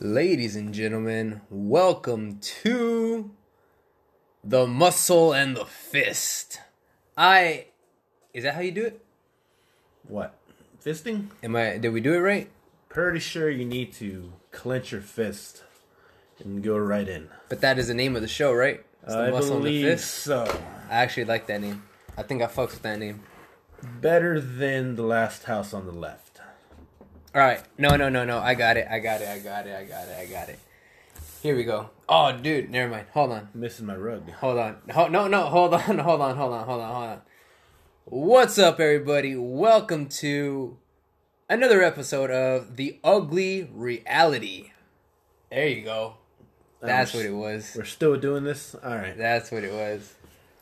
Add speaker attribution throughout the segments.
Speaker 1: Ladies and gentlemen, welcome to the muscle and the fist. I is that how you do it?
Speaker 2: What? Fisting?
Speaker 1: Am I did we do it right?
Speaker 2: Pretty sure you need to clench your fist and go right in.
Speaker 1: But that is the name of the show, right? It's the
Speaker 2: I believe so.
Speaker 1: I actually like that name. I think I fucks with that name.
Speaker 2: Better than the last house on the left.
Speaker 1: All right. No, no, no, no. I got it. I got it. I got it. I got it. I got it. Here we go. Oh, dude, never mind. Hold on.
Speaker 2: Missing my rug.
Speaker 1: Hold on. Ho- no, no, hold on, hold on, hold on, hold on, hold on. What's up, everybody? Welcome to another episode of The Ugly Reality. There you go. That's what it was.
Speaker 2: We're still doing this? Alright.
Speaker 1: That's what it was.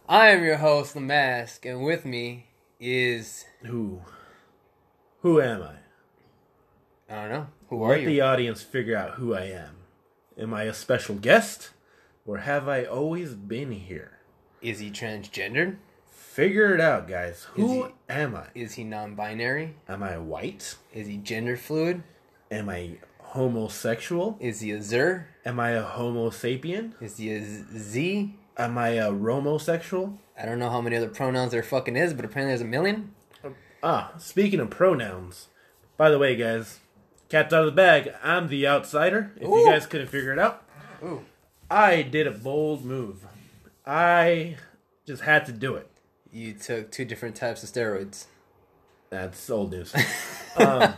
Speaker 1: I am your host, The Mask, and with me is.
Speaker 2: Who? Who am I?
Speaker 1: I don't know. Who are
Speaker 2: Let
Speaker 1: you?
Speaker 2: the audience figure out who I am. Am I a special guest? Or have I always been here?
Speaker 1: Is he transgendered?
Speaker 2: Figure it out, guys. Who
Speaker 1: he-
Speaker 2: am I?
Speaker 1: Is he non binary?
Speaker 2: Am I white?
Speaker 1: Is he gender fluid?
Speaker 2: Am I homosexual?
Speaker 1: Is he a Zer?
Speaker 2: Am I a homo sapien?
Speaker 1: Is he a Z?
Speaker 2: Am I a romosexual?
Speaker 1: I don't know how many other pronouns there fucking is, but apparently there's a million.
Speaker 2: Ah, speaking of pronouns, by the way, guys, cat's out of the bag. I'm the outsider. If
Speaker 1: Ooh.
Speaker 2: you guys couldn't figure it out,
Speaker 1: Ooh.
Speaker 2: I did a bold move. I just had to do it.
Speaker 1: You took two different types of steroids.
Speaker 2: That's old news. um,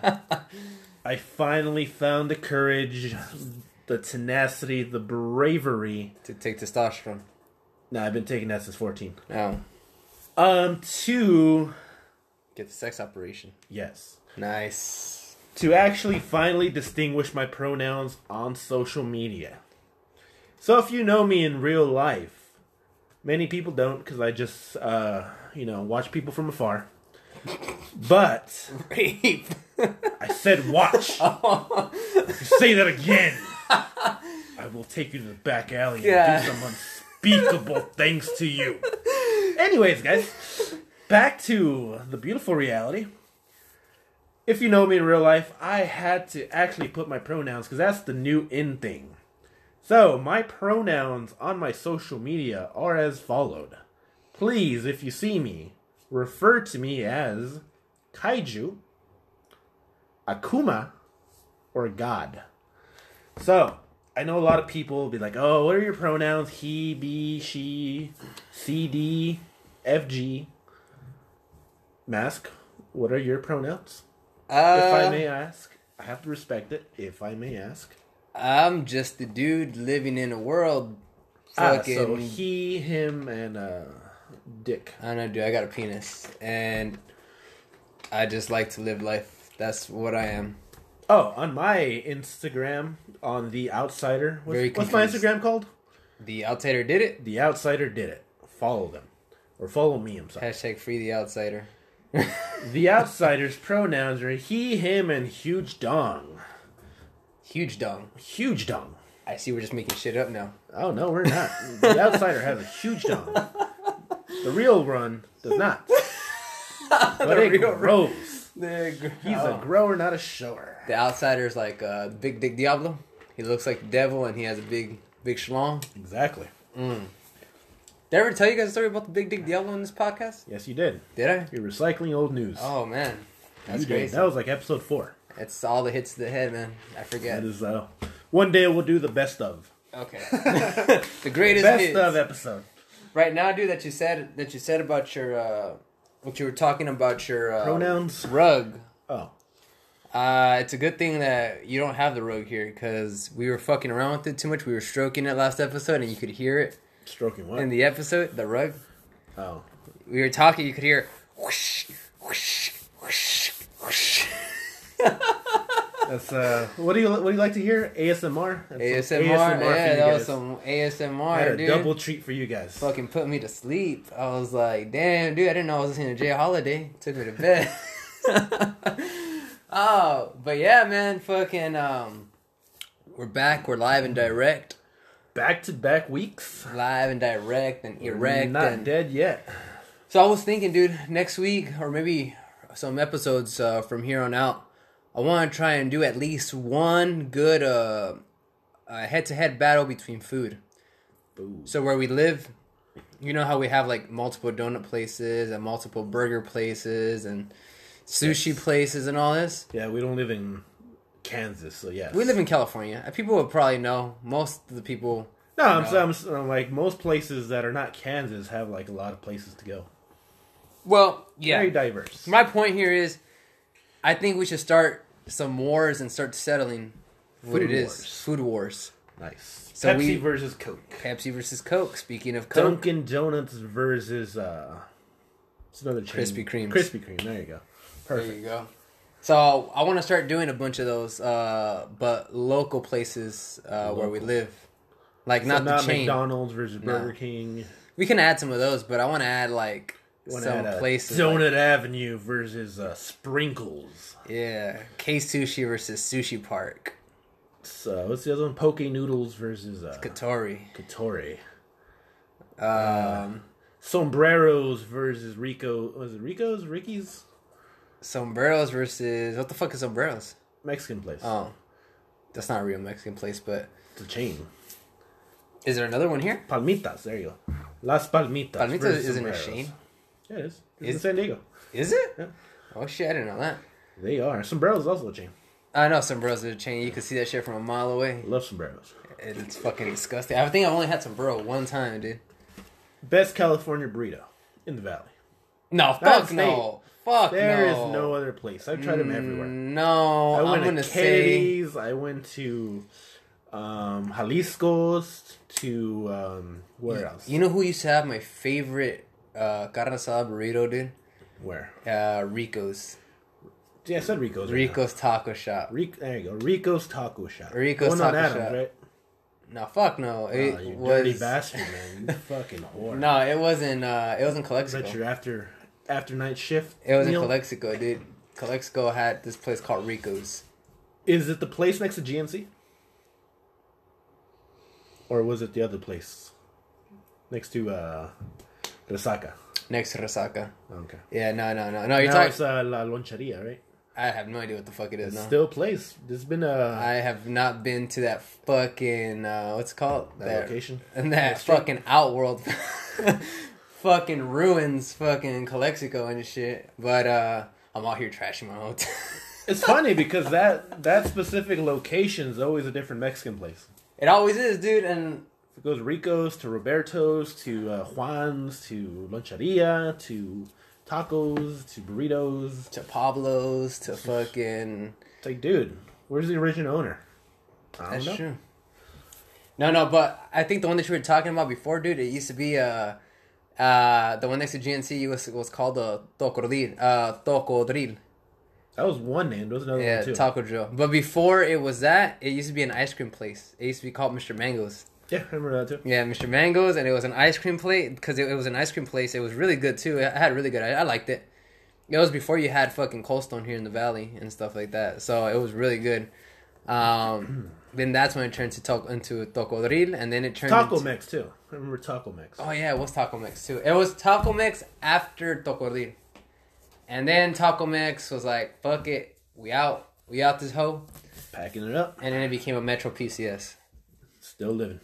Speaker 2: I finally found the courage, the tenacity, the bravery.
Speaker 1: to take testosterone.
Speaker 2: Now I've been taking that since 14.
Speaker 1: Oh,
Speaker 2: Um, to
Speaker 1: get the sex operation.
Speaker 2: yes,
Speaker 1: Nice.
Speaker 2: to actually finally distinguish my pronouns on social media. So if you know me in real life, many people don't because I just, uh, you know, watch people from afar. But
Speaker 1: Rape.
Speaker 2: I said watch. if you say that again, I will take you to the back alley and
Speaker 1: Yeah.
Speaker 2: do some unspeakable things to you. Anyways, guys, back to the beautiful reality. If you know me in real life, I had to actually put my pronouns because that's the new in thing. So, my pronouns on my social media are as followed. Please, if you see me, refer to me as Kaiju, Akuma, or God. So, I know a lot of people will be like, oh, what are your pronouns? He, be, she, CD, FG. Mask, what are your pronouns?
Speaker 1: Uh,
Speaker 2: If I may ask, I have to respect it. If I may ask,
Speaker 1: I'm just a dude living in a world.
Speaker 2: ah,
Speaker 1: Fucking.
Speaker 2: so he, him, and uh, Dick.
Speaker 1: I don't know, dude. I got a penis, and I just like to live life. That's what I am.
Speaker 2: Oh, on my Instagram, on the Outsider. What's,
Speaker 1: Very
Speaker 2: what's my
Speaker 1: confused.
Speaker 2: Instagram called?
Speaker 1: The outsider did it.
Speaker 2: The Outsider did it. Follow them, or follow me. I'm sorry.
Speaker 1: Hashtag free the outsider.
Speaker 2: The Outsider's pronouns are he, him, and huge dong.
Speaker 1: Huge dong.
Speaker 2: Huge dong.
Speaker 1: I see we're just making shit up now.
Speaker 2: Oh no, we're not. the Outsider has a huge dong. The real run does not. But it
Speaker 1: real Oh. run.
Speaker 2: grows.
Speaker 1: The,
Speaker 2: He's a grower, not a shower.
Speaker 1: the outsider is like uh, Big Dick Diablo. He looks like the devil, and he has a big, big schlong.
Speaker 2: Exactly.
Speaker 1: Did I ever tell you guys a story about the Big Dick Diablo in this podcast?
Speaker 2: Yes, you did.
Speaker 1: Did I?
Speaker 2: You're recycling old news.
Speaker 1: Oh man,
Speaker 2: you
Speaker 1: that's
Speaker 2: did.
Speaker 1: crazy.
Speaker 2: That was like episode four.
Speaker 1: It's all the hits to the head, man. I forget.
Speaker 2: That is uh, one day we'll do the best of
Speaker 1: Okay. the greatest
Speaker 2: best
Speaker 1: hits.
Speaker 2: of episode
Speaker 1: Right now, dude, that you said that you said about your uh, what you were talking about your uh,
Speaker 2: pronouns.
Speaker 1: rug.
Speaker 2: Oh,
Speaker 1: Uh, it's a good thing that you don't have the rug here because we were fucking around with it too much. We were stroking it last episode, and you could hear it
Speaker 2: stroking what?
Speaker 1: in the episode. The rug.
Speaker 2: oh,
Speaker 1: We were talking. You could hear whoosh, whoosh, whoosh, whoosh.
Speaker 2: that's uh, what do you what do you like to hear? ASMR. That's some
Speaker 1: ASMR, yeah,
Speaker 2: for you
Speaker 1: that was
Speaker 2: guys.
Speaker 1: some
Speaker 2: I had
Speaker 1: ASMR,
Speaker 2: a
Speaker 1: dude.
Speaker 2: double treat for you guys.
Speaker 1: Fucking put me to sleep. I was like, damn, dude, I didn't know I was listening to Jay Holiday. Took me to bed. oh, but yeah, man, fucking, um, we're back. We're live and direct,
Speaker 2: Back to back weeks.
Speaker 1: live and direct and erect.
Speaker 2: Not
Speaker 1: and,
Speaker 2: dead yet.
Speaker 1: So I was thinking, dude, next week or maybe some episodes uh, from here on out, I want to try and do at least one good uh, uh, head-to-head battle between food.
Speaker 2: Boo.
Speaker 1: So where we live, you know how we have like multiple donut places and multiple burger places and sushi places and all this.
Speaker 2: Yeah, we don't live in Kansas, so yeah.
Speaker 1: We live in California. Uh, People would probably know. Most of the people,
Speaker 2: No, I'm, I'm, I'm like most places that are not Kansas have like a lot of places to go.
Speaker 1: well, yeah.
Speaker 2: Very diverse.
Speaker 1: My point here is, I think we should start some wars and start settling what
Speaker 2: Food
Speaker 1: it is.
Speaker 2: wars.
Speaker 1: Food wars.
Speaker 2: Nice.
Speaker 1: So
Speaker 2: Pepsi
Speaker 1: we-
Speaker 2: versus Coke.
Speaker 1: Pepsi versus Coke. Speaking of Coke,
Speaker 2: Dunkin' Donuts versus uh, it's another chain.
Speaker 1: Krispy Kremes.
Speaker 2: Krispy Kreme. There you go.
Speaker 1: there
Speaker 2: Perfect.
Speaker 1: you go. So I want to start doing a bunch of those, uh, but local places uh, where we live, like
Speaker 2: So
Speaker 1: not the
Speaker 2: not
Speaker 1: chain.
Speaker 2: McDonald's versus Burger King.
Speaker 1: We can add some of those, but I want to add like
Speaker 2: Wanna
Speaker 1: some
Speaker 2: add a
Speaker 1: places. like-
Speaker 2: uh, Donut Avenue versus uh, Sprinkles.
Speaker 1: yeah, K Sushi versus Sushi Park,
Speaker 2: So what's the other one? Poke Noodles versus uh,
Speaker 1: Katori.
Speaker 2: Katori.
Speaker 1: Um,
Speaker 2: Sombreros versus Rico. Was it Rico's? Ricky's?
Speaker 1: sombreros versus what the fuck is sombreros?
Speaker 2: Mexican place.
Speaker 1: Oh, that's not a real Mexican place, but
Speaker 2: It's a chain.
Speaker 1: is there another one here?
Speaker 2: Palmitas. There you go. Las Palmitas.
Speaker 1: Palmito
Speaker 2: versus
Speaker 1: isn't a
Speaker 2: Sombreros.
Speaker 1: chain,
Speaker 2: Yeah, it is. It's in
Speaker 1: Is-
Speaker 2: San Diego.
Speaker 1: is it?
Speaker 2: Yeah.
Speaker 1: Oh shit, I didn't know that.
Speaker 2: They are. Sombreros is also a chain.
Speaker 1: I know sombreros is a chain. You can see that shit from a mile away.
Speaker 2: Love sombreros.
Speaker 1: It's fucking disgusting. I think I've only had sombrero one time, dude.
Speaker 2: Best California burrito in the valley.
Speaker 1: No,
Speaker 2: That's
Speaker 1: fuck no, fuck
Speaker 2: There is
Speaker 1: no.
Speaker 2: no. other place. I've tried them everywhere.
Speaker 1: No,
Speaker 2: I
Speaker 1: I'm
Speaker 2: went
Speaker 1: gonna
Speaker 2: to
Speaker 1: say
Speaker 2: Kennedy's. I went to um, Jalisco's. To um, where else?
Speaker 1: you know who used to have my favorite uh, carne asada burrito, dude?
Speaker 2: where?
Speaker 1: Uh, Rico's,
Speaker 2: Yeah, I said Rico's. right now.
Speaker 1: Rico's Taco Shop.
Speaker 2: Rico. There you go. Rico's Taco Shop.
Speaker 1: Rico's
Speaker 2: One on
Speaker 1: Taco
Speaker 2: Adams,
Speaker 1: Shop.
Speaker 2: Right?
Speaker 1: No, fuck no. It
Speaker 2: Oh, you dirty
Speaker 1: was
Speaker 2: bastard, man. You fucking whore.
Speaker 1: no, it wasn't. Uh, it wasn't
Speaker 2: Is that
Speaker 1: Calexico.
Speaker 2: your after after night shift?
Speaker 1: It was in
Speaker 2: meal?
Speaker 1: Calexico, dude. Calexico had this place called Rico's.
Speaker 2: Is it the place next to GNC? Or was it the other place? Next to uh Resaca.
Speaker 1: next to Resaca.
Speaker 2: Okay.
Speaker 1: Yeah, no, no, no, no. You're
Speaker 2: Now it's
Speaker 1: talking.
Speaker 2: uh, La Loncheria, right?
Speaker 1: I have no idea what the fuck it is now.
Speaker 2: Still a place. There's been a
Speaker 1: I have not been to that fucking uh, what's it called
Speaker 2: That location?
Speaker 1: and that
Speaker 2: street?
Speaker 1: fucking outworld, fucking ruins, fucking Calexico and shit. But uh, I'm out here trashing my hotel.
Speaker 2: It's funny because that that specific location is always a different Mexican place.
Speaker 1: it always is, dude. And
Speaker 2: It goes Rico's to Roberto's to uh, Juan's to Loncheria to tacos to burritos.
Speaker 1: to Pablo's, to fucking
Speaker 2: It's like, dude, where's the original owner? I don't
Speaker 1: that's
Speaker 2: know.
Speaker 1: true. No, no, but I think the one that you were talking about before, dude, it used to be uh, uh, the one next to GNC was was called the Tocodril, uh, Tocodril.
Speaker 2: That was one name. There was another
Speaker 1: Yeah,
Speaker 2: one too.
Speaker 1: Taco Drill. But before it was that, it used to be an ice cream place. It used to be called Mr. Mangoes.
Speaker 2: Yeah, I remember that too.
Speaker 1: Yeah, Mr. Mangoes, and it was an ice cream plate because it, it was an ice cream place. It was really good too. I had really good. I, I liked it. It was before you had fucking Cold Stone here in the valley and stuff like that. So it was really good. Um, then that's when it turned to talk into Taco Drill, and then it turned
Speaker 2: Taco
Speaker 1: into,
Speaker 2: Mix too. I remember Taco Mix.
Speaker 1: Oh yeah, it was Taco Mix too. It was Taco Mix after Tocodil. And then Taco Mix was like, fuck it, we out, we out this hoe
Speaker 2: Packing it up.
Speaker 1: and then it became a Metro PCS.
Speaker 2: Still living.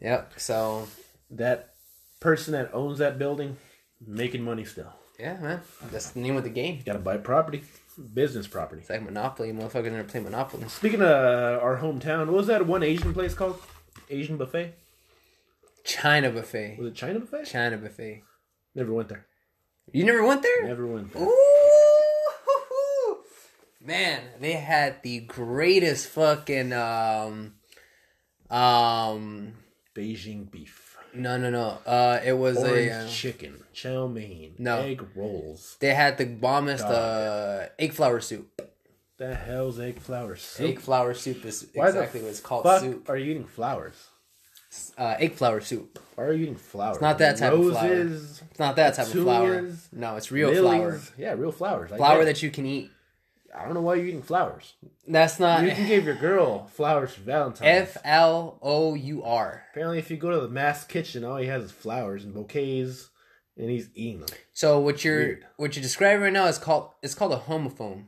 Speaker 1: Yep. So
Speaker 2: That person that owns that building, making money still.
Speaker 1: yeah, man, that's the name of the game.
Speaker 2: Got to buy property, business property.
Speaker 1: It's like Monopoly. Motherfuckers never play Monopoly.
Speaker 2: Speaking of our hometown, what was that one Asian place called? Asian buffet?
Speaker 1: China buffet.
Speaker 2: Was it China buffet?
Speaker 1: China buffet.
Speaker 2: Never went there.
Speaker 1: You never went there?
Speaker 2: Never went there.
Speaker 1: Ooh, man, they had the greatest fucking um um.
Speaker 2: Beijing beef,
Speaker 1: No, no, no. Uh, it was
Speaker 2: orange
Speaker 1: a. uh,
Speaker 2: chicken, chow mein,
Speaker 1: No.
Speaker 2: egg rolls.
Speaker 1: they had the bombest uh, egg flour soup.
Speaker 2: The hell's egg flour soup?
Speaker 1: Egg flour soup is
Speaker 2: Why the
Speaker 1: exactly what it's called.
Speaker 2: Fuck,
Speaker 1: Soup.
Speaker 2: are you eating flowers?
Speaker 1: Uh, egg flour soup.
Speaker 2: Why are you eating flowers? It's
Speaker 1: not that type of flower.
Speaker 2: Roses,
Speaker 1: It's not that type of flower.
Speaker 2: Petunias,
Speaker 1: No, it's real
Speaker 2: lilies.
Speaker 1: flower.
Speaker 2: Yeah, real flowers. I
Speaker 1: Flower
Speaker 2: get it.
Speaker 1: that you can eat.
Speaker 2: I don't know why you're eating flowers.
Speaker 1: That's not
Speaker 2: You can give your girl flowers for Valentine's.
Speaker 1: Uh, F L O U R.
Speaker 2: Apparently, if you go to the mass kitchen, all he has is flowers and bouquets, and he's eating them.
Speaker 1: So what you're
Speaker 2: Weird.
Speaker 1: what you're describing right now is called it's called a homophone.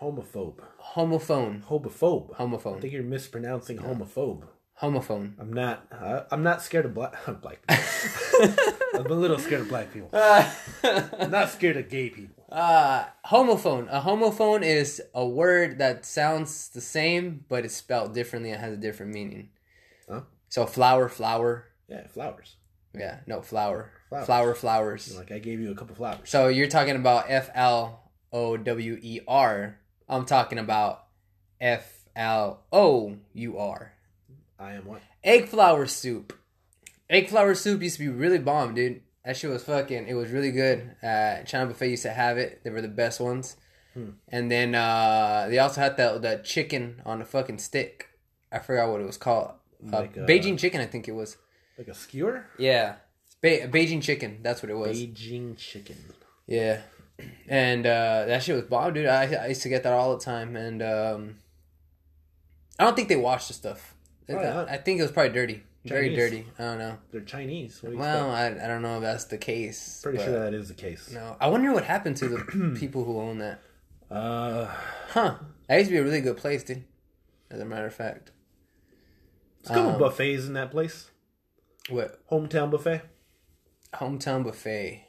Speaker 2: Homophobe.
Speaker 1: Homophone.
Speaker 2: Homophobe. I
Speaker 1: Homophone.
Speaker 2: think you're mispronouncing homophobe.
Speaker 1: Homophone.
Speaker 2: I'm not. Uh, I'm not scared of black. black. People. I'm a little scared of black people. I'm not scared of gay people.
Speaker 1: Uh, homophone. A homophone is a word that sounds the same, but it's spelled differently and has a different meaning.
Speaker 2: Huh?
Speaker 1: So flower, flower.
Speaker 2: Yeah, flowers.
Speaker 1: Yeah, no, flower.
Speaker 2: Flowers.
Speaker 1: Flower, flowers.
Speaker 2: Like I gave you a couple flowers.
Speaker 1: So you're talking about F L O W E R. I'm talking about F L O U R.
Speaker 2: I am what?
Speaker 1: Egg flour soup. Egg flour soup used to be really bomb, dude. That shit was fucking. It was really good. Uh, China buffet used to have it. They were the best ones.
Speaker 2: Hmm.
Speaker 1: And then uh, they also had that that chicken on a fucking stick. I forgot what it was called. Uh,
Speaker 2: Like, uh,
Speaker 1: Beijing chicken, I think it was.
Speaker 2: Like a skewer?
Speaker 1: Yeah, Be- Beijing chicken. That's what it was.
Speaker 2: Beijing chicken.
Speaker 1: Yeah, and uh, that shit was bomb, dude. I, I used to get that all the time, and um, I don't think they washed the stuff.
Speaker 2: Oh, yeah.
Speaker 1: I think it was probably dirty, very
Speaker 2: Chinese.
Speaker 1: dirty. I don't know.
Speaker 2: They're Chinese. What do you
Speaker 1: Well,
Speaker 2: expect?
Speaker 1: I, I don't know if that's the case.
Speaker 2: Pretty
Speaker 1: but-
Speaker 2: sure that is the case.
Speaker 1: No, I wonder what happened to the people who own that.
Speaker 2: Uh,
Speaker 1: Huh? That used to be a really good place, dude. As a matter of fact,
Speaker 2: it's a couple
Speaker 1: Um,
Speaker 2: buffets in that place.
Speaker 1: what
Speaker 2: Hometown buffet.
Speaker 1: hometown buffet?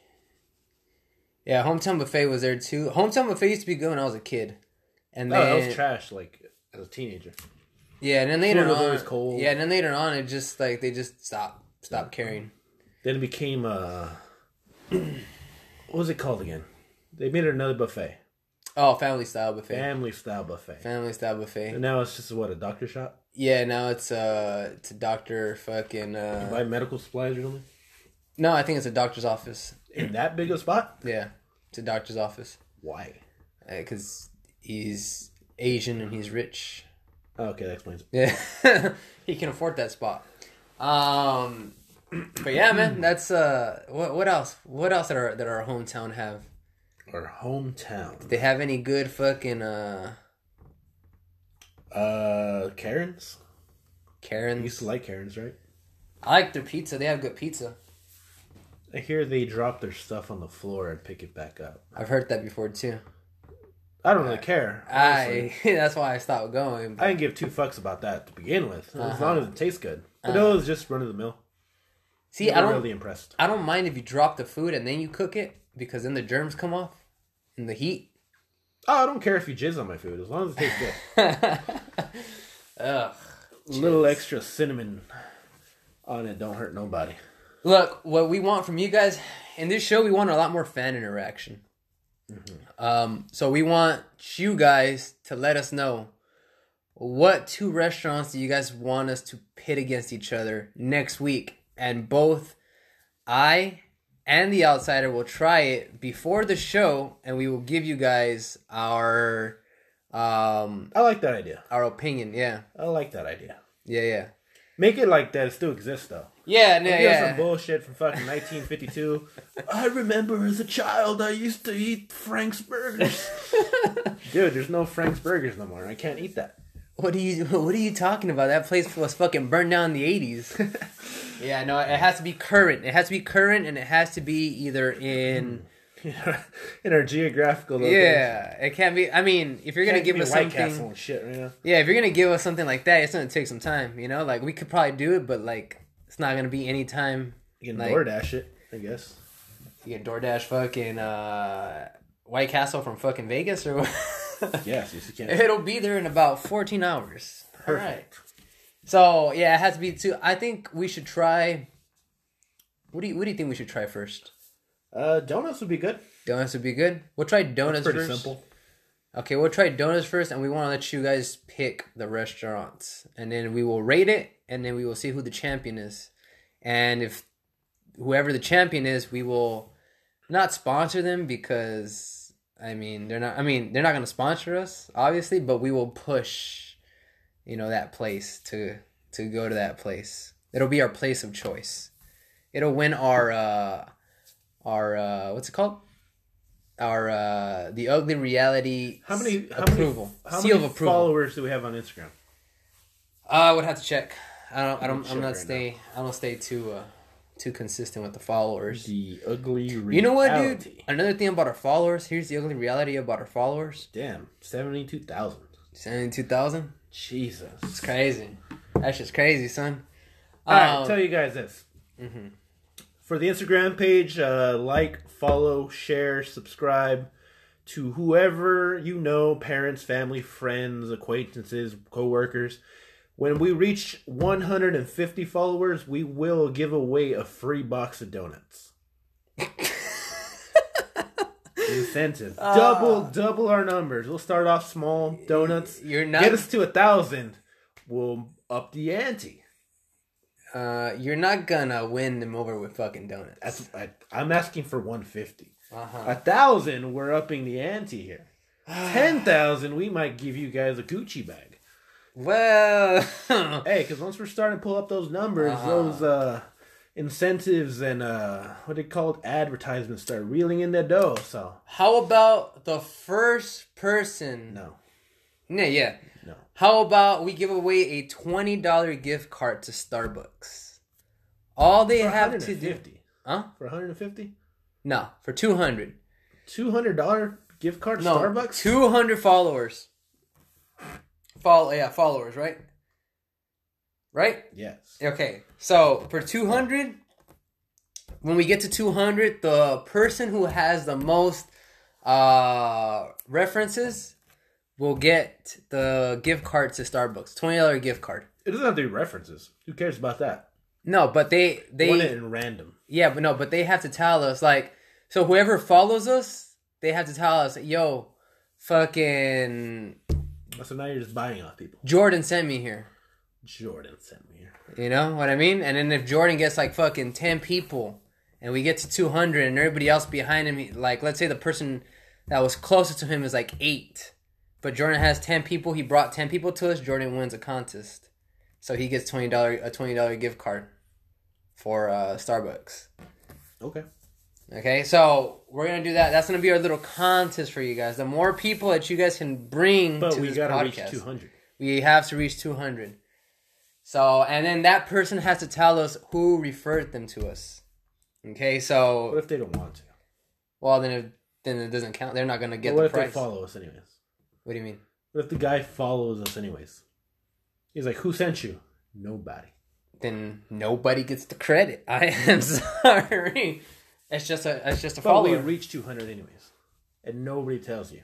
Speaker 1: Yeah, hometown buffet was there too. Hometown buffet used to be good when I was a kid, and
Speaker 2: No, Oh, that
Speaker 1: then
Speaker 2: was trash. Like as a teenager.
Speaker 1: Yeah, and then later
Speaker 2: Food was
Speaker 1: on,
Speaker 2: always cold.
Speaker 1: yeah, and then later on, it just like they just stopped, stopped caring.
Speaker 2: Then it became uh, what was it called again? They made it another buffet,
Speaker 1: Oh, family style buffet,
Speaker 2: family style buffet.
Speaker 1: family style buffet.
Speaker 2: And now it's just what a doctor shop.
Speaker 1: Yeah, now it's uh, it's a doctor fucking. Uh,
Speaker 2: Buy medical supplies or something.
Speaker 1: no, I think it's a doctor's office.
Speaker 2: In that big a spot?
Speaker 1: Yeah, it's a doctor's office
Speaker 2: Why?
Speaker 1: because he's Asian and he's rich.
Speaker 2: Okay, that explains. it.
Speaker 1: Yeah, he can afford that spot. Um, but yeah, man, that's uh, what what else? What else did our that our hometown have?
Speaker 2: Our hometown.
Speaker 1: They have any good fucking uh,
Speaker 2: Uh, Karens. I
Speaker 1: Karens?
Speaker 2: used to like Karens, right?
Speaker 1: I like their pizza. They have good pizza.
Speaker 2: I hear they drop their stuff on the floor and pick it back up.
Speaker 1: I've heard that before too.
Speaker 2: I don't really care. honestly.
Speaker 1: I that's why I stopped going.
Speaker 2: I didn't give two fucks about that to begin with, as
Speaker 1: Uh-huh.
Speaker 2: long as it tastes good. But no, it was just run of the mill.
Speaker 1: See, I
Speaker 2: I'm
Speaker 1: don't
Speaker 2: really impressed.
Speaker 1: I don't mind if you drop the food and then you cook it because then the germs come off in the heat.
Speaker 2: Oh, I don't care if you jizz on my food, as long as it tastes good.
Speaker 1: Ugh.
Speaker 2: little extra cinnamon on it don't hurt nobody.
Speaker 1: Look, what we want from you guys in this show, we want a lot more fan interaction. Um, so we want you guys to let us know what two restaurants do you guys want us to pit against each other next week, and both I and the outsider will try it before the show, and we will give you guys our um
Speaker 2: I like that idea.
Speaker 1: our opinion. Yeah,
Speaker 2: I like that idea.
Speaker 1: yeah, yeah,
Speaker 2: Make it like that. It still exists though.
Speaker 1: yeah, no,
Speaker 2: Yeah,
Speaker 1: yeah.
Speaker 2: some bullshit from fucking 1952. I remember as a child I used to eat Frank's Burgers. Dude, there's no Frank's Burgers no more. I can't eat that.
Speaker 1: What are you What are you talking about? That place was fucking burned down in the eighties. yeah, no, it has to be current. It has to be current, and it has to be either in.
Speaker 2: In our geographical location.
Speaker 1: Yeah, it can't be. I mean, if you're gonna
Speaker 2: Can't
Speaker 1: give
Speaker 2: be
Speaker 1: us
Speaker 2: White
Speaker 1: something,
Speaker 2: Castle and shit right now.
Speaker 1: yeah, if you're gonna give us something like that, it's gonna take some time. You know, like we could probably do it, but like it's not gonna be any time.
Speaker 2: You can
Speaker 1: Like-
Speaker 2: DoorDash it, I guess.
Speaker 1: You get DoorDash fucking uh, White Castle from fucking Vegas, or what?
Speaker 2: Yes, yes, you can.
Speaker 1: it'll be there in about fourteen hours. All right.
Speaker 2: Perfect.
Speaker 1: So yeah, it has to be two. I think we should try. What do you What do you think we should try first?
Speaker 2: Uh, donuts would be good.
Speaker 1: Donuts would be good. We'll try donuts
Speaker 2: Pretty
Speaker 1: first.
Speaker 2: simple.
Speaker 1: Okay, we'll try donuts first, and we want to let you guys pick the restaurants, and then we will rate it, and then we will see who the champion is, and if whoever the champion is, we will not sponsor them because I mean they're not. I mean they're not going to sponsor us, obviously, but we will push, you know, that place to to go to that place. It'll be our place of choice. It'll win our uh our uh what's it called? Our uh the ugly reality
Speaker 2: How many
Speaker 1: s-
Speaker 2: how
Speaker 1: approval
Speaker 2: Many, how
Speaker 1: seal
Speaker 2: many
Speaker 1: of approval.
Speaker 2: followers do we have on Instagram?
Speaker 1: Uh, I would have to check. I don't. I don't.
Speaker 2: me
Speaker 1: I'm
Speaker 2: check
Speaker 1: not
Speaker 2: right
Speaker 1: stay. I don't stay too. Uh, too consistent with the followers.
Speaker 2: The ugly reality.
Speaker 1: You know what, dude? Another thing about our followers. Here's the ugly reality about our followers.
Speaker 2: Damn, 72,000.
Speaker 1: Seventy-two thousand.
Speaker 2: Jesus.
Speaker 1: It's crazy. That's just crazy, son.
Speaker 2: All right,
Speaker 1: Um,
Speaker 2: tell you guys this. For the Instagram page, uh, like, follow, share, subscribe to whoever you know parents, family, friends, acquaintances, co workers. When we reach 150 followers, we will give away a free box of donuts. Incentive. double, double our numbers. We'll start off small donuts.
Speaker 1: You're not.
Speaker 2: Get us to a thousand. We'll up the ante.
Speaker 1: Uh, you're not gonna win them over with fucking donuts.
Speaker 2: That's I, I'm asking for 150.
Speaker 1: uh-huh.
Speaker 2: A thousand, we're upping the ante here. Ten thousand, we might give you guys a Gucci bag.
Speaker 1: Well,
Speaker 2: Hey, because once we're starting to pull up those numbers,
Speaker 1: Uh-huh.
Speaker 2: those uh, incentives and uh, what they called advertisements start reeling in that dough. So
Speaker 1: how about the first person?
Speaker 2: no,
Speaker 1: Yeah, yeah.
Speaker 2: no.
Speaker 1: How about we give away a twenty dollar gift card to Starbucks? All they
Speaker 2: For
Speaker 1: have to do,
Speaker 2: 150.
Speaker 1: huh?
Speaker 2: for 150,
Speaker 1: No, for two hundred.
Speaker 2: 200 dollar gift card
Speaker 1: No,
Speaker 2: Starbucks.
Speaker 1: Two hundred followers. Follow, yeah, followers, right? Right.
Speaker 2: Yes.
Speaker 1: Okay, so for 200, when we get to 200, the person who has the most uh, references will get the gift card to Starbucks, $20 gift card.
Speaker 2: It doesn't have to be references. Who cares about that?
Speaker 1: No, but they they
Speaker 2: Want it in random.
Speaker 1: yeah, but no, but they have to tell us like so whoever follows us, they have to tell us, "Yo, fucking
Speaker 2: So now you're just buying off people.
Speaker 1: Jordan sent me here."
Speaker 2: Jordan sent me here.
Speaker 1: You know what I mean? And then if Jordan gets like fucking 10 people and we get to 200 and everybody else behind him, he- like let's say the person that was closest to him is like eight, but Jordan has 10 people, he brought 10 people to us, Jordan wins a contest. So he gets $20, a $20 gift card for uh, Starbucks.
Speaker 2: Okay.
Speaker 1: Okay, so we're gonna do that. That's gonna be our little contest for you guys. The more people that you guys can bring
Speaker 2: But
Speaker 1: to
Speaker 2: we
Speaker 1: this
Speaker 2: gotta
Speaker 1: podcast,
Speaker 2: reach 200.
Speaker 1: we have to reach 200. So, and then that person has to tell us who referred them to us. Okay,
Speaker 2: What
Speaker 1: so
Speaker 2: if they don't want to?
Speaker 1: well then it, then it doesn't count. They're not gonna get
Speaker 2: But what
Speaker 1: the
Speaker 2: if
Speaker 1: price.
Speaker 2: they follow us anyways?
Speaker 1: What do you mean?
Speaker 2: What if the guy follows us anyways? He's like, "Who sent you?" Nobody.
Speaker 1: Then nobody gets the credit. I am sorry. It's just a it's just a
Speaker 2: But we
Speaker 1: follower.
Speaker 2: reach 200 anyways, and nobody tells you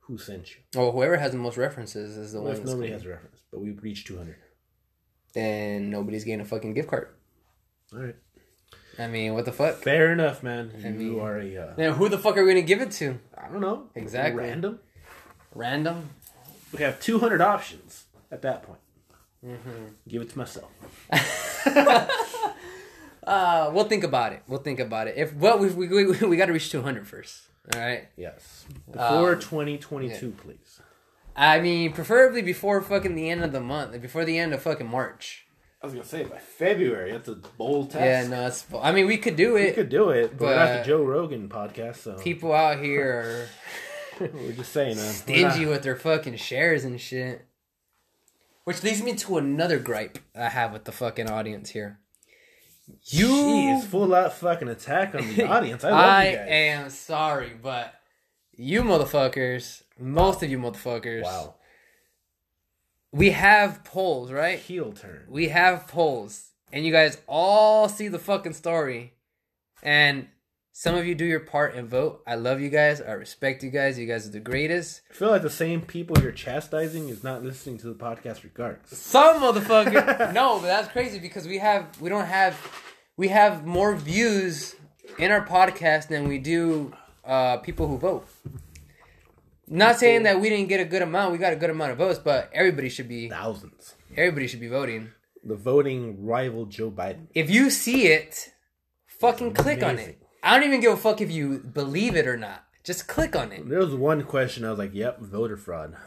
Speaker 2: who sent you.
Speaker 1: well, whoever has the most references is the
Speaker 2: What
Speaker 1: one.
Speaker 2: if
Speaker 1: that's
Speaker 2: nobody
Speaker 1: gonna-
Speaker 2: has a reference? But we reach 200.
Speaker 1: Then nobody's getting a fucking gift card.
Speaker 2: All right.
Speaker 1: I mean, what the fuck?
Speaker 2: Fair enough, man. You are a uh,
Speaker 1: Then who the fuck are we gonna give it to?
Speaker 2: I don't know
Speaker 1: Exactly.
Speaker 2: random.
Speaker 1: Random.
Speaker 2: We have 200 options at that point.
Speaker 1: Mm-hmm.
Speaker 2: Give it to myself.
Speaker 1: Uh, we'll think about it. We'll think about it. If what we we we, we got to reach 200 first. All right.
Speaker 2: Yes.
Speaker 1: Um,
Speaker 2: Before 2022, please.
Speaker 1: I mean, preferably before fucking the end of the month, before the end of fucking March.
Speaker 2: I was gonna say by February. That's a bold task.
Speaker 1: Yeah, no, it's, I mean, we could do
Speaker 2: We
Speaker 1: it.
Speaker 2: could do it, but, we're not the
Speaker 1: But-
Speaker 2: Joe Rogan podcast, so
Speaker 1: People out here
Speaker 2: we're just saying, man.
Speaker 1: are stingy with their fucking shares and shit. Which leads me to another gripe I have with the fucking audience here. You,
Speaker 2: Jeez, full out fucking attack on the audience. I love
Speaker 1: I
Speaker 2: you guys.
Speaker 1: am sorry, but you motherfuckers, most of you motherfuckers,
Speaker 2: Wow,
Speaker 1: we have polls, right?
Speaker 2: heel turn.
Speaker 1: we have polls and you guys all see the fucking story and some of you do your part and vote i love you guys i respect you guys you guys are the greatest
Speaker 2: I feel like the same people you're chastising is not listening to the podcast, regardless.
Speaker 1: some motherfucker no but that's crazy because we have we don't have we have more views in our podcast than we do uh, people who vote not saying that we didn't get a good amount we got a good amount of votes but everybody should be
Speaker 2: Thousands.
Speaker 1: everybody should be voting
Speaker 2: The voting rival Joe Biden.
Speaker 1: if you see it, fucking click on
Speaker 2: Amazing.
Speaker 1: it. I don't even give a fuck if you believe it or not. Just click on it.
Speaker 2: There was one question I was like, "Yep, voter fraud."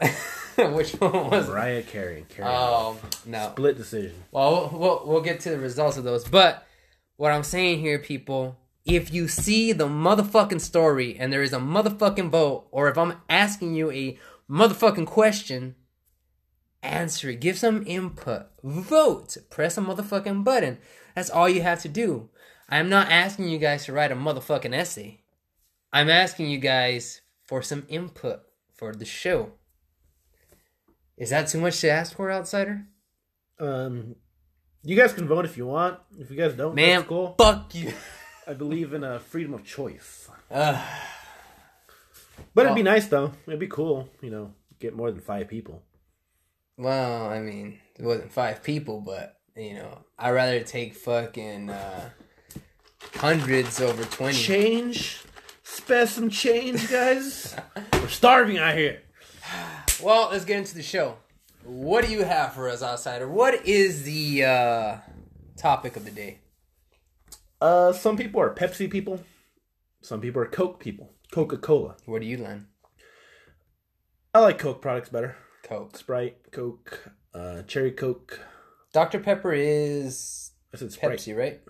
Speaker 1: Which one was it?
Speaker 2: Mariah Carey, Carey.
Speaker 1: Oh no.
Speaker 2: Split decision.
Speaker 1: Well, we'll- we'll we'll get to the results of those. But what I'm saying here, people, if you see the motherfucking story and there is a motherfucking vote, or if I'm asking you a motherfucking question, Answer it. Give some input. Vote. Press a motherfucking button. That's all you have to do. I'm not asking you guys to write a motherfucking essay. I'm asking you guys for some input for the show. Is that too much to ask for, outsider?
Speaker 2: Um, you guys can vote if you want. If you guys don't,
Speaker 1: Man,
Speaker 2: that's cool.
Speaker 1: fuck you.
Speaker 2: I believe in uh, freedom of choice. but it'd be nice though. It'd be cool, you know, get more than five people.
Speaker 1: Well, I mean, it wasn't five people, but you know, I'd rather take fucking uh, hundreds over twenty.
Speaker 2: Change, spare some change, guys. We're starving out here.
Speaker 1: Well, let's get into the show. What do you have for us, outsider? What is the uh, topic of the day?
Speaker 2: Uh, some people are Pepsi people. Some people are Coke people. Coca Cola.
Speaker 1: What do you learn?
Speaker 2: I like Coke products better.
Speaker 1: Coke.
Speaker 2: Sprite, Coke, uh, Cherry Coke.
Speaker 1: Dr. Pepper is
Speaker 2: I said Sprite.
Speaker 1: Pepsi, right?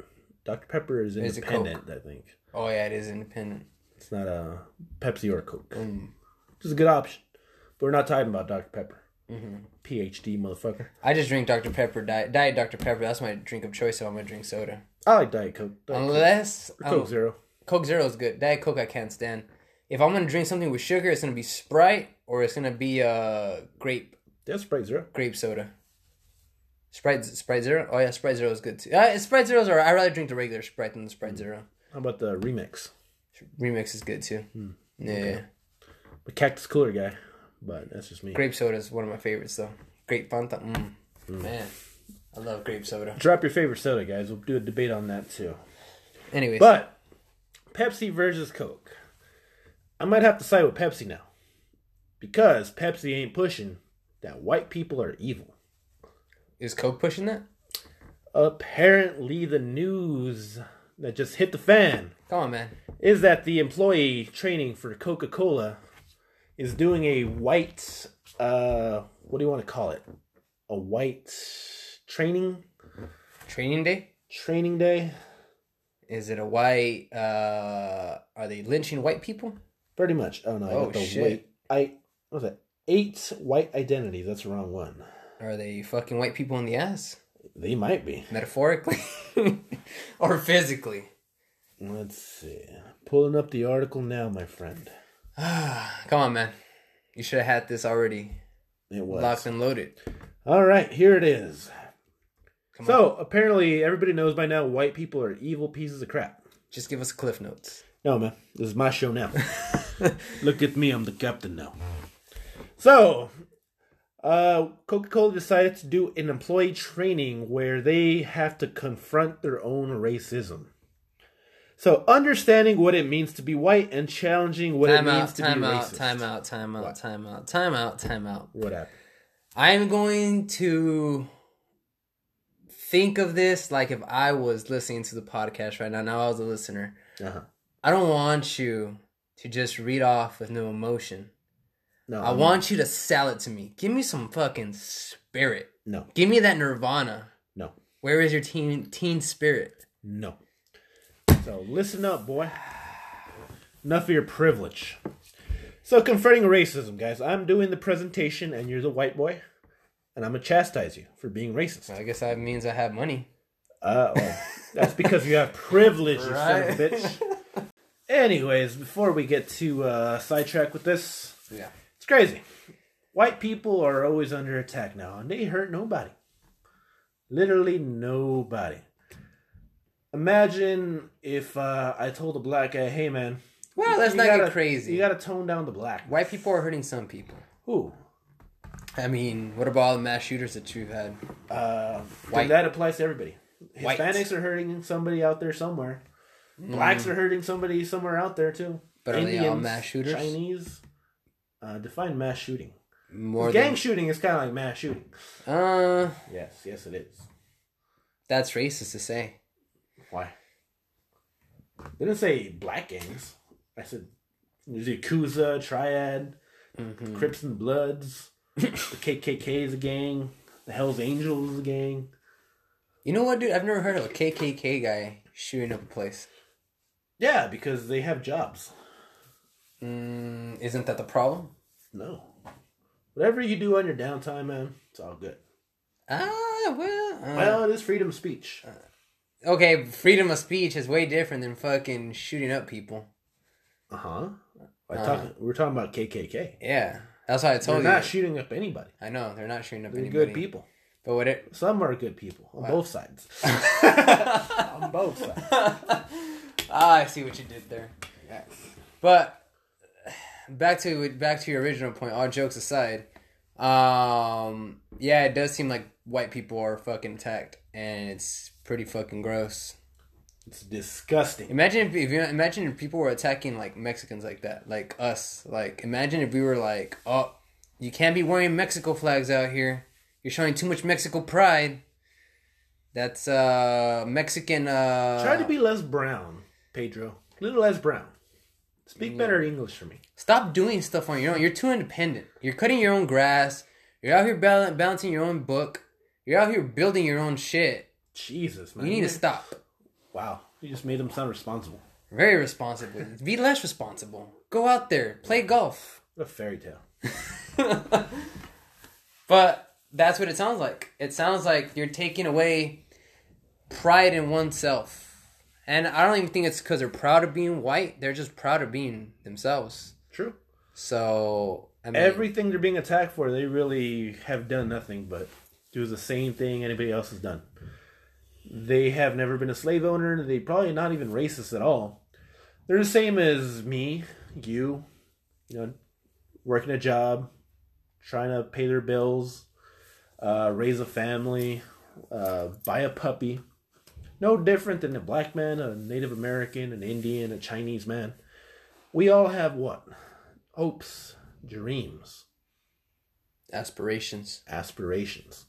Speaker 2: Dr. Pepper is
Speaker 1: It's a Coke.
Speaker 2: independent, I think.
Speaker 1: Oh yeah, it is independent.
Speaker 2: It's not a Pepsi or a Coke. Which is a good option. But we're not talking about Dr. Pepper. PhD motherfucker.
Speaker 1: I just drink Dr. Pepper diet, diet Dr. Pepper. That's my drink of choice. So I'm gonna drink soda,
Speaker 2: I like Diet Coke. Diet
Speaker 1: unless
Speaker 2: Coke, Coke
Speaker 1: I'm-
Speaker 2: Zero.
Speaker 1: Coke Zero is good. Diet Coke I can't stand. If I'm gonna drink something with sugar, it's gonna be Sprite or it's gonna be uh grape
Speaker 2: That's Sprite Zero.
Speaker 1: grape soda. Sprite Sprite Zero. Oh yeah, Sprite Zero is good too. Uh, Sprite Zero's alright. I rather drink the regular Sprite than the Sprite Zero.
Speaker 2: How about the remix?
Speaker 1: Remix is good too. Yeah, yeah.
Speaker 2: The Cactus Cooler guy. But that's just me.
Speaker 1: grape soda is one of my favorites though. Grape Fanta. Mm. Man, I love grape soda.
Speaker 2: Drop your favorite soda, guys. We'll do a debate on that too.
Speaker 1: Anyways,
Speaker 2: But Pepsi versus Coke. I might have to side with Pepsi now. Because Pepsi ain't pushing that white people are evil.
Speaker 1: is Coke pushing that?
Speaker 2: Apparently, the news that just hit the fan
Speaker 1: Come on, man.
Speaker 2: is that the employee training for Coca Cola is doing a white, uh, what do you want to call it? A white training
Speaker 1: Training day.
Speaker 2: training day,
Speaker 1: Is it a white? Uh, are they lynching white people?
Speaker 2: pretty much. Oh no, I
Speaker 1: Oh,
Speaker 2: got the
Speaker 1: shit.
Speaker 2: white. I what was it? Eight white identities. That's the wrong one.
Speaker 1: Are they fucking white people in the ass,
Speaker 2: They might be.
Speaker 1: metaphorically or physically?
Speaker 2: Let's see. Pulling up the article now, my friend.
Speaker 1: Come on, man. You should have had this already
Speaker 2: It was
Speaker 1: locked and loaded.
Speaker 2: All right, here it is. so apparently, everybody knows by now white people are evil pieces of crap.
Speaker 1: Just give us cliff notes.
Speaker 2: No, man, this is my show now. Look at me, I'm the captain now. So, uh, Coca Cola decided to do an employee training where they have to confront their own racism. So, understanding what it means to be white and challenging what
Speaker 1: Time
Speaker 2: it means
Speaker 1: out,
Speaker 2: to
Speaker 1: time
Speaker 2: be
Speaker 1: out,
Speaker 2: racist.
Speaker 1: time out, time out, time out, time out, time out.
Speaker 2: What happened?
Speaker 1: I'm going to think of this like if I was listening to the podcast right now. Now I was a listener.
Speaker 2: Uh-huh.
Speaker 1: I don't want you to just read off with no emotion.
Speaker 2: No,
Speaker 1: I want you to sell it to me. Give me some fucking spirit.
Speaker 2: no,
Speaker 1: Give me that Nirvana.
Speaker 2: no,
Speaker 1: Where is your teen teen spirit?
Speaker 2: no. So, listen up, boy. Enough of your privilege. So, confronting racism, guys. I'm doing the presentation, and you're the white boy, and I'm gonna chastise you for being racist.
Speaker 1: I guess that means I have money.
Speaker 2: Uh oh. That's because you have privilege, you son of a bitch. Anyways, before we get to uh, sidetrack with this,
Speaker 1: Yeah.
Speaker 2: it's crazy. White people are always under attack now, and they hurt nobody. Literally nobody. Imagine if uh, I told a black guy, "Hey, man,
Speaker 1: Well, let's
Speaker 2: you
Speaker 1: not
Speaker 2: gotta,
Speaker 1: get crazy.
Speaker 2: You gotta tone down the black."
Speaker 1: White people are hurting some people.
Speaker 2: Who?
Speaker 1: I mean, what about all the mass shooters that you've had?
Speaker 2: Uh,
Speaker 1: White.
Speaker 2: And that applies to everybody.
Speaker 1: White. Mm.
Speaker 2: Hispanics are hurting somebody out there somewhere. Blacks are hurting somebody somewhere out there too.
Speaker 1: But are they all mass shooters?
Speaker 2: Chinese. Uh, define mass shooting.
Speaker 1: More
Speaker 2: Gang shooting is kind of like mass shooting.
Speaker 1: than uh,
Speaker 2: Yes, yes, it is.
Speaker 1: that's racist to say.
Speaker 2: Why? They didn't say black gangs. I said there's Yakuza, Triad, Crips and Bloods. the KKK is a gang. The Hell's Angels is a gang.
Speaker 1: You know what, dude? I've never heard of a KKK guy shooting up a place.
Speaker 2: Yeah, because they have jobs.
Speaker 1: Mm, isn't that the problem?
Speaker 2: No. Whatever you do on your downtime, man, it's all good.
Speaker 1: Ah, well. uh,
Speaker 2: Well, it is freedom of speech.
Speaker 1: okay, freedom of speech is way different than fucking shooting up people.
Speaker 2: Uh huh. talking, we're talking about KKK.
Speaker 1: Yeah. That's why I
Speaker 2: They're
Speaker 1: told you.
Speaker 2: not shooting up anybody.
Speaker 1: I know, they're not shooting up
Speaker 2: They're
Speaker 1: anybody.
Speaker 2: good people.
Speaker 1: But what it.
Speaker 2: Some are good people on both sides. on both sides.
Speaker 1: Ah, I see what you did there. But back to back to your original point. All jokes aside, um, yeah, it does seem like white people are fucking attacked, and it's pretty fucking gross.
Speaker 2: It's disgusting.
Speaker 1: Imagine if, if you imagine if people were attacking like Mexicans like that, like us. Like imagine if we were like, oh, you can't be wearing Mexico flags out here. You're showing too much Mexico pride. That's uh Mexican. Uh,
Speaker 2: Try to be less brown, Pedro. A little less brown.
Speaker 1: Mm.
Speaker 2: Speak better English for me.
Speaker 1: Stop doing stuff on your own. You're too independent. You're cutting your own grass. You're out here bal- balancing your own book. You're out here building your own shit.
Speaker 2: Jesus, man.
Speaker 1: You need to stop.
Speaker 2: Wow. You just made them sound responsible.
Speaker 1: Very responsibly. Be less responsible. Go out there. Play golf.
Speaker 2: What a fairy tale.
Speaker 1: But that's what it sounds like. It sounds like you're taking away pride in oneself. And I don't even think it's because they're proud of being white. They're just proud of being themselves.
Speaker 2: True.
Speaker 1: So, I mean,
Speaker 2: Everything they're being attacked for, they really have done nothing but do the same thing anybody else has done. They have never been a slave owner. They probably not even racist at all. They're the same as me, you, you know, working a job, trying to pay their bills, uh, raise a family, uh, buy a puppy. No different than a black man, a Native American, an Indian, a Chinese man. We all have what? Hopes, dreams,
Speaker 1: aspirations,
Speaker 2: aspirations.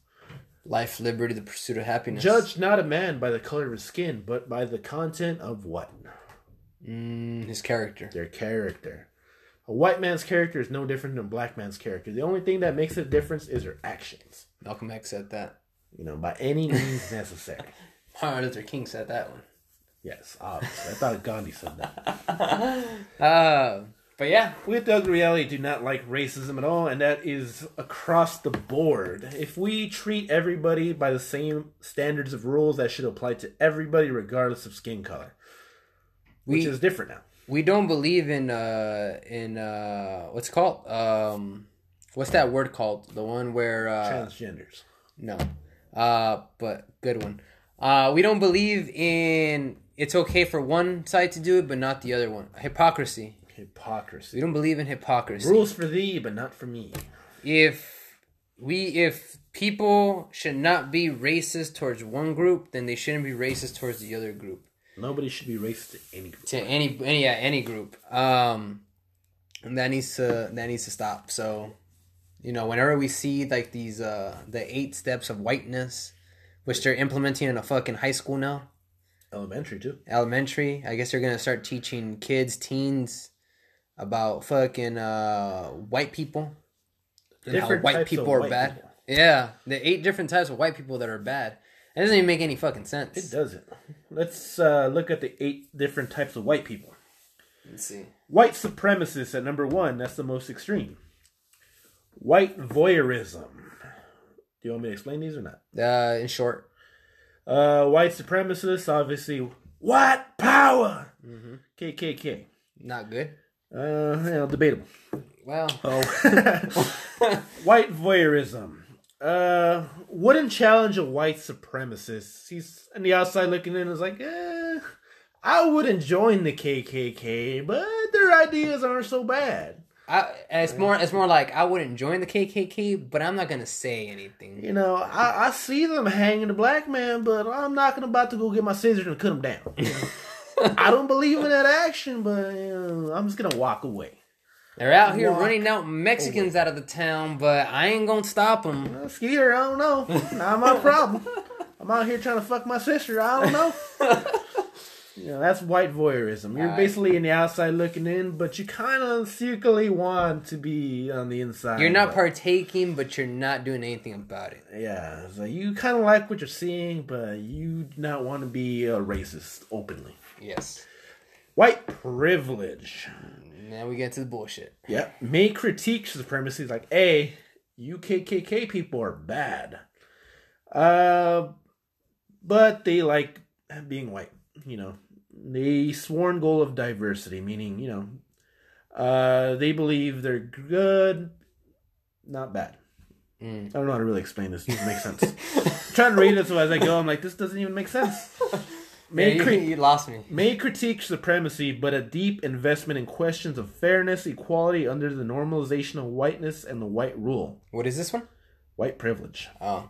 Speaker 1: life, liberty, the pursuit of happiness.
Speaker 2: Judge not a man by the color of his skin, but by the content of what?
Speaker 1: Mm, his character.
Speaker 2: Their character. A white man's character is no different than a black man's character. The only thing that makes a difference is their actions.
Speaker 1: Malcolm X said that.
Speaker 2: You know, by any means necessary.
Speaker 1: Martin Luther King said that one.
Speaker 2: Yes, obviously. I thought Gandhi said that.
Speaker 1: Uh, but yeah,
Speaker 2: We at the Ugly Reality do not like racism at all, and that is across the board. If we treat everybody by the same standards of rules, that should apply to everybody regardless of skin color, which
Speaker 1: we
Speaker 2: is different now.
Speaker 1: we don't believe in uh in uh what's it called um what's that word called the one where uh
Speaker 2: Transgenders.
Speaker 1: no uh but good one uh we don't believe in it's okay for one side to do it but not the other one hypocrisy we
Speaker 2: Hypocrisy.
Speaker 1: don't believe in hypocrisy
Speaker 2: Rules for thee, but not for me.
Speaker 1: if we if people should not be racist towards one group then they shouldn't be racist towards the other group
Speaker 2: Nobody should be racist to any group.
Speaker 1: to any any yeah, any group. Um, and that needs to that needs to stop. So, you know, whenever we see like these uh the eight steps of whiteness, which they're implementing in a fucking high school now,
Speaker 2: Elementary, too.
Speaker 1: elementary. I guess they're gonna start teaching kids, teens, about fucking uh white people and how
Speaker 2: Different
Speaker 1: white
Speaker 2: types
Speaker 1: people
Speaker 2: of
Speaker 1: are
Speaker 2: white
Speaker 1: bad.
Speaker 2: people.
Speaker 1: Yeah, the eight different types of white people that are bad. It doesn't even make any fucking
Speaker 2: It
Speaker 1: sense.
Speaker 2: doesn't. Let's uh, look at the eight different types of white people.
Speaker 1: Let's see.
Speaker 2: White supremacists at number one. That's the most extreme. White voyeurism. Do you want me to explain these or not?
Speaker 1: Uh, in short,
Speaker 2: Uh, white supremacists, obviously. White power. KKK.
Speaker 1: not good.
Speaker 2: Uh, you know, debatable.
Speaker 1: Well,
Speaker 2: white voyeurism. Uh, wouldn't challenge a white supremacist. He's on the outside looking in. Is like, eh, I wouldn't join the KKK, but their ideas aren't so bad.
Speaker 1: I, it's more it's more like I wouldn't join the KKK, but I'm not gonna say anything.
Speaker 2: You know, I, I see them hanging the black man, but I'm not gonna about to go get my scissors and cut him down. you know? I don't believe in that action, but you know, I'm just gonna walk away.
Speaker 1: They're out here
Speaker 2: Walk
Speaker 1: running out Mexicans out of the town, but I ain't gonna stop them.
Speaker 2: Uh, Skeeter, I don't know. Not my problem. I'm out here trying to fuck my sister. I don't know. you know, that's white voyeurism. You're
Speaker 1: Alright.
Speaker 2: basically in the outside looking in, but you kind of secretly want to be on the inside.
Speaker 1: You're not
Speaker 2: but-
Speaker 1: partaking, but you're not doing anything about it.
Speaker 2: Yeah, so you kind of like what you're seeing, but you do not want to be a racist openly.
Speaker 1: Yes.
Speaker 2: White privilege.
Speaker 1: Now we get to the bullshit.
Speaker 2: Yeah. May critique supremacy like, hey, UKKK people are bad. Uh, but they like being white, you know. The sworn goal of diversity, meaning, you know, uh, they believe they're good, not bad.
Speaker 1: Mm.
Speaker 2: I don't know how to really explain this. It makes sense. trying to read it so as I go, I'm like, this doesn't even make sense. May,
Speaker 1: Man, you,
Speaker 2: cri-
Speaker 1: you lost me.
Speaker 2: may critique supremacy, but a deep investment in questions of fairness, equality under the normalization of whiteness and the white rule,
Speaker 1: What is this one?
Speaker 2: white privilege.
Speaker 1: Oh.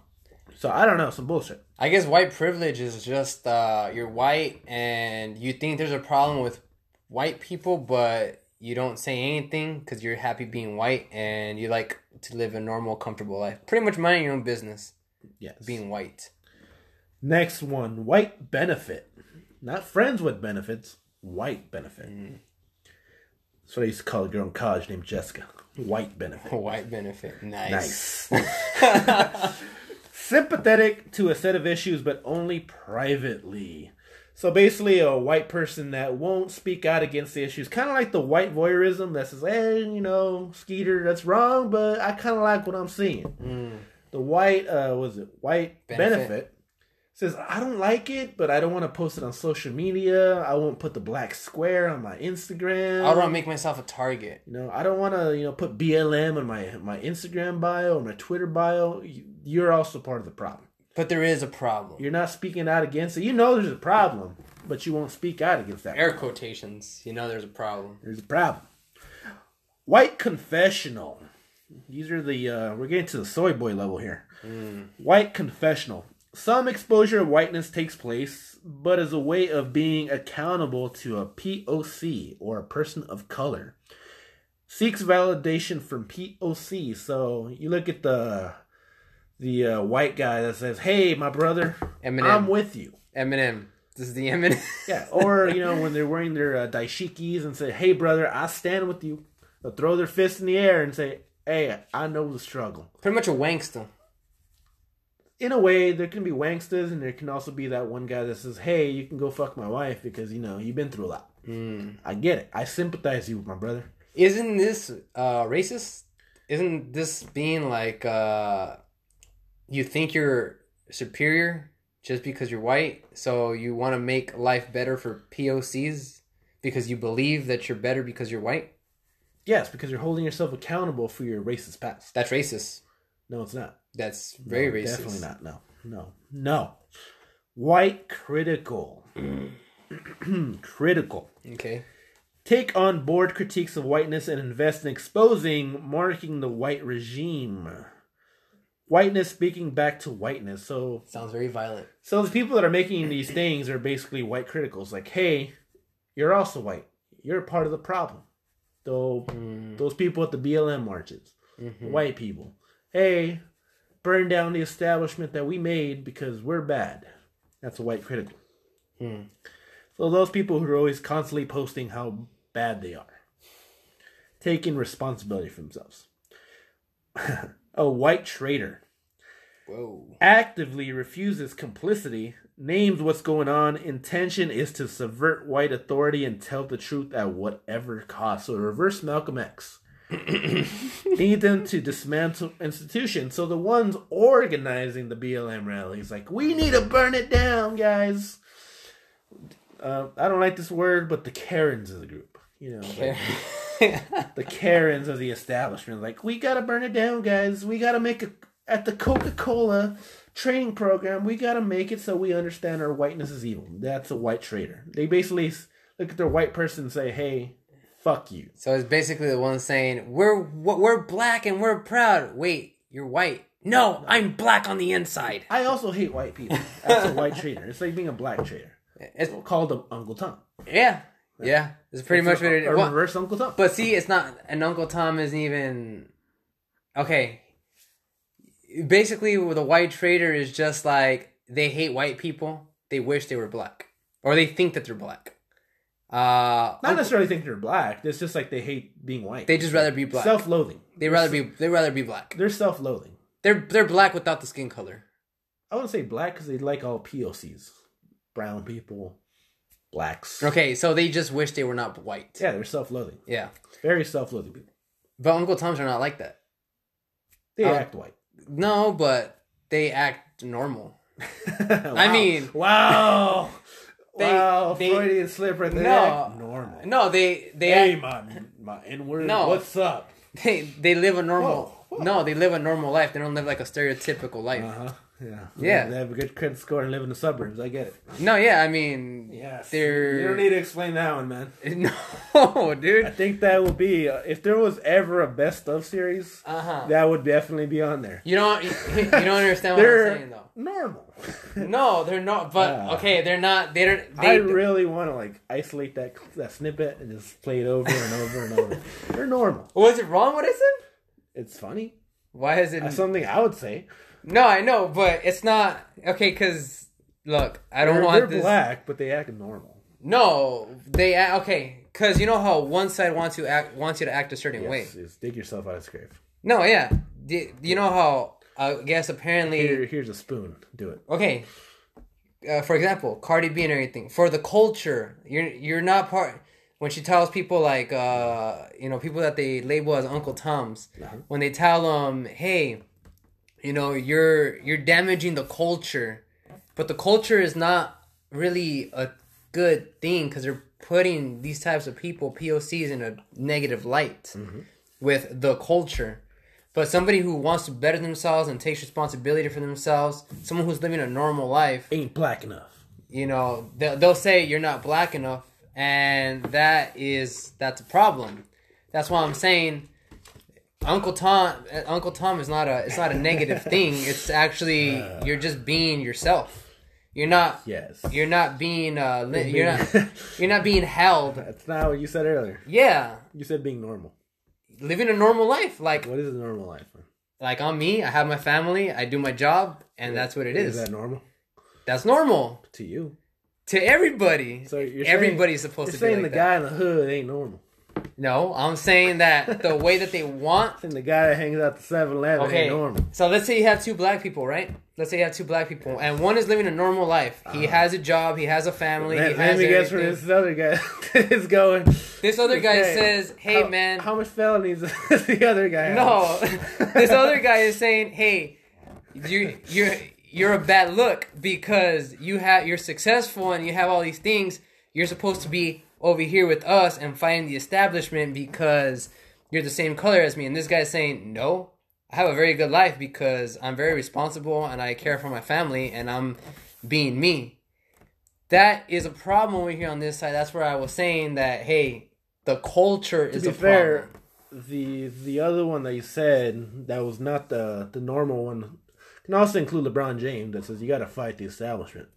Speaker 2: So I don't know, some bullshit.
Speaker 1: I guess white privilege is just uh, you're white and you think there's a problem with white people, but you don't say anything because you're happy being white and you like to live a normal, comfortable life. Pretty much minding your own business,
Speaker 2: Yes.
Speaker 1: being white.
Speaker 2: Next one, white benefit. Not friends with benefits, white benefit. So I used to call a girl in college named Jessica. White benefit.
Speaker 1: White benefit. Nice.
Speaker 2: Nice. Sympathetic to a set of issues, but only privately. So basically, a white person that won't speak out against the issues, kind of like the white voyeurism that says, "Hey, you know, Skeeter, that's wrong, but I kind of like what I'm seeing." The white, uh, was it white benefit.
Speaker 1: Mm. Benefit.
Speaker 2: Says, I don't like it, but I don't want to post it on social media. I won't put the black square on my Instagram.
Speaker 1: I don't want to make myself a target.
Speaker 2: You know, I don't want to, you know, put BLM on my my Instagram bio or my Twitter bio. You- You're also part of the problem.
Speaker 1: But there is a problem.
Speaker 2: You're not speaking out against it. You know there's a problem, but you won't speak out against that.
Speaker 1: Air quotations. You know there's a problem.
Speaker 2: There's a problem. White confessional. These are the uh, we're getting to the soy boy level here. White confessional. Some exposure of whiteness takes place, but as a way of being accountable to a POC or a person of color. Seeks validation from POC. So you look at the the uh, white guy that says, "Hey, my brother,
Speaker 1: Eminem.
Speaker 2: I'm with you."
Speaker 1: Eminem. This is the Eminem.
Speaker 2: Yeah, or you know when they're wearing their uh, daishikis and say, "Hey, brother, I stand with you." They'll throw their fists in the air and say, "Hey, I know the struggle."
Speaker 1: Pretty much a wankster.
Speaker 2: In a way, there can be wanksters, and there can also be that one guy that says, "Hey, you can go fuck my wife because you know you've been through a lot."
Speaker 1: Hmm.
Speaker 2: I get it. I sympathize you with my brother.
Speaker 1: Isn't this uh, racist? Isn't this being like uh, you think you're superior just because you're white? So you want to make life better for POCs because you believe that you're better because you're white?
Speaker 2: Yes, because you're holding yourself accountable for your racist past.
Speaker 1: That's racist.
Speaker 2: No, it's not.
Speaker 1: That's very
Speaker 2: No,
Speaker 1: racist.
Speaker 2: Definitely not. No, no, no. White critical.
Speaker 1: Hmm.
Speaker 2: critical.
Speaker 1: Okay.
Speaker 2: Take on board critiques of whiteness and invest in exposing, marking the white regime. Whiteness speaking back to whiteness. So,
Speaker 1: Sounds very violent.
Speaker 2: so the people that are making these things are basically white criticals. Like, hey, you're also white. You're part of the problem. Though those people at the BLM marches, white people. Hey, burn down the establishment that we made because we're bad. That's a white critical. So those people who are always constantly posting how bad they are, taking responsibility for themselves. a white traitor
Speaker 1: Whoa.
Speaker 2: actively refuses complicity, names what's going on. Intention is to subvert white authority and tell the truth at whatever cost. So reverse Malcolm X. Need them to dismantle institutions. So the ones organizing the BLM rallies, like we need to burn it down, guys. Uh, I don't like this word, but the Karens of the group, you know, like, the Karens of the establishment. Like, we gotta burn it down, guys. We gotta make a at the Coca Cola training program. We gotta make it so we understand our whiteness is evil. That's a white traitor. They basically s- look at their white person and say, "Hey, fuck you."
Speaker 1: so it's basically the one saying, we're, we're black and we're proud. Wait, you're white. No, I'm black on the inside.
Speaker 2: I also hate white people. That's a white traitor. It's like being a black traitor.
Speaker 1: It's,
Speaker 2: Called them Uncle Tom.
Speaker 1: yeah. Yeah. It's pretty much what it
Speaker 2: A
Speaker 1: is. Well,
Speaker 2: reverse Uncle Tom.
Speaker 1: But see, it's not, and Uncle Tom isn't even okay. Basically, the white trader is just like they hate white people. They wish they were black, or they think that they're black. Uh,
Speaker 2: Not necessarily think they're black. It's just like they hate being white.
Speaker 1: they just rather be black.
Speaker 2: self-loathing.
Speaker 1: they rather be they rather be black.
Speaker 2: They're self-loathing.
Speaker 1: They're they're black without the skin color.
Speaker 2: I wouldn't say black because they like all POCs, brown people, blacks.
Speaker 1: Okay, so they just wish they were not white.
Speaker 2: Yeah, they're self-loathing.
Speaker 1: Yeah,
Speaker 2: Very self-loathing people.
Speaker 1: but Uncle Toms are not like that.
Speaker 2: They
Speaker 1: Uh,
Speaker 2: act white.
Speaker 1: No, but they act normal.
Speaker 2: Wow.
Speaker 1: mean-
Speaker 2: wow,
Speaker 1: They-
Speaker 2: wow,
Speaker 1: they-
Speaker 2: Freudian slip right there.
Speaker 1: No.
Speaker 2: Act normal.
Speaker 1: No, they they
Speaker 2: Hey,
Speaker 1: act,
Speaker 2: my my N word.
Speaker 1: No.
Speaker 2: What's up?
Speaker 1: they they live a normal.
Speaker 2: Whoa, whoa.
Speaker 1: No, they live a normal life. They don't live like a stereotypical life.
Speaker 2: Uh huh. Yeah.
Speaker 1: Yeah.
Speaker 2: They have a good credit score and live in the suburbs. I get it.
Speaker 1: No, yeah, I mean,
Speaker 2: Yes.
Speaker 1: they're
Speaker 2: You don't need to explain that one, man.
Speaker 1: no,
Speaker 2: I
Speaker 1: dude.
Speaker 2: think that would be uh, if there was ever a best of series,
Speaker 1: Uh-huh.
Speaker 2: that would definitely be on there.
Speaker 1: You don't you, you don't understand what
Speaker 2: They're
Speaker 1: I'm saying though.
Speaker 2: normal.
Speaker 1: No, they're not. But
Speaker 2: Ah.
Speaker 1: okay, they're not. They don't. They,
Speaker 2: I really want to like isolate that that snippet and just play it over and over and over. They're normal.
Speaker 1: was it wrong what I said?
Speaker 2: It's funny.
Speaker 1: Why is it?
Speaker 2: That's something I would say.
Speaker 1: no, I know, but it's not okay. Cause look, I don't
Speaker 2: They're,
Speaker 1: want
Speaker 2: they're
Speaker 1: this.
Speaker 2: black, but they act normal.
Speaker 1: No, they act, okay. Cause you know how one side wants you act wants you to act a certain way.
Speaker 2: Yes, just dig yourself out of this grave.
Speaker 1: No, yeah. Do, do you know how? I guess apparently.
Speaker 2: Here, here's a spoon. Do it.
Speaker 1: okay uh, for example cardi b and everything for the culture you're you're not part when she tells people like uh you know people that they label as uncle toms when they tell them hey you know you're you're damaging the culture but the culture is not really a good thing because they're putting these types of people pocs in a negative light with the culture but somebody who wants to better themselves and takes responsibility for themselves, someone who's living a normal life,
Speaker 2: Ain't black enough.
Speaker 1: you know, they'll, they'll say you're not black enough, and that is that's a problem. That's why I'm saying Uncle Tom, uh, Uncle Tom is not a it's not a negative thing. It's actually you're just being yourself. You're not.
Speaker 2: Yes.
Speaker 1: You're not being. Uh, li- you're not. You're not being held.
Speaker 2: That's not what you said earlier.
Speaker 1: Yeah,
Speaker 2: You said being normal.
Speaker 1: living a normal life. Like
Speaker 2: What is a normal life? man?
Speaker 1: like on me, I have my family, I do my job, and that's what it
Speaker 2: Is
Speaker 1: is.
Speaker 2: that normal
Speaker 1: That's normal
Speaker 2: to you?
Speaker 1: to everybody.
Speaker 2: So you're saying-
Speaker 1: everybody's supposed
Speaker 2: You're
Speaker 1: to be
Speaker 2: saying
Speaker 1: like
Speaker 2: the
Speaker 1: that.
Speaker 2: guy in the hood ain't normal.
Speaker 1: No, I'm saying that the way that they want.
Speaker 2: Saying the guy that hangs out the 7-Eleven
Speaker 1: Okay,
Speaker 2: ain't normal.
Speaker 1: so let's say you have two black people, right? Let's say you have two black people, and one is living a normal life. He has a job, he has a family. he
Speaker 2: Ah. Let, let
Speaker 1: has
Speaker 2: me guess where
Speaker 1: everything.
Speaker 2: this other guy is going.
Speaker 1: This other guy
Speaker 2: Okay.
Speaker 1: says, "Hey,
Speaker 2: how,
Speaker 1: man,
Speaker 2: how much felonies does the other guy?
Speaker 1: No,
Speaker 2: have?
Speaker 1: this other guy is saying, "Hey, you you're you're a bad look because you have you're successful and you have all these things. You're supposed to be over here with us and fighting the establishment because you're the same color as me." And this guy is saying, "No, I have a very good life because I'm very responsible and I care for my family and I'm being me." That is a problem over here on this side. That's where I was saying that, hey, the culture is
Speaker 2: to
Speaker 1: a
Speaker 2: be fair,
Speaker 1: problem.
Speaker 2: the the other one that you said that was not the the normal one can also include LeBron James that says you got to fight the establishment.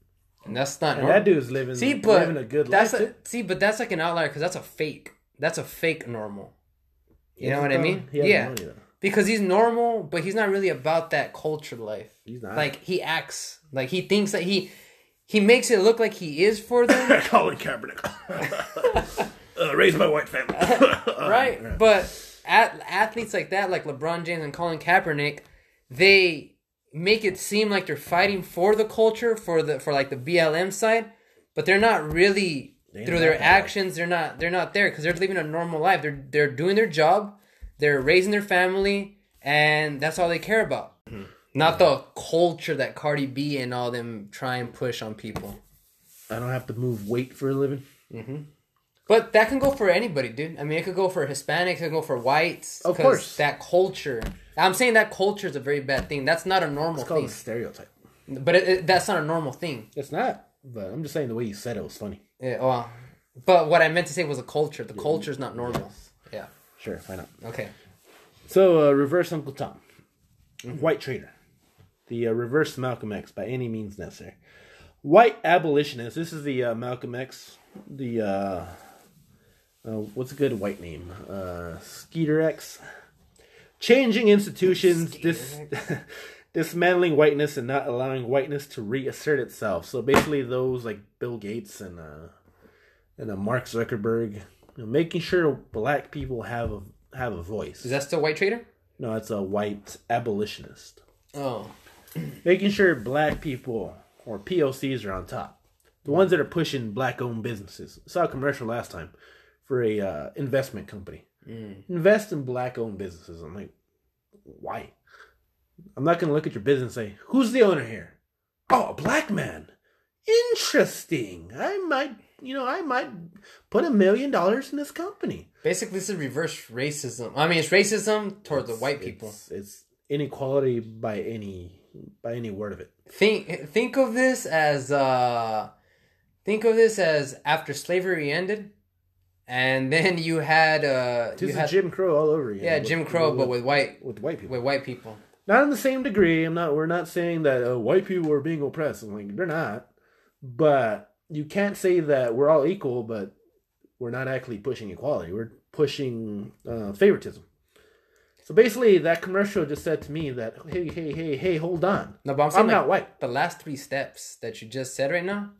Speaker 1: And that's not
Speaker 2: And
Speaker 1: normal.
Speaker 2: that dude's living
Speaker 1: See, but
Speaker 2: living a good
Speaker 1: that's
Speaker 2: life.
Speaker 1: a-
Speaker 2: too.
Speaker 1: see, but that's like an outlier because that's a fake. That's a fake normal. You know
Speaker 2: Isn't
Speaker 1: what I
Speaker 2: that-
Speaker 1: mean?
Speaker 2: He has
Speaker 1: Yeah,
Speaker 2: money, though.
Speaker 1: because he's normal, but he's not really about that culture life.
Speaker 2: He's not.
Speaker 1: Like he acts like he thinks that he he makes it look like he is for them,
Speaker 2: Colin Kaepernick. uh, raised by white family. right?
Speaker 1: right? But at, athletes like that, like LeBron James and Colin Kaepernick, they make it seem like they're fighting for the culture for the for like the BLM side, but they're not really
Speaker 2: ain't
Speaker 1: through
Speaker 2: about
Speaker 1: their
Speaker 2: that life.
Speaker 1: actions. They're not they're not there because they're living a normal life. They're they're doing their job, they're raising their family, and that's all they care about.
Speaker 2: Mm-hmm.
Speaker 1: Not the culture that Cardi B and all them try and push on people.
Speaker 2: I don't have to move weight for a living.
Speaker 1: But that can go for anybody, dude. I mean, it could go for Hispanics, it could go for whites.
Speaker 2: Of
Speaker 1: 'cause
Speaker 2: course.
Speaker 1: that culture. I'm saying that culture is a very bad thing. That's not a normal
Speaker 2: It's called
Speaker 1: thing.
Speaker 2: a stereotype.
Speaker 1: But it, it- that's not a normal thing.
Speaker 2: It's not, but I'm just saying the way you said it was funny.
Speaker 1: Yeah, well, but what I meant to say was a culture. The culture is not normal. Yeah.
Speaker 2: Sure, why not?
Speaker 1: Okay.
Speaker 2: So, uh, Reverse Uncle Tom. White Traitor. The uh, Reverse Malcolm X by any means necessary. White Abolitionist. This is the uh, Malcolm X. The, uh, uh, what's a good white name? Uh, Skeeter X. Changing institutions, dis- dismantling whiteness, and not allowing whiteness to reassert itself. So basically, those like Bill Gates and uh, and uh, Mark Zuckerberg, you know, making sure black people have a have a voice.
Speaker 1: Is that still white trader?
Speaker 2: No, it's a white abolitionist.
Speaker 1: Oh.
Speaker 2: Making sure black people or POCs are on top. The ones that are pushing black owned businesses. I saw a commercial last time for a uh, investment company. Invest in black owned businesses. I'm like, why? I'm not going to look at your business and say, who's the owner here? Oh, a black man. Interesting. I might, you know, I might put a million dollars in this company.
Speaker 1: Basically, this is reverse racism. I mean, it's racism toward the white people.
Speaker 2: It's, it's inequality by any by any word of it.
Speaker 1: Think think of this as uh, think of this as after slavery ended, and then you had uh,
Speaker 2: This
Speaker 1: you
Speaker 2: is
Speaker 1: had
Speaker 2: Jim Crow all over again.
Speaker 1: yeah
Speaker 2: with-
Speaker 1: Jim Crow, but with white
Speaker 2: with white people.
Speaker 1: with white people.
Speaker 2: Not in the same degree. I'm not. We're not saying that uh, white people are being oppressed. I'm like they're not. But you can't say that we're all equal. But we're not actually pushing equality. We're pushing uh, favoritism. So basically, that commercial just said to me that hey, hey, hey, hey, hold on.
Speaker 1: No, but I'm saying
Speaker 2: I'm
Speaker 1: like,
Speaker 2: not white.
Speaker 1: the last three steps that you just said right now,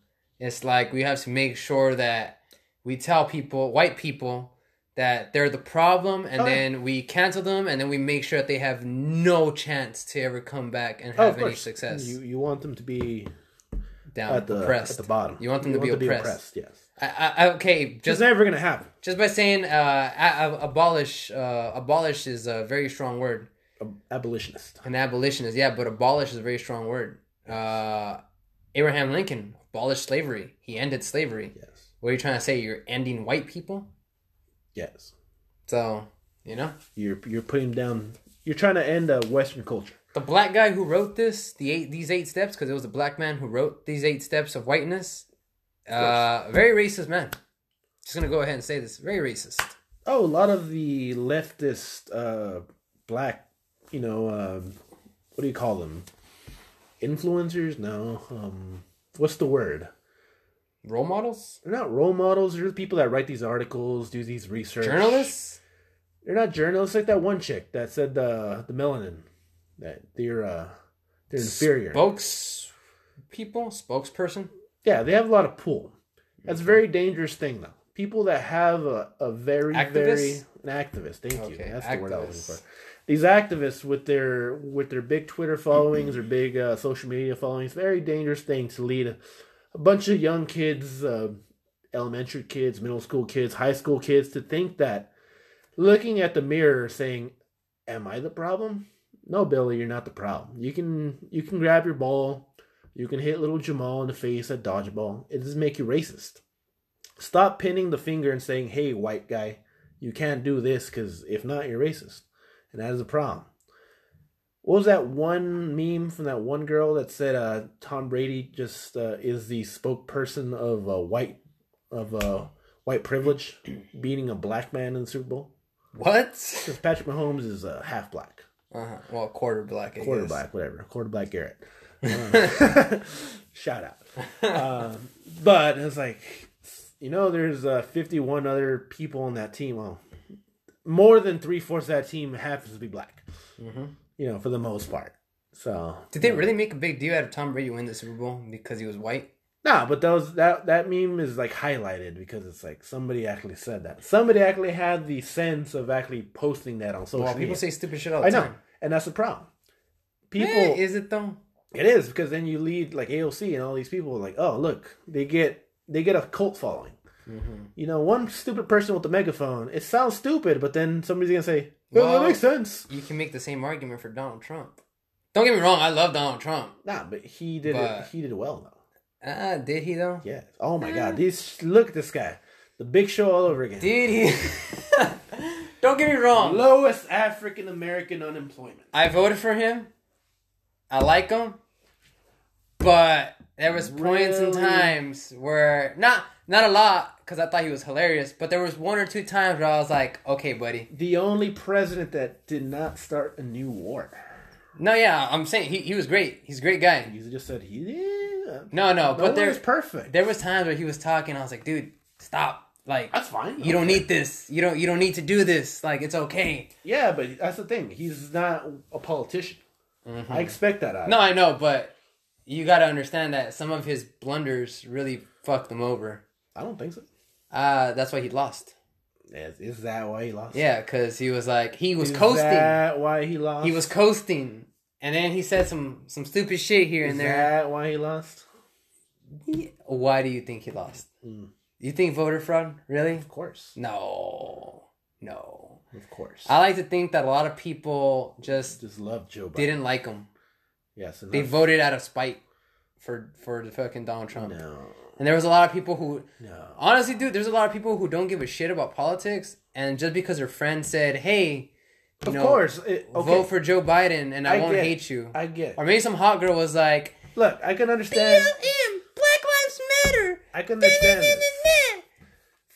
Speaker 1: it's like we have to make sure that we tell people, white people, that they're the problem, and
Speaker 2: Oh, yeah.
Speaker 1: then we cancel them, and then we make sure that they have no chance to ever come back and
Speaker 2: Oh,
Speaker 1: have
Speaker 2: of
Speaker 1: any
Speaker 2: course.
Speaker 1: success.
Speaker 2: You you want them to be
Speaker 1: down,
Speaker 2: at the
Speaker 1: oppressed.
Speaker 2: at the bottom.
Speaker 1: You want them to be oppressed.
Speaker 2: Yes.
Speaker 1: I, I, I- okay,
Speaker 2: It's
Speaker 1: just
Speaker 2: never gonna happen.
Speaker 1: just by saying uh, a- a- abolish, uh, abolish is a very strong word.
Speaker 2: Ab- Abolitionist.
Speaker 1: An abolitionist, yeah, but abolish is a very strong word. Uh, Abraham Lincoln abolished slavery. He ended slavery.
Speaker 2: Yes.
Speaker 1: What are you trying to say? You're ending white people?
Speaker 2: Yes.
Speaker 1: So, you know?
Speaker 2: You're you're putting down. You're trying to end a Western culture.
Speaker 1: The black guy who wrote this, the eight these eight steps, because it was a black man who wrote these eight steps of whiteness, uh, very racist man. Just gonna go ahead and say this. Very racist.
Speaker 2: Oh, a lot of the leftist uh, black, you know, um, what do you call them? Influencers? No. Um, what's the word?
Speaker 1: Role models?
Speaker 2: They're not role models. They're the people that write these articles, do these research.
Speaker 1: Journalists?
Speaker 2: They're not journalists. Like that one chick that said uh, the the melanin that they're uh, they're inferior.
Speaker 1: Spokes people? Spokesperson?
Speaker 2: Yeah, they have a lot of pull. That's a very dangerous thing, though. People that have a, a very,
Speaker 1: Activists?
Speaker 2: very an activist. Thank you.
Speaker 1: Okay,
Speaker 2: That's the word I was looking
Speaker 1: activists.
Speaker 2: for. These activists with their with their big Twitter followings or big uh, social media followings, very dangerous thing to lead a, a bunch of young kids, uh, elementary kids, middle school kids, high school kids, to think that looking at the mirror, saying, "Am I the problem?" No, Billy, you're not the problem. You can you can grab your ball, you can hit little Jamal in the face at dodgeball. It doesn't make you racist. Stop pinning the finger and saying, "Hey, white guy, you can't do this because if not, you're racist," and that is a problem. What was that one meme from that one girl that said uh, Tom Brady just uh, is the spokesperson of uh, white of uh, white privilege, beating a black man in the Super Bowl?
Speaker 1: What?
Speaker 2: Because Patrick Mahomes is uh, half black,
Speaker 1: Uh-huh. Well, quarter black. I
Speaker 2: quarter
Speaker 1: guess.
Speaker 2: black, whatever, quarter black Garrett. Uh, shout out. Um, but it's like, you know, there's uh, 51 other people on that team. Well, more than three fourths of that team happens to be black,
Speaker 1: Mm-hmm.
Speaker 2: you know, for the most part. So,
Speaker 1: Did they really make a big deal out of Tom Brady winning the Super Bowl because he was white?
Speaker 2: nah, but those that that meme is like highlighted because it's like somebody actually said that. Somebody actually had the sense of actually posting that on social
Speaker 1: Well,
Speaker 2: media.
Speaker 1: people say stupid shit all the
Speaker 2: Oh, I know,
Speaker 1: time.
Speaker 2: and that's the problem. People,
Speaker 1: Eh, is it though?
Speaker 2: It is because then you lead like AOC and all these people like, oh look, they get they get a cult following.
Speaker 1: Mm-hmm.
Speaker 2: You know, one stupid person with a megaphone. It sounds stupid, but then somebody's gonna say, "Well,
Speaker 1: Well-
Speaker 2: that makes sense."
Speaker 1: you can make the same argument for Donald Trump. Don't get me wrong, I love Donald Trump.
Speaker 2: Nah, but he did
Speaker 1: But-
Speaker 2: it. He did well though.
Speaker 1: Ah, did he though?
Speaker 2: Yes. Oh my God! These look at this guy, the Big Show all over again.
Speaker 1: Did he? Don't get me wrong.
Speaker 2: Lowest African American unemployment.
Speaker 1: I voted for him. I like him, but there was points and
Speaker 2: Really?
Speaker 1: times where not not a lot because I thought he was hilarious, but there was one or two times where I was like, okay, buddy.
Speaker 2: The only president that did not start a new war.
Speaker 1: No, yeah, I'm saying he, he was great. He's a great guy.
Speaker 2: You just said he. Yeah.
Speaker 1: No, no,
Speaker 2: No
Speaker 1: but
Speaker 2: one
Speaker 1: there
Speaker 2: is perfect.
Speaker 1: there was times where he was talking. I was like, dude, stop. Like
Speaker 2: That's fine.
Speaker 1: you don't need this. You don't you don't need to do this. Like it's okay.
Speaker 2: Yeah, but that's the thing. He's not a politician. I expect that out. of
Speaker 1: Mm-hmm. No,
Speaker 2: him.
Speaker 1: I know, but you got to understand that some of his blunders really fucked him over.
Speaker 2: I don't think so.
Speaker 1: Uh, that's why he lost.
Speaker 2: Is, is that why he lost?
Speaker 1: Yeah, because he was like he was
Speaker 2: Is
Speaker 1: coasting.
Speaker 2: that why he lost?
Speaker 1: He was coasting, and then he said some some stupid shit here
Speaker 2: Is
Speaker 1: and there.
Speaker 2: that why he lost?
Speaker 1: He- Why do you think he lost? You think voter fraud? Really?
Speaker 2: Of course.
Speaker 1: No, no.
Speaker 2: Of course.
Speaker 1: I like to think that a lot of people just
Speaker 2: just love Joe Biden.
Speaker 1: didn't like him.
Speaker 2: Yes. and
Speaker 1: They
Speaker 2: that's-
Speaker 1: voted out of spite for for the fucking Donald Trump.
Speaker 2: No.
Speaker 1: And there was a lot of people who
Speaker 2: No.
Speaker 1: honestly, dude, there's a lot of people who don't give a shit about politics, and just because their friend said, "Hey, you
Speaker 2: Of
Speaker 1: know,
Speaker 2: course. it- okay.
Speaker 1: vote for Joe Biden, and I,
Speaker 2: I
Speaker 1: won't
Speaker 2: get-
Speaker 1: hate you,"
Speaker 2: I get.
Speaker 1: or maybe some hot girl was like,
Speaker 2: Look, I can understand.
Speaker 1: Black Lives Matter.
Speaker 2: I can understand. this.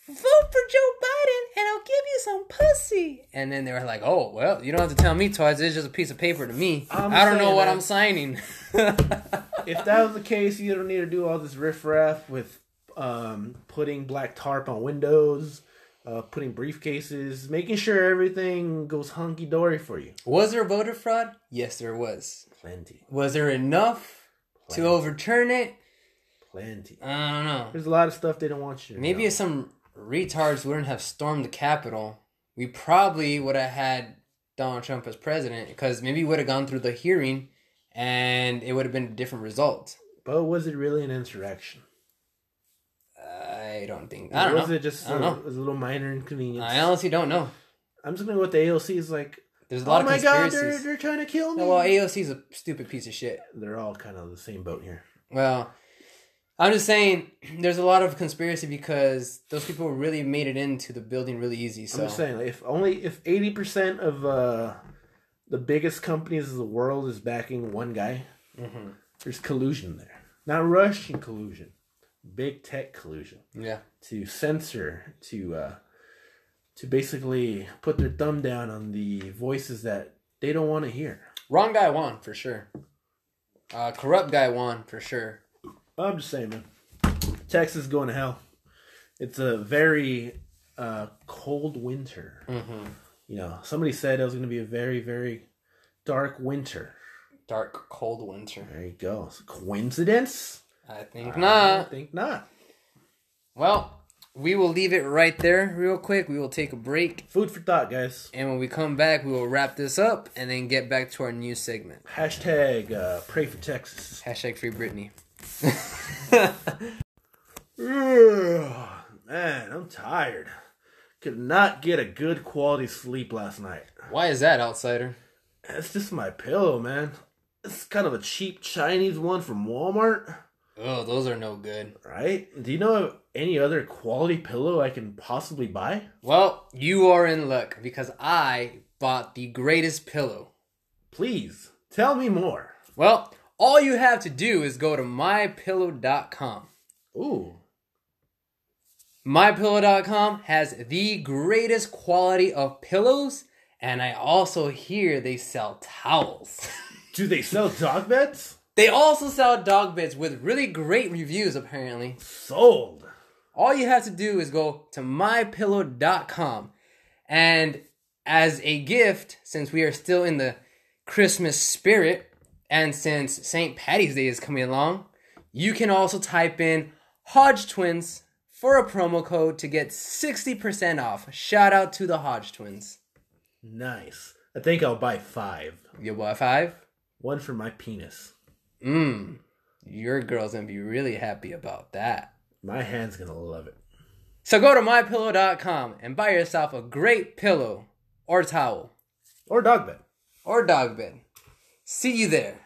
Speaker 1: Vote for Joe Biden and I'll give you some pussy. And then they were like, oh, well, you don't have to tell me twice. It's just a piece of paper to me. I'm
Speaker 2: I'm
Speaker 1: I do not know
Speaker 2: saying
Speaker 1: what
Speaker 2: that-
Speaker 1: I'm signing.
Speaker 2: If that was the case, you don't need to do all this riffraff with um, putting black tarp on windows, uh, putting briefcases, making sure everything goes hunky dory for you.
Speaker 1: was there voter fraud? Yes, there was.
Speaker 2: Plenty,
Speaker 1: Was there enough to
Speaker 2: Plenty.
Speaker 1: overturn it?
Speaker 2: plenty.
Speaker 1: I don't know.
Speaker 2: There's a lot of stuff they don't want you. To
Speaker 1: Maybe
Speaker 2: know.
Speaker 1: if some retards wouldn't have stormed the Capitol, we probably would have had Donald Trump as president because maybe would have gone through the hearing and it would have been a different result.
Speaker 2: But was it really an insurrection?
Speaker 1: I don't think. I don't
Speaker 2: was
Speaker 1: know.
Speaker 2: it just
Speaker 1: I don't
Speaker 2: a,
Speaker 1: know.
Speaker 2: a little minor inconvenience?
Speaker 1: I honestly don't know.
Speaker 2: I'm just gonna go with the AOC is like.
Speaker 1: There's a lot
Speaker 2: Oh
Speaker 1: of
Speaker 2: my god,
Speaker 1: conspiracies.
Speaker 2: they're, they're trying to kill me.
Speaker 1: No, well, AOC's a stupid piece of shit.
Speaker 2: they're all kind of the same boat here.
Speaker 1: Well, I'm just saying there's a lot of conspiracy because those people really made it into the building really easy. So
Speaker 2: I'm just saying, like, if only if eighty percent of uh, the biggest companies in the world is backing one guy, there's collusion there. Not Russian collusion, big tech collusion
Speaker 1: yeah,
Speaker 2: to censor, to uh, to basically put their thumb down on the voices that they don't want to hear.
Speaker 1: wrong guy won for sure. Uh, corrupt guy won for sure.
Speaker 2: I'm just saying, man. Texas going to hell. It's a very uh, cold winter. You know, somebody said it was going to be a very, very dark winter.
Speaker 1: Dark, cold winter.
Speaker 2: There you go. It's a coincidence?
Speaker 1: I think
Speaker 2: I
Speaker 1: not.
Speaker 2: think not.
Speaker 1: Well, we will leave it right there, real quick. We will take a break,
Speaker 2: Food for thought, guys.
Speaker 1: and when we come back, we will wrap this up and then get back to our new segment.
Speaker 2: Hashtag uh, pray for Texas.
Speaker 1: Hashtag free Britney.
Speaker 2: Ugh, man, I'm tired. Could not get a good quality sleep last night.
Speaker 1: Why is that, outsider?
Speaker 2: It's just my pillow, man. It's kind of a cheap Chinese one from Walmart.
Speaker 1: Oh, those are no good.
Speaker 2: Right? Do you know of any other quality pillow I can possibly buy?
Speaker 1: Well, you are in luck because I bought the greatest pillow.
Speaker 2: Please tell me more.
Speaker 1: Well, all you have to do is go to mypillow.com.
Speaker 2: Ooh,
Speaker 1: MyPillow.com has the greatest quality of pillows, and I also hear they sell towels.
Speaker 2: do they sell dog beds?
Speaker 1: they also sell dog beds with really great reviews, apparently.
Speaker 2: Sold.
Speaker 1: All you have to do is go to mypillow.com. And as a gift, since we are still in the Christmas spirit and since St. Patty's Day is coming along, you can also type in Hodge Twins for a promo code to get 60% off. Shout out to the Hodge Twins.
Speaker 2: Nice. I think I'll buy five.
Speaker 1: Your boy five,
Speaker 2: One for my penis.
Speaker 1: mmm, your girl's gonna be really happy about that.
Speaker 2: My hand's gonna love it.
Speaker 1: So go to mypillow.com and buy yourself a great pillow or towel.
Speaker 2: Or dog bed.
Speaker 1: or dog bed. See you there.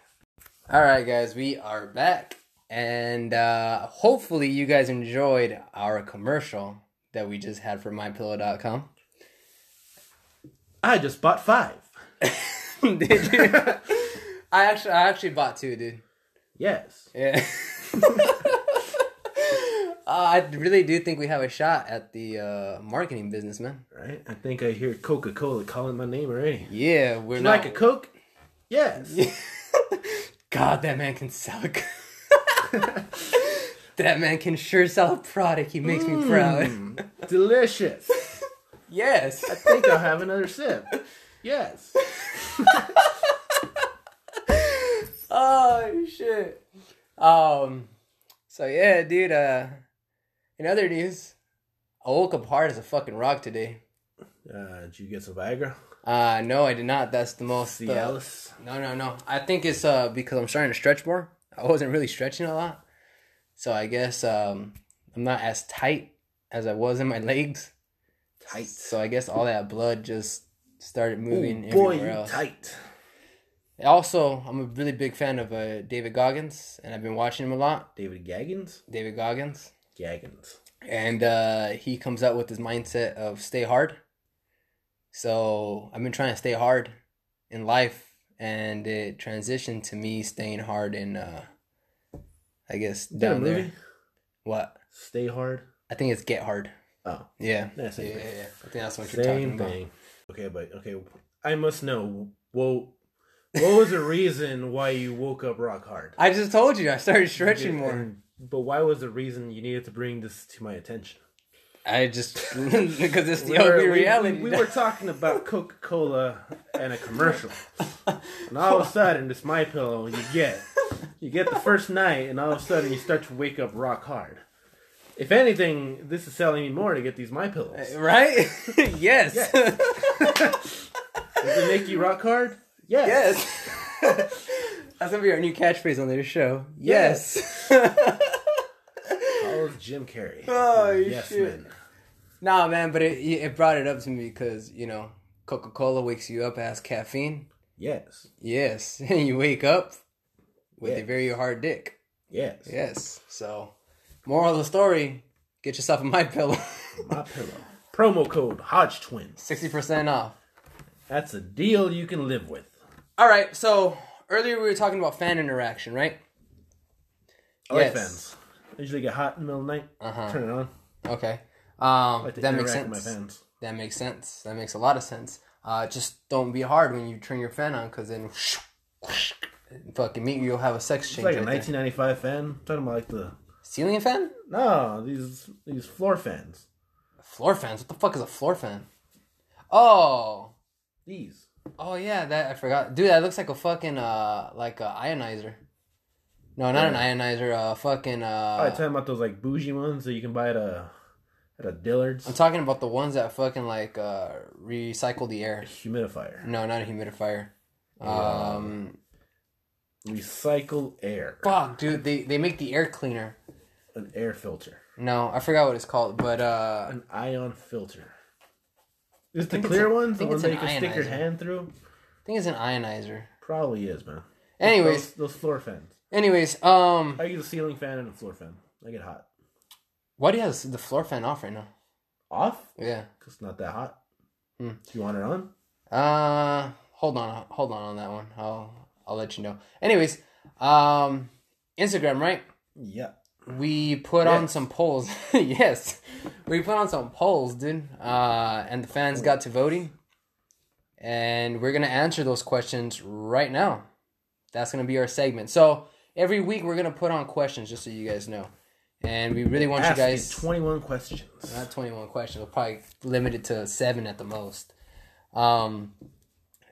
Speaker 1: All right, guys, we are back, and uh, hopefully you guys enjoyed our commercial that we just had for MyPillow.com.
Speaker 2: I just bought five.
Speaker 1: Did you? I actually, I actually bought two, dude.
Speaker 2: Yes.
Speaker 1: Yeah. Uh, I really do think we have a shot at the uh, marketing business, man.
Speaker 2: Right? I think I hear Coca Cola calling my name already.
Speaker 1: Yeah, we're
Speaker 2: You
Speaker 1: not.
Speaker 2: like a Coke? Yes.
Speaker 1: God, that man can sell. A... that man can sure sell a product. He makes
Speaker 2: Hmm.
Speaker 1: me proud.
Speaker 2: Delicious.
Speaker 1: Yes.
Speaker 2: I think I'll have another sip. Yes.
Speaker 1: oh shit. Um. So yeah, dude. Uh, in other news, I woke up hard as a fucking rock today.
Speaker 2: Uh, did you get some Viagra?
Speaker 1: Uh, no, I did not. That's the most. uh,
Speaker 2: Cialis?
Speaker 1: no, no, no. I think it's uh because I'm starting to stretch more. I wasn't really stretching a lot, so I guess um I'm not as tight as I was in my legs.
Speaker 2: Tight.
Speaker 1: So I guess all that blood just started moving
Speaker 2: Ooh, boy,
Speaker 1: everywhere
Speaker 2: you
Speaker 1: else.
Speaker 2: tight.
Speaker 1: Also, I'm a really big fan of uh, David Goggins, and I've been watching him a lot.
Speaker 2: David Gaggins?
Speaker 1: David Goggins,
Speaker 2: Gaggins.
Speaker 1: and uh, he comes out with this mindset of stay hard. So I've been trying to stay hard in life, and it transitioned to me staying hard in, uh, I guess
Speaker 2: Is that a
Speaker 1: down
Speaker 2: movie?
Speaker 1: there. What
Speaker 2: Stay Hard?
Speaker 1: I think it's get hard.
Speaker 2: Oh.
Speaker 1: Yeah,
Speaker 2: Yeah,
Speaker 1: yeah,
Speaker 2: same
Speaker 1: yeah,
Speaker 2: thing.
Speaker 1: yeah. I think that's what you're
Speaker 2: Same
Speaker 1: talking about.
Speaker 2: thing. Okay, but okay. I must know. Well, what was the reason why you woke up rock hard?
Speaker 1: I just told you I started stretching more.
Speaker 2: And- But why was the reason you needed to bring this to my attention?
Speaker 1: I just because it's the
Speaker 2: We were-
Speaker 1: ugly
Speaker 2: we-
Speaker 1: reality.
Speaker 2: We, we were talking about Coca Cola and a commercial, and all of a sudden, it's my pillow. You get, you get the first night, and all of a sudden, you start to wake up rock hard. If anything, this is selling me more to get these my pillows.
Speaker 1: right? yes.
Speaker 2: Does it make you rock hard? Yes.
Speaker 1: Yes. That's gonna be our new catchphrase on this show. Yes.
Speaker 2: Call us Jim Carrey.
Speaker 1: Oh,
Speaker 2: yes,
Speaker 1: shit.
Speaker 2: man.
Speaker 1: nah, man, but it it brought it up to me because you know Coca Cola wakes you up as caffeine.
Speaker 2: Yes.
Speaker 1: Yes, and you wake up with a
Speaker 2: Yes.
Speaker 1: very hard dick.
Speaker 2: Yes.
Speaker 1: Yes. So, moral of the story: get yourself a my pillow,
Speaker 2: My pillow. Promo code Hodge Twins.
Speaker 1: sixty percent off.
Speaker 2: That's a deal you can live with.
Speaker 1: All right. So earlier we were talking about fan interaction, right?
Speaker 2: I like
Speaker 1: Yes.
Speaker 2: fans. I usually get hot in the middle of the night.
Speaker 1: Uh-huh.
Speaker 2: Turn it on.
Speaker 1: Okay. Um,
Speaker 2: I like to
Speaker 1: that
Speaker 2: interact
Speaker 1: makes
Speaker 2: with
Speaker 1: sense.
Speaker 2: my fans.
Speaker 1: That makes sense. That makes a lot of sense. Uh, just don't be hard when you turn your fan on, because then fucking meet you'll have a sex change.
Speaker 2: It's like a
Speaker 1: right there.
Speaker 2: 1995 fan. I'm talking about like the
Speaker 1: Ceiling fan?
Speaker 2: no these these floor fans.
Speaker 1: Floor fans? What the fuck is a floor fan? Oh,
Speaker 2: These
Speaker 1: oh yeah, that I forgot, dude. That looks like a fucking uh, like a ionizer. No, not an ionizer. Uh, fucking uh.
Speaker 2: I'm talking about those like bougie ones that you can buy at a at a Dillard's
Speaker 1: I'm talking about the ones that fucking like uh recycle the air.
Speaker 2: humidifier.
Speaker 1: No, not a humidifier. Um,
Speaker 2: Recycle air,
Speaker 1: fuck, dude. They they make the air cleaner.
Speaker 2: an air filter,
Speaker 1: No, I forgot what it's called, but uh,
Speaker 2: an ion filter. Is it the
Speaker 1: think it's
Speaker 2: clear
Speaker 1: a- I
Speaker 2: ones the
Speaker 1: think
Speaker 2: one
Speaker 1: it's
Speaker 2: that you
Speaker 1: an
Speaker 2: can stick your
Speaker 1: ionizer.
Speaker 2: hand through?
Speaker 1: I think it's an ionizer.
Speaker 2: Probably is, man.
Speaker 1: Anyways,
Speaker 2: those, those floor fans.
Speaker 1: anyways, um,
Speaker 2: I get a ceiling fan and a floor fan. I get hot.
Speaker 1: why do you have the floor fan off right now?
Speaker 2: Off?
Speaker 1: Yeah.
Speaker 2: Cause it's not that hot.
Speaker 1: Hmm.
Speaker 2: You want it on?
Speaker 1: Uh, hold on, hold on on that one. I'll I'll let you know. Anyways, um, Instagram, right?
Speaker 2: Yeah.
Speaker 1: we put on
Speaker 2: Yes.
Speaker 1: some polls. yes, we put on some polls, dude. Uh, and the fans got to voting, and we're gonna answer those questions right now. That's gonna be our segment. So every week we're gonna put on questions, just so you guys know. And we really want
Speaker 2: Ask
Speaker 1: you guys
Speaker 2: you 21 questions.
Speaker 1: not 21 questions. We'll probably limit it to seven at the most. Um,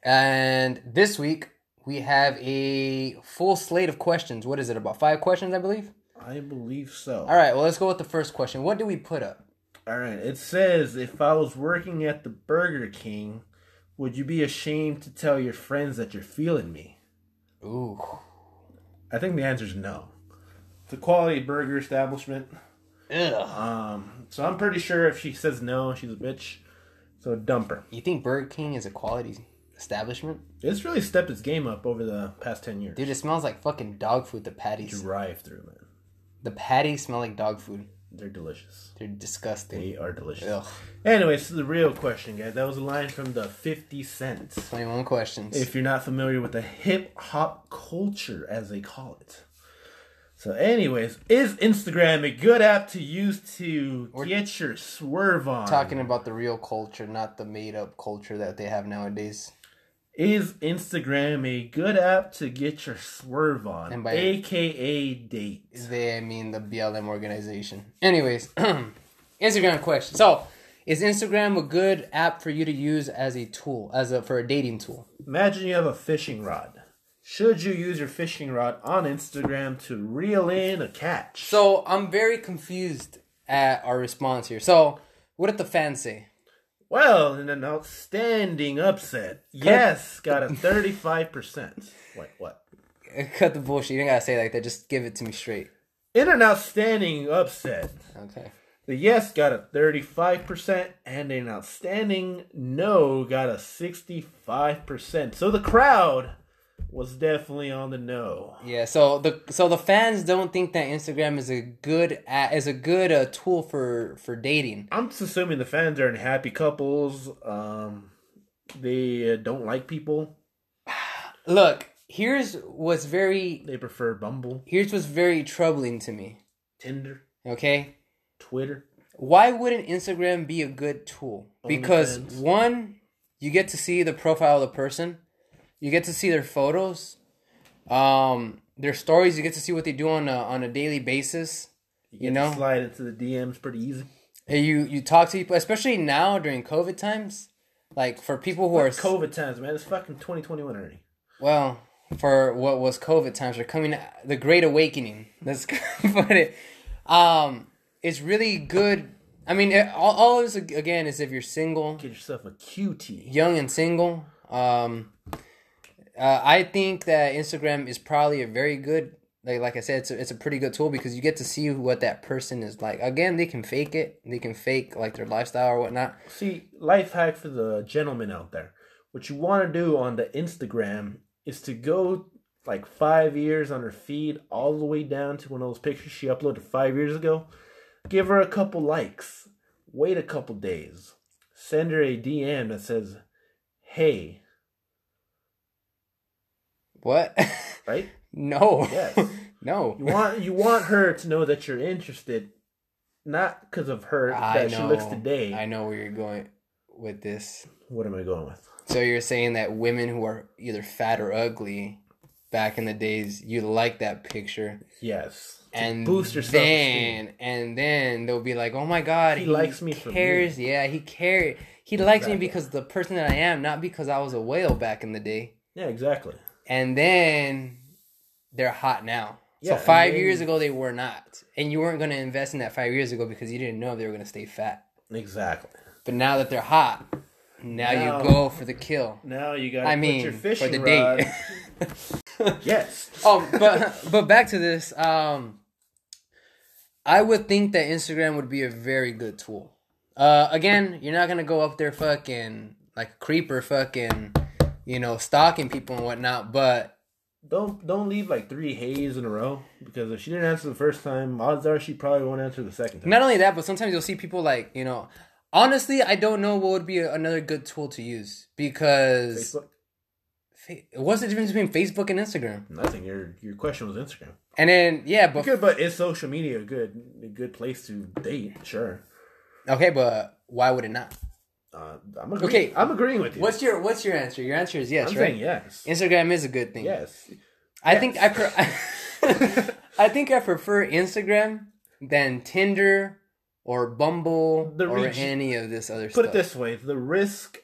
Speaker 1: and this week we have a full slate of questions. What is it? About five questions, I believe.
Speaker 2: I believe so.
Speaker 1: All right, well, let's go with the first question. What do we put up?
Speaker 2: All right. It says if I was working at the Burger King, would you be ashamed to tell your friends that you're feeling me?
Speaker 1: Ooh.
Speaker 2: I think the answer is no. It's a quality burger establishment.
Speaker 1: Ugh.
Speaker 2: Um, so I'm pretty sure if she says no, she's a bitch. So dump her.
Speaker 1: You think Burger King is a quality establishment?
Speaker 2: It's really stepped its game up over the past 10 years.
Speaker 1: Dude, it smells like fucking dog food, the patties.
Speaker 2: Drive through, man.
Speaker 1: The patties smell like dog food.
Speaker 2: They're delicious.
Speaker 1: They're disgusting.
Speaker 2: They are delicious.
Speaker 1: Ugh.
Speaker 2: Anyway, so the real question, guys. That was a line from the 50 Cent.
Speaker 1: 21 questions.
Speaker 2: If you're not familiar with the hip hop culture, as they call it. So, anyways, is Instagram a good app to use to get your swerve on?
Speaker 1: Talking about the real culture, not the made up culture that they have nowadays.
Speaker 2: Is Instagram a good app to get your swerve on?
Speaker 1: And by-
Speaker 2: AKA date.
Speaker 1: They, I mean, the BLM organization. Anyways, Instagram question. So, is Instagram a good app for you to use as a tool, as a for a dating tool?
Speaker 2: Imagine you have a fishing rod. Should you use your fishing rod on Instagram to reel in a catch?
Speaker 1: So I'm very confused at our response here. So what did the fans say?
Speaker 2: Well, in an outstanding upset, yes, got a 35%. Wait, what?
Speaker 1: Cut the bullshit. You didn't gotta say it like that. Just give it to me straight.
Speaker 2: In an outstanding upset,
Speaker 1: Okay.
Speaker 2: The yes got a 35% and an outstanding no got a 65%. So the crowd was definitely on the no.
Speaker 1: Yeah, so the so the fans don't think that Instagram is a good a is a good uh, tool for for dating.
Speaker 2: I'm just assuming the fans are unhappy couples. Um, they uh, don't like people.
Speaker 1: Look, here's what's very
Speaker 2: They prefer Bumble,
Speaker 1: here's what's very troubling to me.
Speaker 2: Tinder,
Speaker 1: Okay,
Speaker 2: Twitter.
Speaker 1: why wouldn't Instagram be a good tool? Because
Speaker 2: OnlyFans.
Speaker 1: one, you get to see the profile of the person, you get to see their photos, um, their stories. You get to see what they do on a, on a daily basis. You
Speaker 2: get to
Speaker 1: know?
Speaker 2: slide into the DMs pretty easy.
Speaker 1: And you you talk to people, especially now during COVID times. Like for people who are s-
Speaker 2: COVID times, man. It's fucking 2021 already.
Speaker 1: well, for what was COVID times are coming the Great Awakening. Let's put it. Um, it's really good. I mean, it, all, all of this again is if you're single.
Speaker 2: Get yourself a cutie.
Speaker 1: young and single. Um, uh, I think that Instagram is probably a very good, like like I said, it's a, it's a pretty good tool because you get to see what that person is like. Again, they can fake it, they can fake like their lifestyle or whatnot.
Speaker 2: See, life hack for the gentlemen out there. What you want to do on the Instagram is to go like five years on her feed, all the way down to one of those pictures she uploaded five years ago. Give her a couple likes. Wait a couple days. Send her a DM that says, "Hey,"
Speaker 1: What?
Speaker 2: right?
Speaker 1: no,
Speaker 2: Yes. You
Speaker 1: no.
Speaker 2: want you want her to know that you're interested, not because of her
Speaker 1: I
Speaker 2: that she looks
Speaker 1: know.
Speaker 2: today.
Speaker 1: I know where you're going with this.
Speaker 2: What am I going with?
Speaker 1: So you're saying that women who are either fat or ugly, back in the days, you like that picture.
Speaker 2: Yes. To
Speaker 1: and
Speaker 2: boost your self-esteem.
Speaker 1: then and then they'll be like, "Oh my God,
Speaker 2: He likes me for me."
Speaker 1: Cares, yeah, he cares. He likes me
Speaker 2: Exactly.
Speaker 1: because the person that I am, not because I was a whale back in the day."
Speaker 2: Yeah, exactly.
Speaker 1: And then they're hot now.
Speaker 2: Yeah,
Speaker 1: so
Speaker 2: and
Speaker 1: five
Speaker 2: then-
Speaker 1: years ago they were not, and you weren't going to invest in that five years ago because you didn't know if they were going to stay fat.
Speaker 2: Exactly.
Speaker 1: But now that they're hot, now
Speaker 2: Now-
Speaker 1: you go for the kill.
Speaker 2: Now you got
Speaker 1: I
Speaker 2: to put your
Speaker 1: mean, for
Speaker 2: fishing
Speaker 1: the
Speaker 2: rod.
Speaker 1: date.
Speaker 2: yes.
Speaker 1: oh, but but back to this. Um, I would think that Instagram would be a very good tool. Uh, again, you're not gonna go up there fucking like a creeper, fucking, you know, stalking people and whatnot. But
Speaker 2: Don't don't leave like three hays in a row because if she didn't answer the first time, odds are she probably won't answer the second time.
Speaker 1: not only that, but sometimes you'll see people like you know. Honestly, I don't know what would be a, another good tool to use because
Speaker 2: Facebook.
Speaker 1: fa- what's the difference between Facebook and Instagram?
Speaker 2: Nothing. Your your question was Instagram.
Speaker 1: And then yeah, but
Speaker 2: Good, but is social media a good a good place to date? Sure.
Speaker 1: okay, but why would it not?
Speaker 2: Uh, I'm agreeing.
Speaker 1: Okay.
Speaker 2: I'm agreeing with you.
Speaker 1: What's your what's your answer? Your answer is yes,
Speaker 2: I'm
Speaker 1: right?
Speaker 2: saying yes.
Speaker 1: Instagram is a good thing.
Speaker 2: Yes.
Speaker 1: I think I pre- I think I prefer Instagram than Tinder or Bumble
Speaker 2: The
Speaker 1: or
Speaker 2: reach-
Speaker 1: any of this other
Speaker 2: Put
Speaker 1: stuff.
Speaker 2: it this way: the risk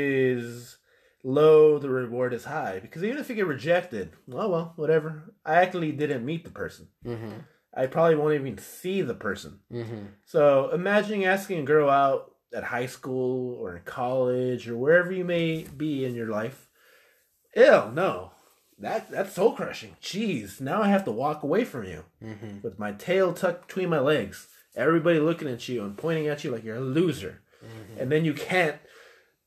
Speaker 2: is low, the reward is high. Because even if you get rejected, well, well, whatever. I actually didn't meet the person. I probably won't even see the person.
Speaker 1: Mm-hmm. Um,
Speaker 2: So imagine asking a girl out at high school or in college or wherever you may be in your life. Ew, no. That that's soul crushing. Jeez, now I have to walk away from you with my tail tucked between my legs. Everybody looking at you and pointing at you like you're a loser. And then you can't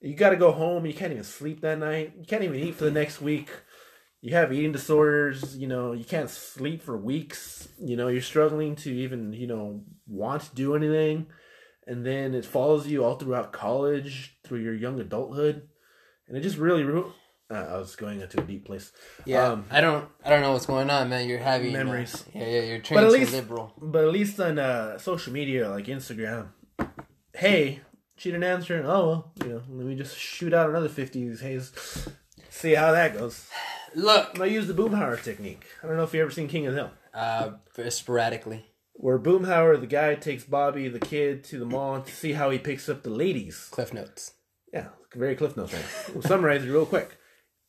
Speaker 2: you got to go home, you can't even sleep that night. You can't even eat for the next week. You have eating disorders, you know, you can't sleep for weeks. You know, you're struggling to even, you know, want to do anything. And then it follows you all throughout college, through your young adulthood. And it just really ru- uh, I was going into a deep place.
Speaker 1: Yeah,
Speaker 2: Um,
Speaker 1: I don't I don't know what's going on, man. You're having uh,
Speaker 2: Memories.
Speaker 1: yeah, yeah, you're
Speaker 2: at
Speaker 1: turning too
Speaker 2: least-
Speaker 1: liberal.
Speaker 2: But at least on uh, social media like Instagram, hey, she didn't answer. Oh well, you know, let me just shoot out another fifty of these hays. See how that goes.
Speaker 1: Look,
Speaker 2: I use the Boomhauer technique. I don't know if you ever seen King of the Hill,
Speaker 1: uh, sporadically.
Speaker 2: where Boomhauer, the guy, takes Bobby, the kid, to the mall to see how he picks up the ladies.
Speaker 1: Cliff notes.
Speaker 2: Yeah, very cliff notes. man. We'll summarize it real quick.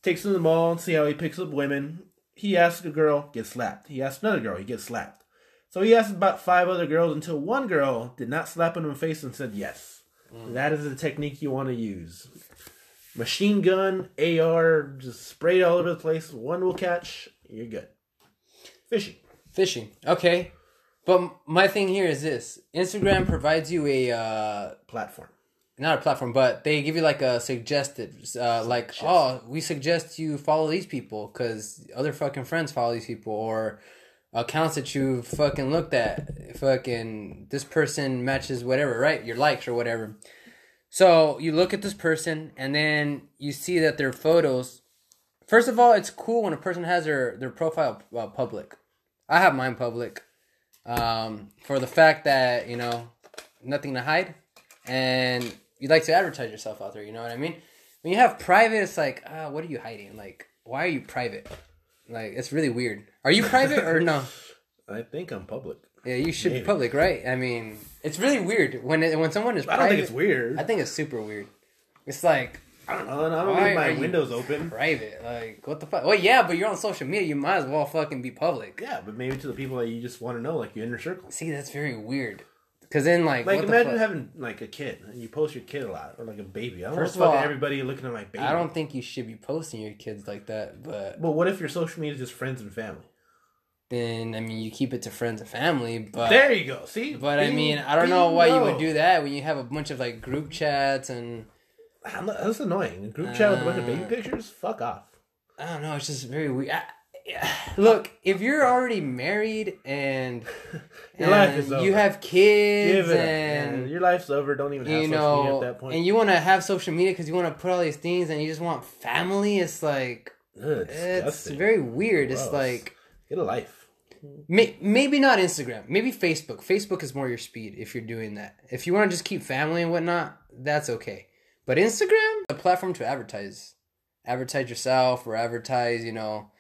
Speaker 2: Takes him to the mall and see how he picks up women. He asks a girl, gets slapped. He asks another girl, he gets slapped. So he asks about five other girls until one girl did not slap him in the face and said yes.
Speaker 1: Mm.
Speaker 2: That is the technique you want to use. Machine gun, AR, just sprayed all over the place. One will catch. You're good. Fishing.
Speaker 1: Fishing. Okay. But m- my thing here is this: Instagram provides you a uh,
Speaker 2: platform.
Speaker 1: not a platform, but they give you like a suggested, uh, like, oh, we suggest you follow these people because other fucking friends follow these people or accounts that you fucking looked at. Fucking this person matches whatever, right? Your likes or whatever. So you look at this person and then you see that their photos. First of all, it's cool when a person has their their profile uh, public. I have mine public, um, for the fact that you know nothing to hide and you like to advertise yourself out there. You know what I mean? When you have private, it's like, ah, what are you hiding? Like, why are you private? Like, it's really weird. Are you private or no?
Speaker 2: I think I'm public.
Speaker 1: Yeah, you should be
Speaker 2: Maybe.
Speaker 1: public, right? I mean, it's really weird when it, when someone is.
Speaker 2: I
Speaker 1: Private,
Speaker 2: don't think it's weird.
Speaker 1: I think it's super weird. It's like
Speaker 2: I don't know. and I don't
Speaker 1: Why
Speaker 2: leave
Speaker 1: are
Speaker 2: my
Speaker 1: you-
Speaker 2: windows open.
Speaker 1: private. Like, what the fuck? Well, yeah, but you're on social media. You might as well fucking be public.
Speaker 2: Yeah, but maybe to the people that you just want to know, like your inner circle.
Speaker 1: See, that's very weird. Because then, like,
Speaker 2: Like
Speaker 1: what the
Speaker 2: imagine
Speaker 1: fuck?
Speaker 2: having like a kid and you post your kid a lot, or like a baby. I don't
Speaker 1: First
Speaker 2: First
Speaker 1: of
Speaker 2: want
Speaker 1: all,
Speaker 2: fucking everybody looking at my baby.
Speaker 1: I don't think you should be posting your kids like that, but
Speaker 2: But what if your social media is just friends and family?
Speaker 1: then I mean you keep it to friends and family, but
Speaker 2: there you go. See,
Speaker 1: Uh, but I
Speaker 2: Bing-
Speaker 1: mean I don't know why you would
Speaker 2: bingo.
Speaker 1: do that when you have a bunch of like group chats and
Speaker 2: I'm not- that's annoying. A group chat with a bunch of
Speaker 1: Uh,
Speaker 2: baby pictures. Fuck off.
Speaker 1: I don't know, it's just very weird. I, yeah. Look, if you're already married and,
Speaker 2: Your life
Speaker 1: and
Speaker 2: is
Speaker 1: you
Speaker 2: over.
Speaker 1: have kids
Speaker 2: Give it up. man.
Speaker 1: and
Speaker 2: Your life's over. Don't even have
Speaker 1: you
Speaker 2: social media
Speaker 1: know
Speaker 2: at that point.
Speaker 1: and you want to have social media because you want to put all these things and you just want family, it's like
Speaker 2: Ugh,
Speaker 1: it's
Speaker 2: disgusting.
Speaker 1: very weird. It's
Speaker 2: Gross.
Speaker 1: like
Speaker 2: Get a life.
Speaker 1: May- maybe not Instagram. Maybe Facebook. Facebook is more your speed if you're doing that. If you want to just keep family and whatnot, that's okay. But Instagram, a platform to advertise, advertise yourself or advertise, you know,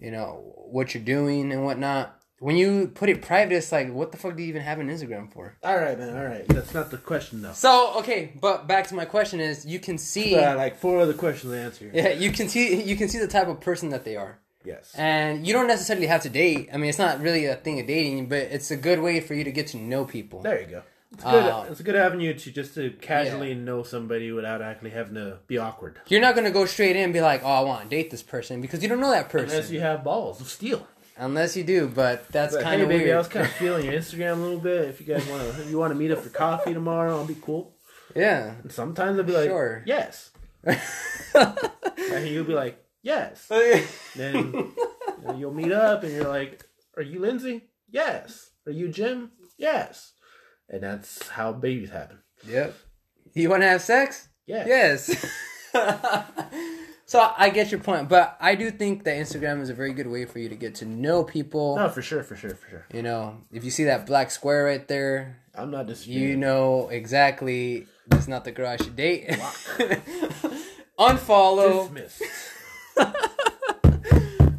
Speaker 1: you know what you're doing and whatnot. When you put it private, it's like, what the fuck do you even have an Instagram for?
Speaker 2: All right, man. All right. That's not the question though.
Speaker 1: So okay, but back to my question is, you can see,
Speaker 2: Uh, like four other questions to answer.
Speaker 1: yeah, you can see, you can see the type of person that they are.
Speaker 2: Yes.
Speaker 1: And you don't necessarily have to date. I mean, it's not really a thing of dating, but it's a good way for you to get to know people.
Speaker 2: There you go. It's, good,
Speaker 1: Uh,
Speaker 2: it's a good avenue to just to casually know somebody without actually having to be awkward.
Speaker 1: You're not gonna go straight in and be like, "Oh, I want to date this person," because you don't know that person.
Speaker 2: Unless
Speaker 1: Unless you,
Speaker 2: you have balls of steel.
Speaker 1: do, but that's
Speaker 2: Like,
Speaker 1: kind
Speaker 2: hey,
Speaker 1: of
Speaker 2: baby, I
Speaker 1: weird.
Speaker 2: was kind of feeling your Instagram a little bit. If you guys want to, you want to meet up for coffee tomorrow, I'll be cool.
Speaker 1: yeah,
Speaker 2: And sometimes I'll be like,
Speaker 1: Sure.
Speaker 2: yes. and you'll be like, yes. Then you know, you'll meet up, and you're like, are you Lindsay? Yes. Are you Jim? Yes. And that's how babies happen.
Speaker 1: yep. You want to have sex?
Speaker 2: Yeah.
Speaker 1: Yes. so I get your point, but I do think that Instagram is a very good way for you to get to know people.
Speaker 2: No, for sure, for sure, for sure.
Speaker 1: You know, if you see that black square right there,
Speaker 2: I'm not disputing.
Speaker 1: you know exactly that's not the girl I should date. Unfollow.
Speaker 2: Dismissed.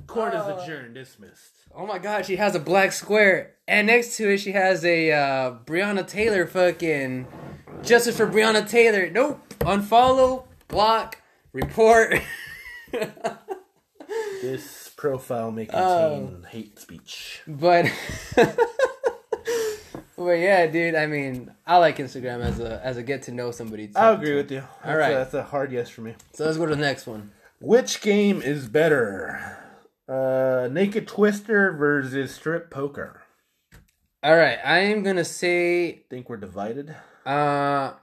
Speaker 2: Court is adjourned. Dismissed.
Speaker 1: Oh my god, she has a black square, and next to it she has a uh, Breonna Taylor fucking justice for Breonna Taylor. Nope, unfollow, block, report.
Speaker 2: This profile may contain hate speech.
Speaker 1: but but yeah, dude. I mean, I like Instagram as a as a get to know somebody.
Speaker 2: I agree with you. All
Speaker 1: right.
Speaker 2: right, that's a hard yes for me.
Speaker 1: So let's go to the next one.
Speaker 2: Which game is better? Uh, naked Twister versus Strip Poker.
Speaker 1: All right, I am gonna say
Speaker 2: Think we're divided.
Speaker 1: uh,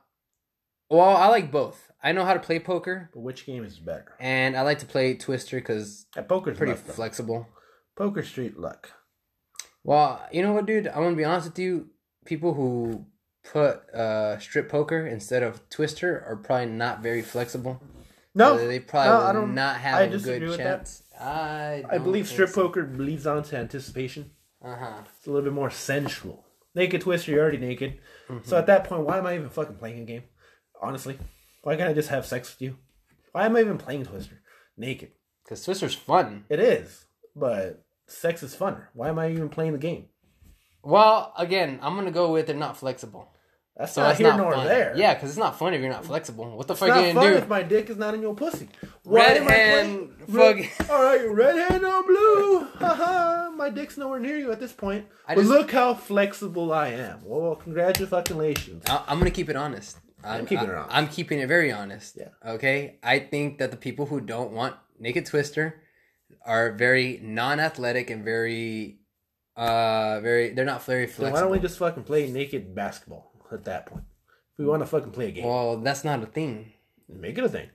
Speaker 1: well, I like both. I know how to play poker,
Speaker 2: But which game is better?
Speaker 1: and I like to play Twister because
Speaker 2: Yeah, poker's
Speaker 1: pretty
Speaker 2: pretty fun.
Speaker 1: flexible.
Speaker 2: Poker Street Luck.
Speaker 1: Well, you know what, dude? I'm gonna be honest with you. People who put uh, strip poker instead of twister are probably not very flexible.
Speaker 2: No,
Speaker 1: Uh, they probably
Speaker 2: Oh, no,
Speaker 1: will
Speaker 2: I don't.
Speaker 1: not have
Speaker 2: I
Speaker 1: a
Speaker 2: disagree
Speaker 1: good
Speaker 2: with
Speaker 1: chance. I
Speaker 2: I believe Strip Poker leads on to anticipation.
Speaker 1: Uh huh.
Speaker 2: It's a little bit more sensual. Naked Twister, you're already naked. So at that point, why am I even fucking playing a game? Honestly, why can't I just have sex with you? Why am I even playing Twister? Naked.
Speaker 1: Because twister's fun.
Speaker 2: It is, but sex is funner. Why am I even playing the game?
Speaker 1: Well, again, I'm gonna go with they're not flexible.
Speaker 2: That's
Speaker 1: So
Speaker 2: not
Speaker 1: it's
Speaker 2: here
Speaker 1: not
Speaker 2: nor
Speaker 1: fun.
Speaker 2: there.
Speaker 1: Yeah, because it's not fun if you're not flexible. What the
Speaker 2: It's
Speaker 1: fuck
Speaker 2: not
Speaker 1: you
Speaker 2: fun
Speaker 1: gonna
Speaker 2: if
Speaker 1: do?
Speaker 2: my dick is not in your pussy.
Speaker 1: Red
Speaker 2: am I
Speaker 1: hand,
Speaker 2: playing-
Speaker 1: fuck-
Speaker 2: All right, your red hand on blue. Haha, my dick's nowhere near you at this point.
Speaker 1: I
Speaker 2: but
Speaker 1: just-
Speaker 2: look how flexible I am. Well, congratulations.
Speaker 1: I- I'm gonna keep it honest. I'm,
Speaker 2: keeping
Speaker 1: I-
Speaker 2: it honest.
Speaker 1: I'm keeping it very honest.
Speaker 2: Yeah.
Speaker 1: Okay. I think that the people who don't want naked twister are very non-athletic and very Uh, very. They're not very
Speaker 2: Then
Speaker 1: flexible.
Speaker 2: why don't we just fucking play naked basketball at that point? If we want to fucking play a game,
Speaker 1: Well, that's not a thing.
Speaker 2: make it a thing.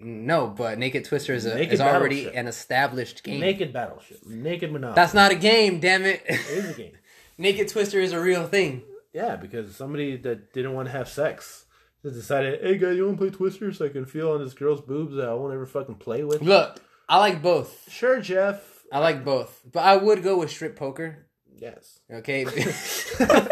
Speaker 1: No, but Naked Twister is, a,
Speaker 2: Naked
Speaker 1: is already
Speaker 2: Battleship.
Speaker 1: an established game.
Speaker 2: Naked battleship, naked monopoly.
Speaker 1: That's not a game, damn it.
Speaker 2: it is a game.
Speaker 1: Naked Twister is a real thing.
Speaker 2: Yeah, because somebody that didn't want to have sex just decided, hey guys, you want to play Twister so I can feel on this girl's boobs that I won't ever fucking play with?
Speaker 1: Look, I like both.
Speaker 2: Sure, Jeff.
Speaker 1: I like both, but I would go with strip poker.
Speaker 2: Yes.
Speaker 1: Okay. Uh,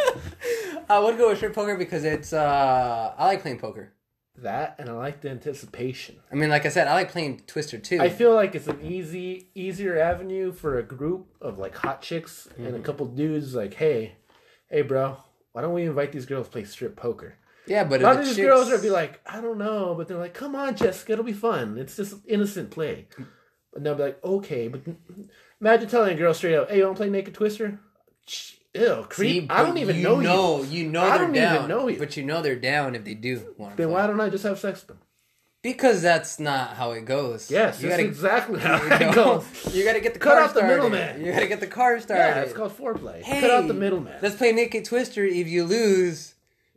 Speaker 1: I would go with strip poker because it's uh I like playing poker.
Speaker 2: That, and I like the anticipation.
Speaker 1: I mean, like I said, I like playing Twister too.
Speaker 2: I feel like it's an easy, easier avenue for a group of like hot chicks
Speaker 1: Mm-hmm.
Speaker 2: and a couple dudes like, hey, hey, bro, why don't we invite these girls to play strip poker?
Speaker 1: yeah, but
Speaker 2: A lot
Speaker 1: if
Speaker 2: of
Speaker 1: the
Speaker 2: these
Speaker 1: chicks-
Speaker 2: girls are be like, I don't know, but they're like, come on, Jessica, it'll be fun. It's just innocent play. But they'll be like, okay, but imagine telling a girl straight up, hey, you want to play Naked Twister? Sh- Ew, creep.
Speaker 1: See,
Speaker 2: I don't
Speaker 1: but
Speaker 2: even
Speaker 1: you
Speaker 2: know, you.
Speaker 1: know you know
Speaker 2: I
Speaker 1: they're
Speaker 2: don't even
Speaker 1: down.
Speaker 2: know you.
Speaker 1: But you know they're down if they do want to play.
Speaker 2: Then why don't I just have sex with them?
Speaker 1: Because that's not how it goes.
Speaker 2: Yes,
Speaker 1: you
Speaker 2: that's
Speaker 1: gotta
Speaker 2: exactly how
Speaker 1: you
Speaker 2: it
Speaker 1: know,
Speaker 2: goes.
Speaker 1: you gotta get the
Speaker 2: Cut
Speaker 1: car
Speaker 2: out the
Speaker 1: started.
Speaker 2: middleman.
Speaker 1: You gotta get the car started.
Speaker 2: Yeah, it's called foreplay. Cut out the
Speaker 1: Hey,
Speaker 2: middleman.
Speaker 1: Let's play Naked Twister. If you lose,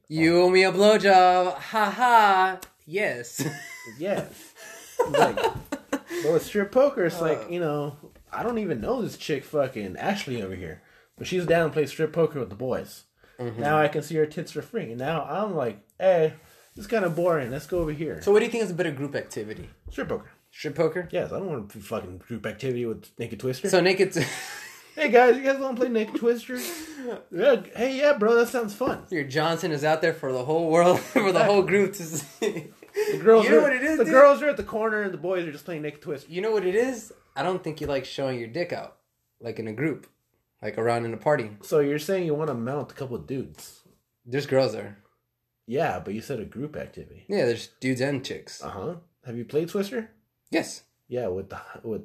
Speaker 1: you owe me a blowjob. Ha ha. Yes.
Speaker 2: Yeah. like, well, with strip poker, it's
Speaker 1: Uh.
Speaker 2: like, you know, I don't even know this chick fucking Ashley over here. But she's down to play strip poker with the boys.
Speaker 1: Mm-hmm.
Speaker 2: Now I can see her tits for free. And now I'm like, hey, this is kind of boring. Let's go over here.
Speaker 1: so, what do you think is a better group activity?
Speaker 2: strip poker.
Speaker 1: Strip poker.
Speaker 2: Yes, I don't want to do fucking group activity with Naked Twister.
Speaker 1: So naked.
Speaker 2: hey guys, you guys want to play Naked Twister? yeah, hey, yeah, bro, that sounds fun.
Speaker 1: your Johnson is out there for the whole world, for the whole group to see.
Speaker 2: The girls,
Speaker 1: You know
Speaker 2: are,
Speaker 1: what it is,
Speaker 2: the
Speaker 1: dude?
Speaker 2: girls are at the corner and the boys are just playing Naked Twister.
Speaker 1: You know what it is? I don't think you like showing your dick out, like in a group, like around in a party.
Speaker 2: So you're saying you want to mount a couple of dudes?
Speaker 1: There's girls there.
Speaker 2: Yeah, but you said a group activity.
Speaker 1: Yeah, there's dudes and chicks.
Speaker 2: Uh huh. Have you played Twister?
Speaker 1: Yes.
Speaker 2: Yeah. With the with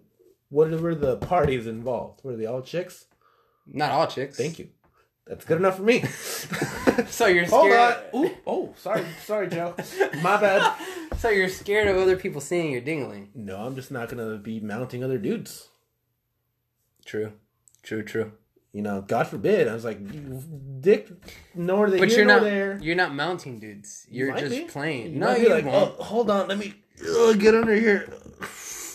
Speaker 2: what were the parties involved? Were they all chicks?
Speaker 1: Not all chicks.
Speaker 2: Thank you. That's good enough for me.
Speaker 1: So you're
Speaker 2: Hold
Speaker 1: scared.
Speaker 2: on. Ooh, oh, sorry, sorry, Joe. My bad.
Speaker 1: So you're scared of other people seeing your dingling.
Speaker 2: No, I'm just not gonna be mounting other dudes.
Speaker 1: True. True. True.
Speaker 2: You know, God forbid. I was like, you dick, nor they
Speaker 1: But
Speaker 2: here,
Speaker 1: you're
Speaker 2: nor
Speaker 1: not.
Speaker 2: there.
Speaker 1: You're not mounting dudes. You're
Speaker 2: Might
Speaker 1: just
Speaker 2: be.
Speaker 1: playing.
Speaker 2: You
Speaker 1: no,
Speaker 2: might be
Speaker 1: you
Speaker 2: like,
Speaker 1: won't.
Speaker 2: "Oh, hold on, let me ugh, get under here.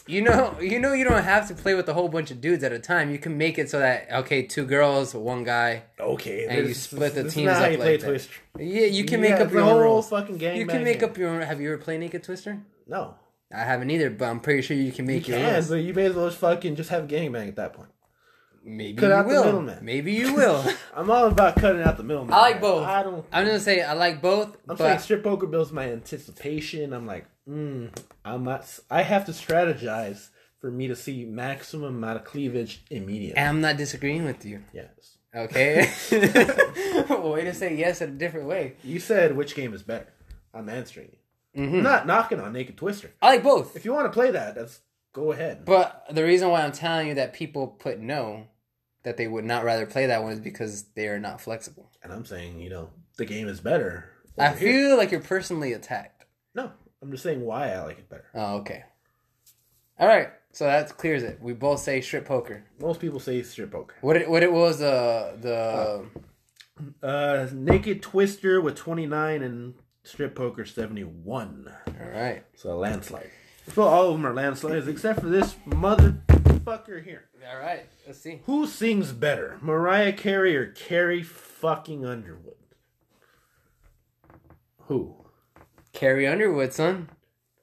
Speaker 1: You know, you know, you don't have to play with a whole bunch of dudes at a time. You can make it so that okay, two girls, one guy.
Speaker 2: Okay,
Speaker 1: And you
Speaker 2: this-
Speaker 1: split the
Speaker 2: this is
Speaker 1: teams
Speaker 2: not how
Speaker 1: up
Speaker 2: you
Speaker 1: like
Speaker 2: play
Speaker 1: that.
Speaker 2: Twister.
Speaker 1: Yeah, you can
Speaker 2: Yeah,
Speaker 1: make up
Speaker 2: it's
Speaker 1: your
Speaker 2: a whole
Speaker 1: own rules.
Speaker 2: Fucking gang
Speaker 1: You can make up your own. Have you ever played Naked Twister?
Speaker 2: No,
Speaker 1: I haven't either, but I'm pretty sure you can make
Speaker 2: You
Speaker 1: your
Speaker 2: can,
Speaker 1: own.
Speaker 2: but you may as well just fucking just have gangbang at that point.
Speaker 1: Maybe
Speaker 2: Cut
Speaker 1: you
Speaker 2: out the
Speaker 1: will.
Speaker 2: middleman.
Speaker 1: Maybe you will.
Speaker 2: I'm all about cutting out the middleman.
Speaker 1: I like both.
Speaker 2: I don't.
Speaker 1: I'm gonna say I like both,
Speaker 2: I'm saying
Speaker 1: but
Speaker 2: strip poker builds my anticipation. I'm like, mm, I'm not. s- I have to strategize for me to see maximum amount of cleavage immediately.
Speaker 1: I'm not disagreeing with you.
Speaker 2: yes.
Speaker 1: Okay. Way to say yes in a different way.
Speaker 2: You said which game is better. I'm answering you.
Speaker 1: Mm-hmm.
Speaker 2: I'm not knocking on Naked Twister.
Speaker 1: I like both.
Speaker 2: If you want to play that, that's go ahead.
Speaker 1: But the reason why I'm telling you that people put no, that they would not rather play that one is because they are not flexible.
Speaker 2: and I'm saying, you know, the game is better.
Speaker 1: I
Speaker 2: over here.
Speaker 1: feel like you're personally attacked.
Speaker 2: no. I'm just saying why I like it better.
Speaker 1: Oh, okay. All right, so that clears it. We both say strip poker.
Speaker 2: Most people say strip poker.
Speaker 1: What it, what it was uh, the
Speaker 2: Uh, Naked Twister with 29 and Strip Poker 71.
Speaker 1: all right.
Speaker 2: So a landslide. Well, all of them are landslides except for this motherfucker here.
Speaker 1: All right, let's see.
Speaker 2: Who sings better, Mariah Carey or Carrie fucking Underwood? Who?
Speaker 1: Carrie Underwood, son.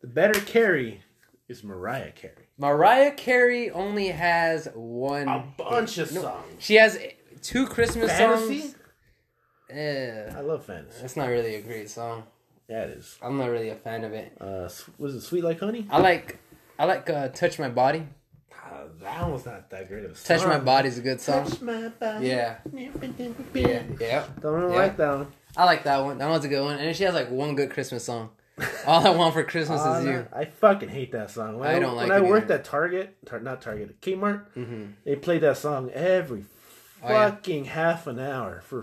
Speaker 2: The better Carrie is Mariah Carey.
Speaker 1: Mariah Carey only has one.
Speaker 2: A bunch of songs.
Speaker 1: She has two Christmas
Speaker 2: Fantasy?
Speaker 1: songs. Eh,
Speaker 2: I love fantasy.
Speaker 1: that's not really a great song.
Speaker 2: Yeah, it is.
Speaker 1: I'm not really a fan of it.
Speaker 2: Uh, was it Sweet Like Honey?
Speaker 1: I like I like uh, Touch My Body.
Speaker 2: Ah, that one's not that great of a song.
Speaker 1: Touch My Body is a good song.
Speaker 2: Touch my body.
Speaker 1: Yeah.
Speaker 2: Yeah.
Speaker 1: Yeah.
Speaker 2: Don't really
Speaker 1: Yeah.
Speaker 2: like that one.
Speaker 1: I like that one. That one's a good one. And she has like one good Christmas song. All I want for Christmas
Speaker 2: Oh,
Speaker 1: is
Speaker 2: no.
Speaker 1: you.
Speaker 2: I fucking hate that song. When
Speaker 1: I
Speaker 2: I,
Speaker 1: don't like
Speaker 2: when I
Speaker 1: it
Speaker 2: worked
Speaker 1: either. Mm-hmm.
Speaker 2: at Target, tar- not Target, Kmart. They played that song every
Speaker 1: Oh, yeah.
Speaker 2: fucking half an hour for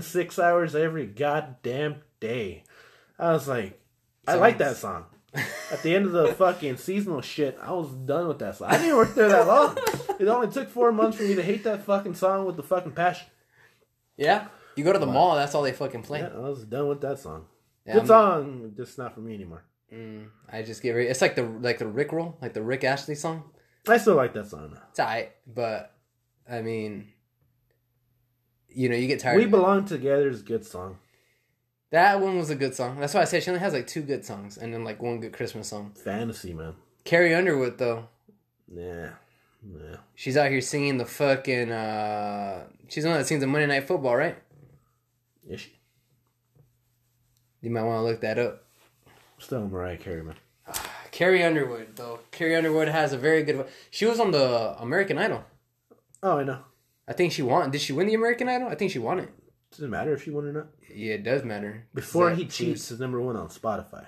Speaker 2: six hours every goddamn day. I was like, I like that song. At the end of the fucking seasonal shit, I was done with that song. I didn't work there that long. It only took four months for me to hate that fucking song with the fucking passion.
Speaker 1: Yeah. You go to the mall, that's all they fucking play.
Speaker 2: Yeah, I was done with that song.
Speaker 1: Yeah,
Speaker 2: Good
Speaker 1: I'm-
Speaker 2: song, just not for me anymore.
Speaker 1: I just get rid. It's like the like the Rick roll, like the Rick Ashley song.
Speaker 2: I still like that song.
Speaker 1: It's alright, but I mean, you know, you get tired.
Speaker 2: We
Speaker 1: of it.
Speaker 2: Belong Together is a good song.
Speaker 1: That one was a good song. That's why I said she only has like two good songs and then like one good Christmas song.
Speaker 2: Fantasy, man.
Speaker 1: Carrie Underwood though,
Speaker 2: Yeah. Yeah.
Speaker 1: she's out here singing the fucking. uh She's the one that sings the Monday Night Football, right?
Speaker 2: Is she?
Speaker 1: You might want to look that up.
Speaker 2: Still Mariah Carey, man.
Speaker 1: Carrie Underwood though. Carrie Underwood has a very good. vo- She was on the American Idol.
Speaker 2: Oh, I know.
Speaker 1: I think she won. Did she win the American Idol? I think she won it.
Speaker 2: Doesn't matter if she won or not.
Speaker 1: Yeah, it does matter.
Speaker 2: Before
Speaker 1: That
Speaker 2: He
Speaker 1: proves-
Speaker 2: Cheats is number one on Spotify.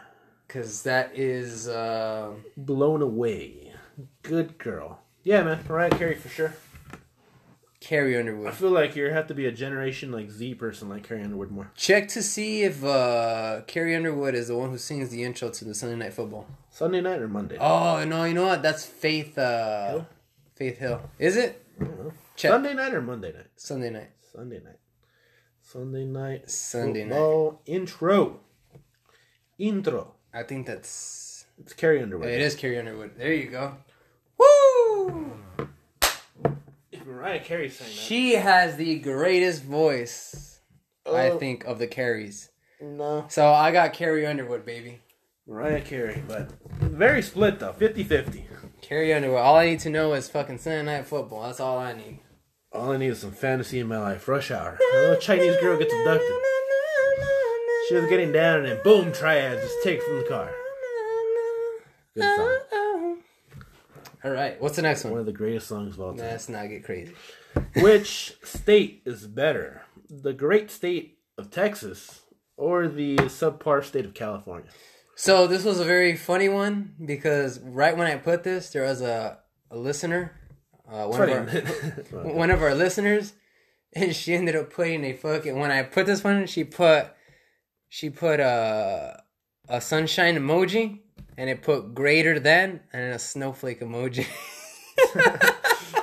Speaker 1: Cause that is uh,
Speaker 2: Blown Away. Good girl. Yeah, man. Mariah Carey for sure.
Speaker 1: Carrie
Speaker 2: I
Speaker 1: Underwood.
Speaker 2: feel like you have to be a generation like Z person like Carrie Underwood more.
Speaker 1: Check to see if uh, Carrie Underwood is the one who sings the intro to the Sunday Night Football.
Speaker 2: Sunday night or Monday?
Speaker 1: Oh no, you know what? That's Faith. Uh,
Speaker 2: Hill?
Speaker 1: Faith Hill. Is it
Speaker 2: I don't know.
Speaker 1: Check.
Speaker 2: Sunday night or Monday night?
Speaker 1: Sunday night?
Speaker 2: Sunday night. Sunday night.
Speaker 1: Sunday night.
Speaker 2: football Intro. Intro.
Speaker 1: I think that's.
Speaker 2: It's Carrie Underwood.
Speaker 1: It is Carrie Underwood. There you go. Woo!
Speaker 2: If Mariah Carey sang that.
Speaker 1: She has the greatest voice, I
Speaker 2: Oh,
Speaker 1: think, of the Carries.
Speaker 2: No.
Speaker 1: So I got Carrie Underwood, baby.
Speaker 2: Mariah Carey, but very split though. 50 50.
Speaker 1: Carrie Underwood. All I need to know is fucking Sunday Night Football. That's all I need.
Speaker 2: All I need is some fantasy in my life. Rush hour. A little Chinese girl gets abducted. She was getting down and then boom, triad just take from the car. Good song.
Speaker 1: All right, what's the next
Speaker 2: One
Speaker 1: one?
Speaker 2: of the greatest songs of all time.
Speaker 1: Let's not get crazy.
Speaker 2: Which state is better? The great state of Texas or the subpar state of California?
Speaker 1: So this was a very funny one because right when I put this, there was a, a listener, uh, one, of our,
Speaker 2: Well,
Speaker 1: one of our listeners, and she ended up putting a fucking. When I put this one, she put she put a a sunshine emoji, and it put greater than and a snowflake emoji.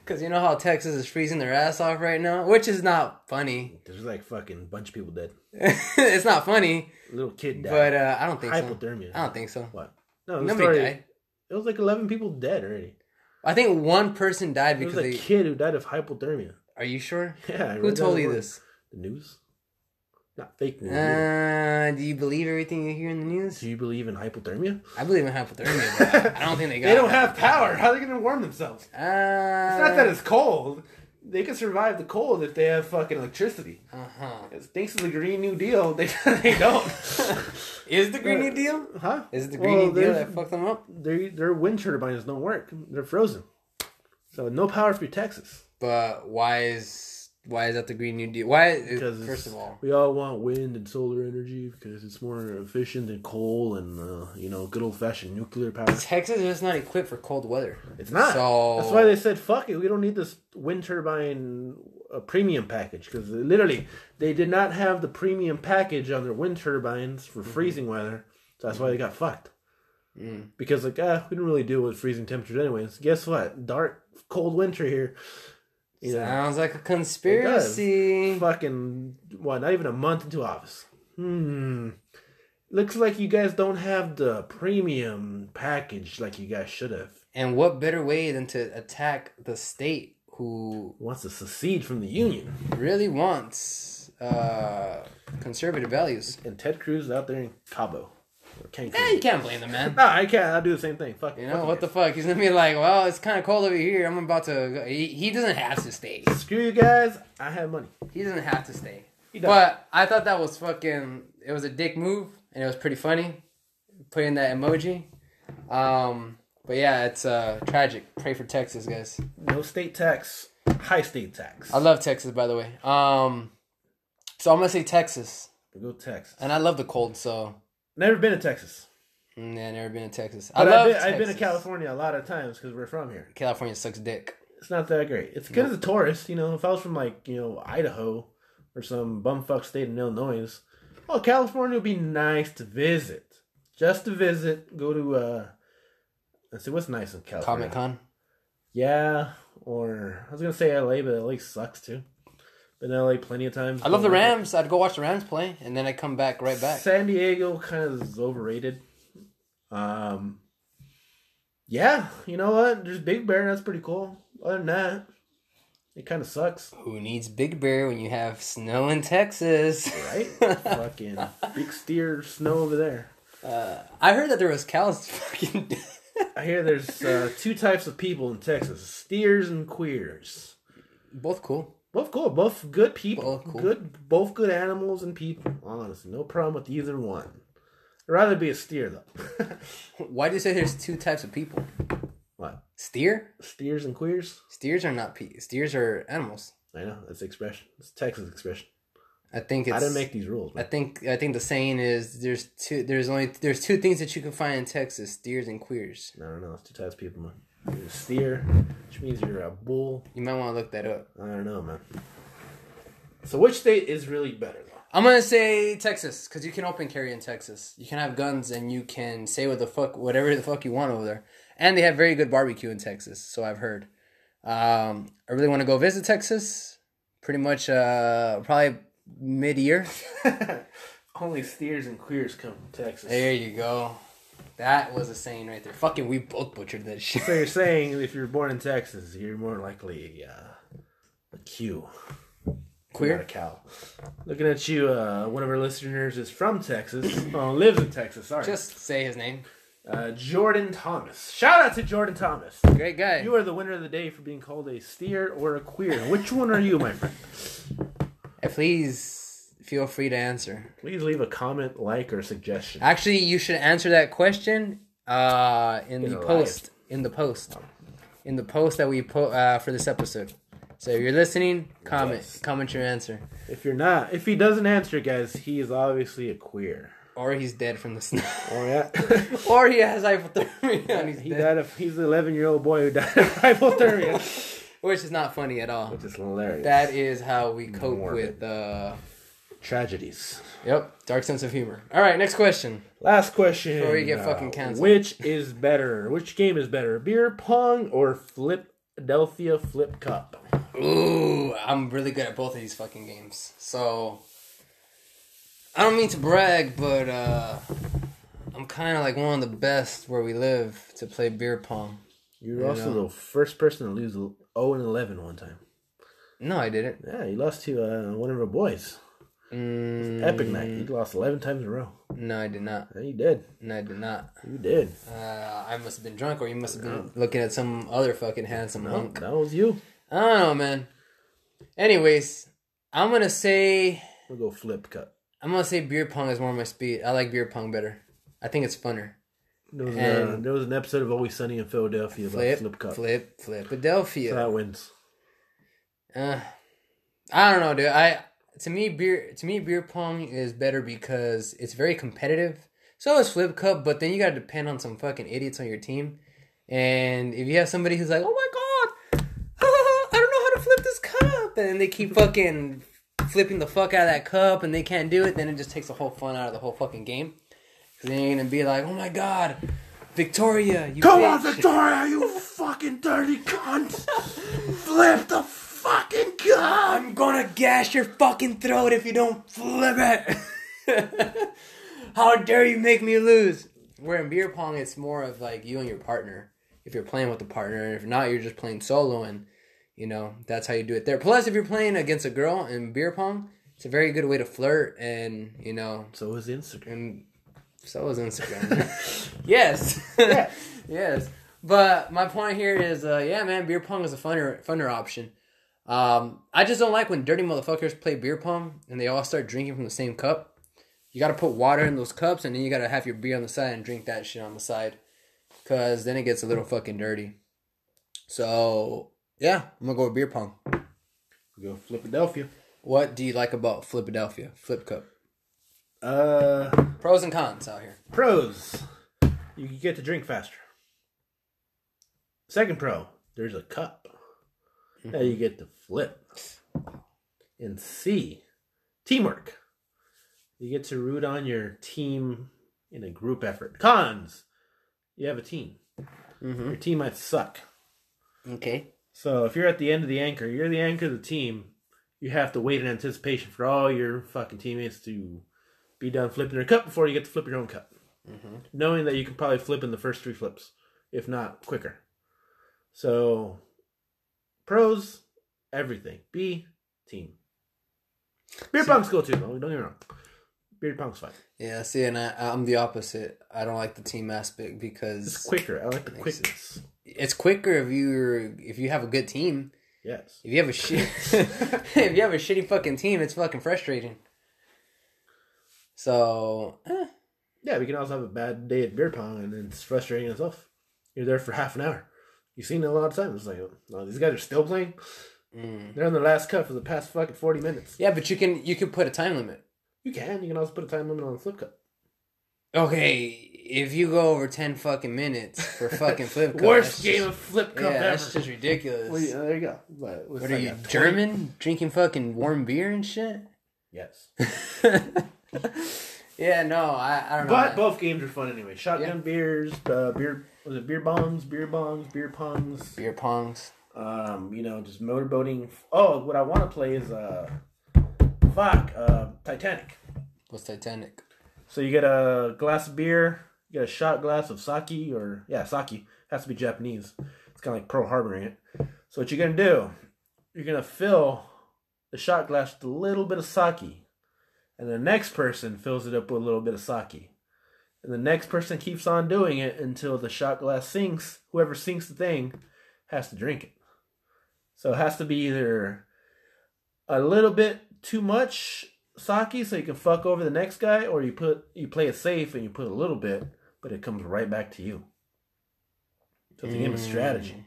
Speaker 1: Because you know how Texas is freezing their ass off right now, which is not funny.
Speaker 2: There's like fucking bunch of people dead.
Speaker 1: it's not funny,
Speaker 2: Little kid died.
Speaker 1: but uh, I don't think so.
Speaker 2: Hypothermia.
Speaker 1: I don't think so.
Speaker 2: What? No, the
Speaker 1: Nobody
Speaker 2: story.
Speaker 1: died.
Speaker 2: It was like 11 people dead already.
Speaker 1: I think one person died
Speaker 2: There was
Speaker 1: because
Speaker 2: a
Speaker 1: they.
Speaker 2: kid who died of hypothermia.
Speaker 1: Are you sure?
Speaker 2: Yeah. I read that
Speaker 1: Who
Speaker 2: in
Speaker 1: told
Speaker 2: the
Speaker 1: you
Speaker 2: morning.
Speaker 1: this?
Speaker 2: The news? Not fake news. either.
Speaker 1: Uh, do you believe everything you hear in the news?
Speaker 2: Do you believe in hypothermia?
Speaker 1: I believe in hypothermia, but I don't think they got.
Speaker 2: They don't have power. How are they going to warm themselves?
Speaker 1: Uh,
Speaker 2: It's not that it's cold. They can survive the cold if they have fucking electricity.
Speaker 1: Uh huh.
Speaker 2: It's thanks to the Green New Deal, they, they don't.
Speaker 1: Is the Green New Deal?
Speaker 2: huh?
Speaker 1: Is it the Green
Speaker 2: Well,
Speaker 1: New Deal
Speaker 2: there's-
Speaker 1: that fucked them up?
Speaker 2: Their, their wind turbines don't work. They're frozen. So no power for Texas.
Speaker 1: But why is why is that the Green New Deal? Why? Is,
Speaker 2: Because
Speaker 1: first of all,
Speaker 2: we all want wind and solar energy because it's more efficient than coal and uh, you know good old fashioned nuclear power.
Speaker 1: Texas is not equipped for cold weather.
Speaker 2: It's not.
Speaker 1: So
Speaker 2: That's why they said, "Fuck it, we don't need this wind turbine uh, premium package." Because literally, they did not have the premium package on their wind turbines for freezing weather. So that's why they got fucked. Because like, ah, we didn't really deal with freezing temperatures anyways. Guess what? Dark, cold winter here. You know,
Speaker 1: sounds like a
Speaker 2: it does.
Speaker 1: conspiracy.
Speaker 2: Fucking what? Not even a month into office. Hmm. Looks like you guys don't have the premium package like you guys should have.
Speaker 1: And what better way than to attack the state who
Speaker 2: Wants to secede from the union.
Speaker 1: really wants uh, conservative values?
Speaker 2: and Ted Cruz is out there in Cabo or Cancun.
Speaker 1: Yeah, you can't blame the man.
Speaker 2: No, I can't. I'll do the same thing. Fuck.
Speaker 1: You know what the fuck? He's gonna be like, well, it's kind of cold over here. I'm about to. Go. He, he doesn't have to stay.
Speaker 2: the? Screw you guys. I have money.
Speaker 1: He doesn't have to stay.
Speaker 2: doesn't.
Speaker 1: But I thought that was fucking. It was a dick move, and it was pretty funny. Put in that emoji. Um, but yeah, it's uh, tragic. Pray for Texas, guys.
Speaker 2: No state tax. High state tax.
Speaker 1: I love Texas, by the way. Um, so I'm gonna say Texas,
Speaker 2: Go Texas.
Speaker 1: and I love the cold. So
Speaker 2: Never been to Texas.
Speaker 1: mm, yeah, never been to Texas. I
Speaker 2: But
Speaker 1: love.
Speaker 2: I've been, I've been to
Speaker 1: Texas.
Speaker 2: California a lot of times because we're from here.
Speaker 1: California sucks dick.
Speaker 2: It's not that great. It's good as a tourist, you know. If I was from like you know Idaho or some bumfuck state in Illinois, well, California would be nice to visit. just a visit. Go to uh, let's see what's nice in California.
Speaker 1: Comic Con.
Speaker 2: Yeah, or I was gonna say LA, but LA sucks too. Been in LA plenty of times.
Speaker 1: I love the
Speaker 2: Don't like it.
Speaker 1: Rams. I'd go watch the Rams play, and then I come back right back.
Speaker 2: San Diego kind of is overrated. Um, yeah, you know what? There's Big Bear. That's pretty cool. Other than that, it kind of sucks,
Speaker 1: Who needs Big Bear when you have snow in Texas?
Speaker 2: right? Fucking big steer snow over there.
Speaker 1: I heard that there was cows fucking.
Speaker 2: I hear there's uh, two types of people in Texas: steers and queers.
Speaker 1: Both cool.
Speaker 2: Both cool, both good people,
Speaker 1: Both cool.
Speaker 2: good, both good animals and people. Honestly, no problem with either one. I'd rather be a steer though.
Speaker 1: Why do you say there's two types of people?
Speaker 2: what
Speaker 1: Steer?
Speaker 2: steers and queers?
Speaker 1: Steers are not pe- steers are animals.
Speaker 2: I know that's the expression. It's a Texas expression.
Speaker 1: I think it's
Speaker 2: I didn't make these rules.
Speaker 1: I
Speaker 2: Man.
Speaker 1: think I think the saying is there's two there's only there's two things that you can find in Texas, steers and queers.
Speaker 2: I don't know. It's two types of people, man. You're a steer, which means you're a bull.
Speaker 1: You might want to look that up.
Speaker 2: I don't know, man. So which state is really better? Though?
Speaker 1: I'm gonna say Texas because you can open carry in Texas. You can have guns and you can say what the fuck, whatever the fuck you want over there. And they have very good barbecue in Texas, so I've heard. Um, I really want to go visit Texas. Pretty much, uh, probably mid year.
Speaker 2: Only steers and queers come from Texas.
Speaker 1: There you go. That was a saying right there. Fucking, we both butchered that shit.
Speaker 2: So you're saying if you're born in Texas, you're more likely uh, a Q, not a
Speaker 1: Queer.
Speaker 2: cow. Looking at you, uh, one of our listeners is from Texas. oh, lives in Texas. Sorry,
Speaker 1: Just say his name.
Speaker 2: uh, Jordan Thomas. Shout out to Jordan Thomas.
Speaker 1: Great guy.
Speaker 2: You are the winner of the day for being called a steer or a queer. Which one are you, my friend?
Speaker 1: And Please feel free to answer.
Speaker 2: Please leave a comment, like, or suggestion.
Speaker 1: Actually, you should answer that question uh, in the
Speaker 2: a live.
Speaker 1: post. In the post. In the post that we put uh, for this episode. So if you're listening, comment
Speaker 2: Yes.
Speaker 1: comment your answer.
Speaker 2: If you're not, if he doesn't answer, guys, he is obviously a queer.
Speaker 1: Or he's dead from the snow.
Speaker 2: Oh yeah,
Speaker 1: or he has hypothermia and he's
Speaker 2: he
Speaker 1: dead.
Speaker 2: died. Of, he's an 11 year old boy who died of hypothermia.
Speaker 1: Which is not funny at all.
Speaker 2: Just hilarious.
Speaker 1: That is how we cope
Speaker 2: Morbid.
Speaker 1: with uh
Speaker 2: Tragedies.
Speaker 1: Yep, dark sense of humor. Alright, next question.
Speaker 2: Last question.
Speaker 1: Before we get fucking canceled.
Speaker 2: Which is better? Which game is better? Beer pong or Flip Delphia Flip Cup?
Speaker 1: Ooh, I'm really good at both of these fucking games. So I don't mean to brag, but uh I'm kind of like one of the best where we live to play beer pong.
Speaker 2: You're also the first person to lose 0 and 11 one time.
Speaker 1: No, I didn't.
Speaker 2: Yeah, you lost to uh, one of our boys.
Speaker 1: Mm,
Speaker 2: Epic night. You lost 11 times in a row.
Speaker 1: no, I did not.
Speaker 2: Yeah, you did.
Speaker 1: No, I did not.
Speaker 2: You did.
Speaker 1: Uh, I must have been drunk, or you must have been looking at some other fucking handsome hunk.
Speaker 2: That was you.
Speaker 1: I don't know, man. Anyways, I'm gonna say
Speaker 2: We'll go Flip Cup.
Speaker 1: I'm gonna say beer pong is more my speed. I like beer pong better. I think it's funner.
Speaker 2: There was, a,
Speaker 1: And-
Speaker 2: there was an episode of Always Sunny in Philadelphia about
Speaker 1: Flip,
Speaker 2: Flip Cup.
Speaker 1: flip, flipadelphia.
Speaker 2: So that wins.
Speaker 1: Uh, I don't know, dude. I to me beer to me beer pong is better because it's very competitive. So is flip cup, but then you gotta depend on some fucking idiots on your team. And if you have somebody who's like, "Oh my god, I don't know how to flip this cup," and then they keep fucking flipping the fuck out of that cup and they can't do it, then it just takes the whole fun out of the whole fucking game. Cause then you're gonna be like, "Oh my god, Victoria, you
Speaker 2: Come
Speaker 1: bitch."
Speaker 2: on, Victoria, you fucking dirty cunt! Flip the fucking cup!
Speaker 1: I'm gonna gash your fucking throat if you don't flip it. How dare you make me lose? Where in beer pong, it's more of like you and your partner. If you're playing with a partner, if not, you're just playing solo, and you know that's how you do it there. Plus, if you're playing against a girl in beer pong, it's a very good way to flirt, and you know,
Speaker 2: So is Instagram.
Speaker 1: and so is Instagram. yes.
Speaker 2: Yes.
Speaker 1: yes. But my point here is, uh, yeah, man, beer pong is a funner, funner option. Um, I just don't like when dirty motherfuckers play beer pong and they all start drinking from the same cup. You gotta put water in those cups and then you gotta have your beer on the side and drink that shit on the side. Cause then it gets a little fucking dirty. So, yeah, I'm gonna go with beer pong.
Speaker 2: We go Philadelphia.
Speaker 1: What do you like about Flipadelphia? Flip cup.
Speaker 2: Uh,
Speaker 1: Pros and cons out here.
Speaker 2: pros. You can get to drink faster. Second pro, there's a cup. Now you get to flip. And C, teamwork. You get to root on your team in a group effort. Cons: you have a team. Your team might suck.
Speaker 1: Okay.
Speaker 2: So if you're at the end of the anchor, you're the anchor of the team. You have to wait in anticipation for all your fucking teammates to be done flipping their cup before you get to flip your own cup, knowing that you can probably flip in the first three flips, if not quicker. So, pros, everything. B team. Beer pong's cool too, though. Don't get me wrong. Beer pong's fine.
Speaker 1: Yeah. See, and I, I'm the opposite. I don't like the team aspect because
Speaker 2: It's quicker. I like the quickness.
Speaker 1: it's quicker if you if you have a good team.
Speaker 2: Yes.
Speaker 1: If you have a shit, if you have a shitty fucking team, it's fucking frustrating. So, eh,
Speaker 2: Yeah, we can also have a bad day at beer pong, and it's frustrating in itself. You're there for half an hour. You've seen it a lot of times. It's like, oh, these guys are still playing.
Speaker 1: mm.
Speaker 2: They're on the last cut for the past fucking forty minutes.
Speaker 1: yeah, but you can you can put a time limit.
Speaker 2: You can. You can also put a time limit on the flip cup.
Speaker 1: Okay, if you go over ten fucking minutes for fucking flip cup,
Speaker 2: Worst
Speaker 1: that's
Speaker 2: game
Speaker 1: just-
Speaker 2: of flip
Speaker 1: yeah,
Speaker 2: cup
Speaker 1: that's
Speaker 2: ever.
Speaker 1: just ridiculous.
Speaker 2: Well, yeah, there you go. But
Speaker 1: what are you German drinking fucking warm beer and shit?
Speaker 2: Yes.
Speaker 1: yeah, no, I, I don't know.
Speaker 2: But both games are fun anyway. Shotgun beers, uh, beer was it beer bombs, beer bongs, beer pongs.
Speaker 1: beer pongs.
Speaker 2: Um, you know, just motorboating. Oh, what I want to play is uh, fuck, uh, Titanic.
Speaker 1: What's Titanic?
Speaker 2: So you get a glass of beer, you get a shot glass of sake or yeah, sake has to be Japanese. It's kind of like Pearl Harboring it. So what you're gonna do? You're gonna fill the shot glass with a little bit of sake, and the next person fills it up with a little bit of sake, and the next person keeps on doing it until the shot glass sinks. Whoever sinks the thing has to drink it. So it has to be either a little bit too much sake so you can fuck over the next guy, or you put you play it safe and you put a little bit, but it comes right back to you. So it's a game of strategy.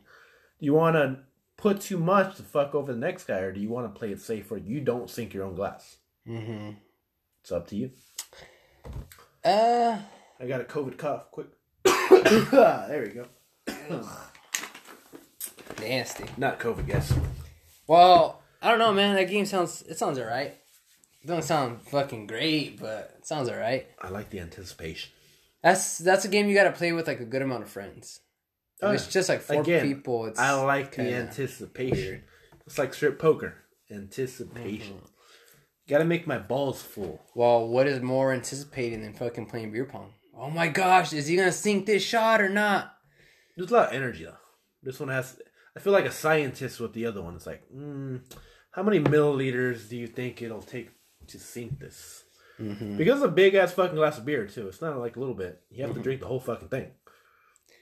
Speaker 2: Do you want to put too much to fuck over the next guy, or do you want to play it safe where you don't sink your own glass?
Speaker 1: Mm-hmm.
Speaker 2: It's up to you.
Speaker 1: Uh,
Speaker 2: I got a COVID cough. Quick. there we go.
Speaker 1: nasty.
Speaker 2: Not COVID, guess.
Speaker 1: Well, I don't know, man. That game sounds it sounds alright. Don't sound fucking great, but it sounds alright.
Speaker 2: I like the anticipation.
Speaker 1: That's that's a game you got to play with like a good amount of friends. If
Speaker 2: Oh,
Speaker 1: it's just like four
Speaker 2: again,
Speaker 1: people. It's
Speaker 2: I like the
Speaker 1: kinda-
Speaker 2: anticipation. It's like strip poker. Anticipation.
Speaker 1: Mm-hmm.
Speaker 2: Gotta make my balls full.
Speaker 1: Well, what is more anticipating than fucking playing beer pong? Oh my gosh, is he gonna sink this shot or not?
Speaker 2: There's a lot of energy though. This one has. I feel like a scientist with the other one. It's like, mm, how many milliliters do you think it'll take to sink this?
Speaker 1: Mm-hmm.
Speaker 2: Because it's a big ass fucking glass of beer too. It's not like a little bit. You
Speaker 1: Mm-hmm.
Speaker 2: have to drink the whole fucking thing.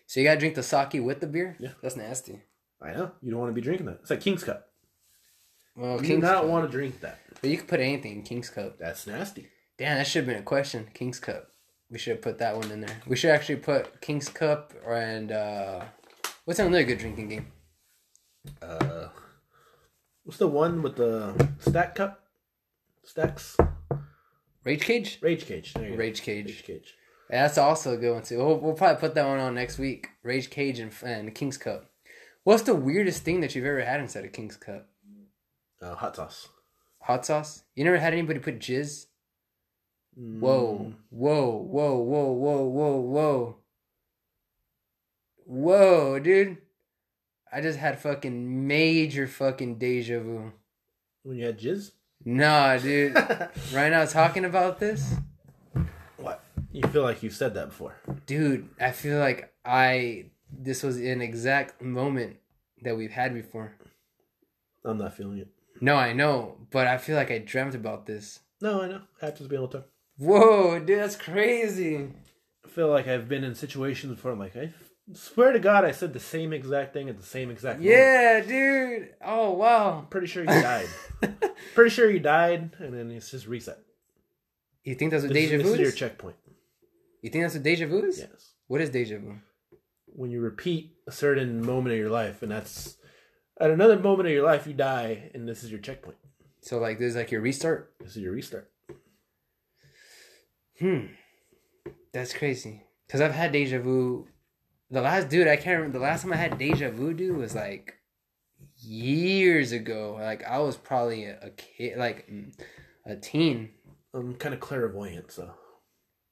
Speaker 1: So you gotta drink the sake with the beer.
Speaker 2: Yeah.
Speaker 1: that's nasty.
Speaker 2: I know you don't want to be drinking that. It's like King's Cup.
Speaker 1: Well,
Speaker 2: You do
Speaker 1: King's
Speaker 2: not
Speaker 1: Cup.
Speaker 2: want to drink that.
Speaker 1: But you could put anything in King's Cup.
Speaker 2: That's nasty.
Speaker 1: Damn, that should have been a question. King's Cup. We should have put that one in there. We should actually put King's Cup or- and uh, what's another good drinking game?
Speaker 2: Uh, what's the one with the stack cup? Stacks.
Speaker 1: Rage Cage.
Speaker 2: Rage cage. There you go.
Speaker 1: Rage Cage.
Speaker 2: Rage cage.
Speaker 1: Yeah, that's also a good one too. We'll, we'll probably put that one on next week. Rage Cage and, and King's Cup. What's the weirdest thing that you've ever had inside a King's Cup?
Speaker 2: Uh, hot sauce.
Speaker 1: Hot sauce. You never had anybody put jizz.
Speaker 2: Mm,
Speaker 1: Whoa, whoa, whoa, whoa, whoa, whoa, whoa. Whoa, dude. I just had fucking major fucking deja vu.
Speaker 2: When you had jizz.
Speaker 1: Nah, dude. right now talking about this,
Speaker 2: What? You feel like you've said that before.
Speaker 1: dude, I feel like I this was an exact moment that we've had before.
Speaker 2: I'm not feeling it.
Speaker 1: No, I know, but I feel like I dreamt about this.
Speaker 2: No, I know. Happens to be all the time.
Speaker 1: Whoa, dude, that's crazy.
Speaker 2: I feel like I've been in situations before. I'm like, I swear to God, I said the same exact thing at the same exact moment.
Speaker 1: Yeah, dude. Oh, wow.
Speaker 2: Pretty sure you died. Pretty sure you died, and then it's just reset.
Speaker 1: You think that's what
Speaker 2: This, is-
Speaker 1: deja
Speaker 2: this
Speaker 1: vu
Speaker 2: is your
Speaker 1: is?
Speaker 2: checkpoint.
Speaker 1: You think that's what deja vu is?
Speaker 2: Yes.
Speaker 1: What is deja vu?
Speaker 2: When you repeat a certain moment of your life, and that's at another moment of your life, you die, and this is your checkpoint.
Speaker 1: So like this is like your restart?
Speaker 2: This is your restart.
Speaker 1: Hmm. That's crazy. Cause I've had deja vu the last dude, I can't remember the last time I had deja vu dude was like years ago. Like I was probably a, a kid like mm, a teen.
Speaker 2: I'm kind of clairvoyant, so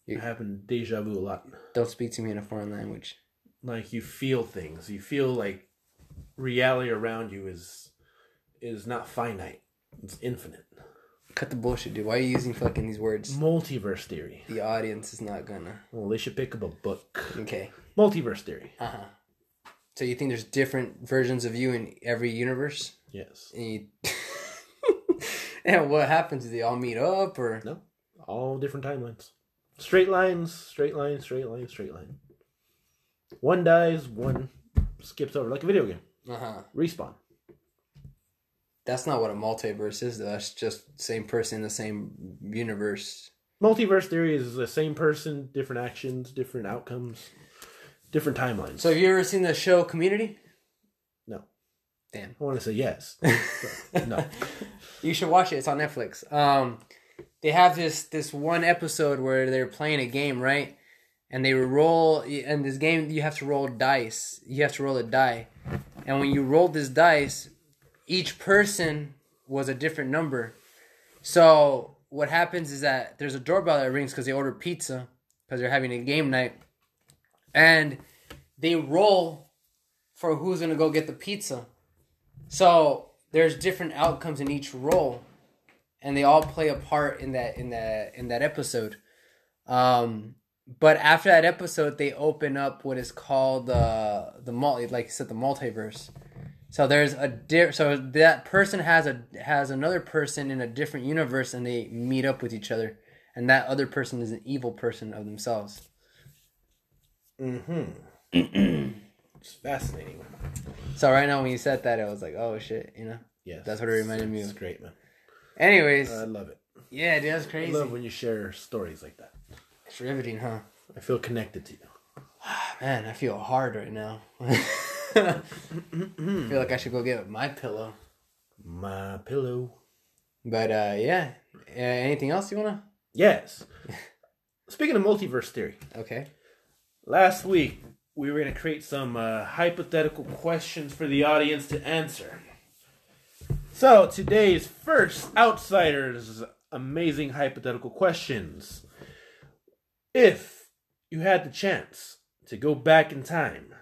Speaker 2: I have deja vu a lot.
Speaker 1: Don't speak to me in a foreign language.
Speaker 2: Like you feel things. You feel like reality around you is is not finite. It's infinite.
Speaker 1: Cut the bullshit, dude. Why are you using fucking these words?
Speaker 2: Multiverse theory.
Speaker 1: The audience is not gonna.
Speaker 2: Well, they should pick up a book.
Speaker 1: Okay.
Speaker 2: Multiverse theory.
Speaker 1: Uh huh. So you think there's different versions of you in every universe?
Speaker 2: Yes.
Speaker 1: And, you... and what happens? Do they all meet up or?
Speaker 2: No. All different timelines. Straight lines, straight line, straight line, straight line. One dies, one skips over like a video game.
Speaker 1: Uh huh.
Speaker 2: Respawn.
Speaker 1: That's not what a multiverse is. Though. That's just same person in the same universe.
Speaker 2: Multiverse theory is the same person, different actions, different outcomes, different timelines.
Speaker 1: So have you ever seen the show Community?
Speaker 2: no.
Speaker 1: Damn.
Speaker 2: I want to say yes. but no.
Speaker 1: You should watch it. It's on Netflix. Um, they have this this one episode where they're playing a game, right? And they roll. And this game, you have to roll dice. You have to roll a die. And when you rolled this dice, each person was a different number. So what happens is that there's a doorbell that rings because they ordered pizza because they're having a game night, and they roll for who's gonna go get the pizza. So there's different outcomes in each role, and they all play a part in that in that in that episode. Um, but after that episode, they open up what is called uh, the multi, like you said, the multiverse. So there's a di- so that person has a has another person in a different universe, and they meet up with each other, and that other person is an evil person of themselves.
Speaker 2: It's fascinating.
Speaker 1: So right now, when you said that, I was like, oh shit, you know.
Speaker 2: Yes.
Speaker 1: That's what it reminded me
Speaker 2: It's
Speaker 1: of.
Speaker 2: great, man.
Speaker 1: Anyways,
Speaker 2: I love it.
Speaker 1: yeah, dude, that's
Speaker 2: Uh, I
Speaker 1: crazy.
Speaker 2: love when you share stories like that.
Speaker 1: It's riveting, huh?
Speaker 2: I feel connected to you.
Speaker 1: Man, I feel hard right now. I feel like I should go get my pillow.
Speaker 2: My pillow.
Speaker 1: But uh, yeah, uh, anything else you wanna?
Speaker 2: Yes. Speaking of multiverse theory,
Speaker 1: Okay.
Speaker 2: last week we were going to create some uh, hypothetical questions for the audience to answer. So today's first outsiders amazing hypothetical questions. If you had the chance to go back in time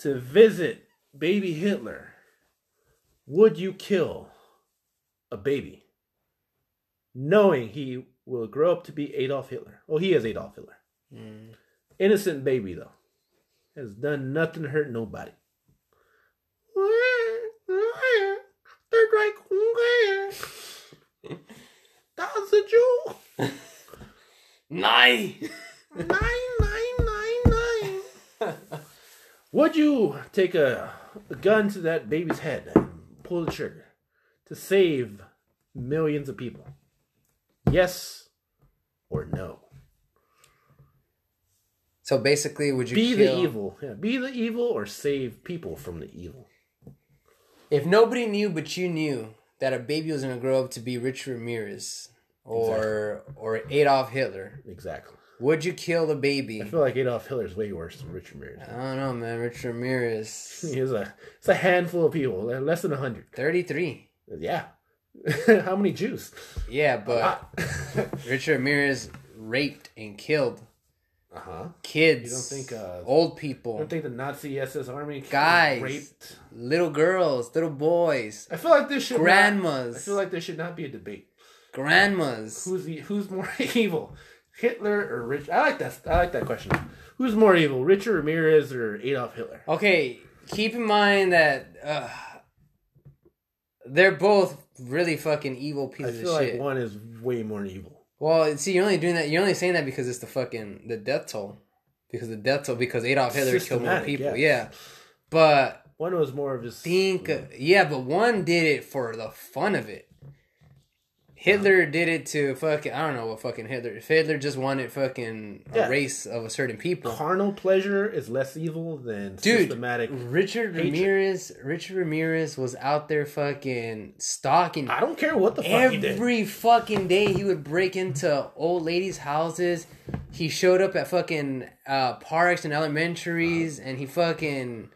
Speaker 2: to visit baby Hitler, would you kill a baby knowing he will grow up to be Adolf Hitler? Well, he is Adolf Hitler. Innocent baby though. Has done nothing to hurt nobody. Third Reich. That's a Jew.
Speaker 1: Nine.
Speaker 2: Nine, nine, nine, nine. Would you take a, a gun to that baby's head and pull the trigger to save millions of people? Yes or no?
Speaker 1: So basically, would you
Speaker 2: Be
Speaker 1: kill-
Speaker 2: the evil. Yeah, be the evil or save people from the evil.
Speaker 1: If nobody knew but you knew that a baby was gonna grow up to be Richard Ramirez or or Adolf Hitler,
Speaker 2: Exactly.
Speaker 1: would you kill the baby?
Speaker 2: I feel like Adolf Hitler's way worse than Richard Ramirez.
Speaker 1: I don't know, man. Richard Ramirez,
Speaker 2: He was a it's a handful of people, uh, less than a hundred.
Speaker 1: thirty-three.
Speaker 2: Yeah, how many Jews?
Speaker 1: Yeah, but
Speaker 2: Ah.
Speaker 1: Richard Ramirez raped and killed
Speaker 2: uh huh.
Speaker 1: kids.
Speaker 2: think, uh,
Speaker 1: old
Speaker 2: I
Speaker 1: people?
Speaker 2: don't think the Nazi SS army
Speaker 1: Guys.
Speaker 2: raped.
Speaker 1: little girls, little boys,
Speaker 2: I feel like this should
Speaker 1: Grandmas.
Speaker 2: Not, I feel like there should not be a debate.
Speaker 1: grandmas.
Speaker 2: Who's the, who's more evil, Hitler or Rich? I like that. I like that question. Who's more evil, Richard Ramirez or Adolf Hitler?
Speaker 1: Okay, keep in mind that uh, they're both really fucking evil
Speaker 2: I
Speaker 1: pieces
Speaker 2: feel
Speaker 1: of
Speaker 2: like
Speaker 1: shit.
Speaker 2: one is way more evil.
Speaker 1: Well, see, you're only doing that. You're only saying that because it's the fucking the death toll, because the death toll because Adolf Hitler killed more
Speaker 2: Systematic,
Speaker 1: people.
Speaker 2: yes.
Speaker 1: Yeah, but
Speaker 2: One was more of his.
Speaker 1: think
Speaker 2: Mm.
Speaker 1: yeah, but one did it for the fun of it. Hitler did it to fucking I don't know what fucking Hitler. Hitler just wanted fucking
Speaker 2: Yeah.
Speaker 1: a race of a certain people.
Speaker 2: carnal pleasure is less evil than
Speaker 1: Dude,
Speaker 2: systematic.
Speaker 1: Richard Ramirez. Richard Ramirez was out there fucking stalking
Speaker 2: I don't care what the fuck he did.
Speaker 1: Every fucking day he would break into old ladies' houses. He showed up at fucking uh, parks and elementaries and he fucking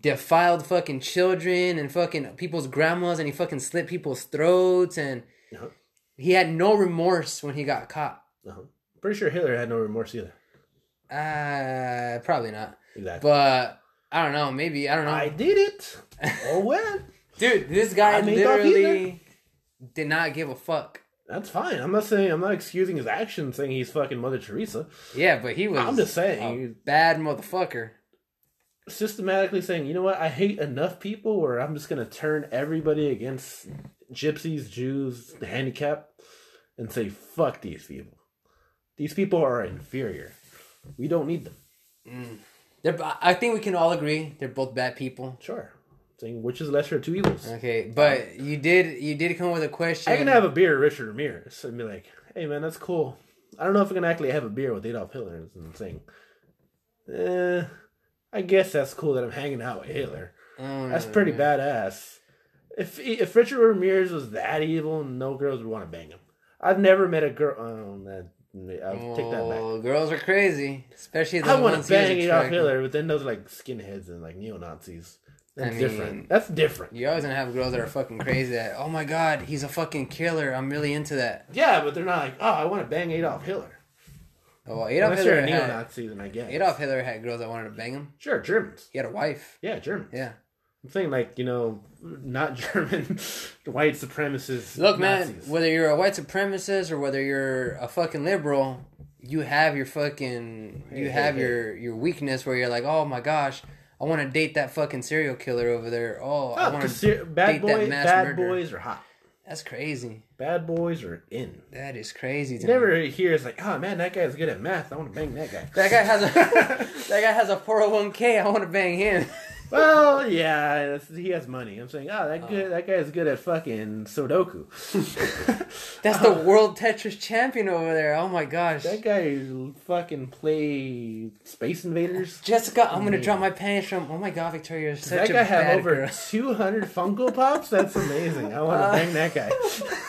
Speaker 1: defiled fucking children and fucking people's grandmas and he fucking slit people's throats and
Speaker 2: Uh-huh.
Speaker 1: he had no remorse when he got caught.
Speaker 2: Uh-huh. Pretty sure Hitler had no remorse either.
Speaker 1: Uh, probably not.
Speaker 2: Exactly.
Speaker 1: But I don't know. Maybe I don't know.
Speaker 2: I did it. oh well.
Speaker 1: Dude, this guy
Speaker 2: I mean, Adolf
Speaker 1: literally did not give a fuck.
Speaker 2: That's fine. I'm not saying I'm not excusing his actions, saying he's fucking Mother Teresa.
Speaker 1: Yeah, but he was.
Speaker 2: I'm just
Speaker 1: a
Speaker 2: saying,
Speaker 1: bad motherfucker.
Speaker 2: systematically saying, you know what? I hate enough people, where I'm just gonna turn everybody against gypsies, Jews, the handicapped, and say fuck these people. These people are inferior. We don't need them.
Speaker 1: They're, b- I think we can all agree they're both bad people.
Speaker 2: Sure. Saying which is lesser of two evils.
Speaker 1: Okay, but you did you did come with a question.
Speaker 2: I can have a beer with Richard Ramirez and be like, hey man, that's cool. I don't know if I can actually have a beer with Adolf Hitler and saying, eh, I guess that's cool that I'm hanging out with Hitler.
Speaker 1: Mm,
Speaker 2: That's pretty badass. If if Richard Ramirez was that evil, no girls would want to bang him. I've never met a girl. Oh, that, I'll take that back.
Speaker 1: oh, girls are crazy, especially the
Speaker 2: I want
Speaker 1: ones
Speaker 2: to
Speaker 1: he was
Speaker 2: bang Adolf
Speaker 1: attracting.
Speaker 2: Hitler, but then those are like skinheads and like neo Nazis. That's
Speaker 1: mean-
Speaker 2: different. That's different.
Speaker 1: You always gonna have girls that are fucking crazy. That oh my god, he's a fucking killer. I'm really into that.
Speaker 2: Yeah, but they're not like, oh, I want to bang Adolf Hitler.
Speaker 1: Oh, well, Adolf
Speaker 2: Unless you're
Speaker 1: Hitler.
Speaker 2: a neo
Speaker 1: Had,
Speaker 2: Nazi, then I guess.
Speaker 1: Adolf Hitler had girls that wanted to bang him.
Speaker 2: Sure, Germans.
Speaker 1: He had a wife.
Speaker 2: Yeah, Germans.
Speaker 1: Yeah.
Speaker 2: I'm saying like you know, not German, white supremacists.
Speaker 1: Look, man,
Speaker 2: Nazis.
Speaker 1: whether you're a white supremacist or whether you're a fucking liberal, you have your fucking you
Speaker 2: Hey,
Speaker 1: have
Speaker 2: hey,
Speaker 1: your your weakness where you're like, "Oh my gosh, I want to date that fucking serial killer over there." Oh, I
Speaker 2: Oh,
Speaker 1: want
Speaker 2: 'cause
Speaker 1: to
Speaker 2: ser- bad
Speaker 1: date that
Speaker 2: boy,
Speaker 1: mass
Speaker 2: bad
Speaker 1: murderer.
Speaker 2: boys are hot.
Speaker 1: That's crazy.
Speaker 2: Bad boys are in.
Speaker 1: That is crazy. To
Speaker 2: You
Speaker 1: me.
Speaker 2: never hear it's like, oh man, that guy's good at math. I want to bang that guy.
Speaker 1: That guy has a that guy has a 401k. I want to bang him.
Speaker 2: well, yeah, that's- he has money. I'm saying, oh, that good, that guy's good at fucking Sudoku.
Speaker 1: That's the world Tetris champion over there. Oh my gosh.
Speaker 2: that guy fucking play Space Invaders.
Speaker 1: Jessica, I'm gonna drop my pants from. Oh my god, Victoria, you're such
Speaker 2: that
Speaker 1: a
Speaker 2: guy
Speaker 1: bad
Speaker 2: had over
Speaker 1: girl.
Speaker 2: 200 Funko Pops. That's amazing. I want to bang that guy.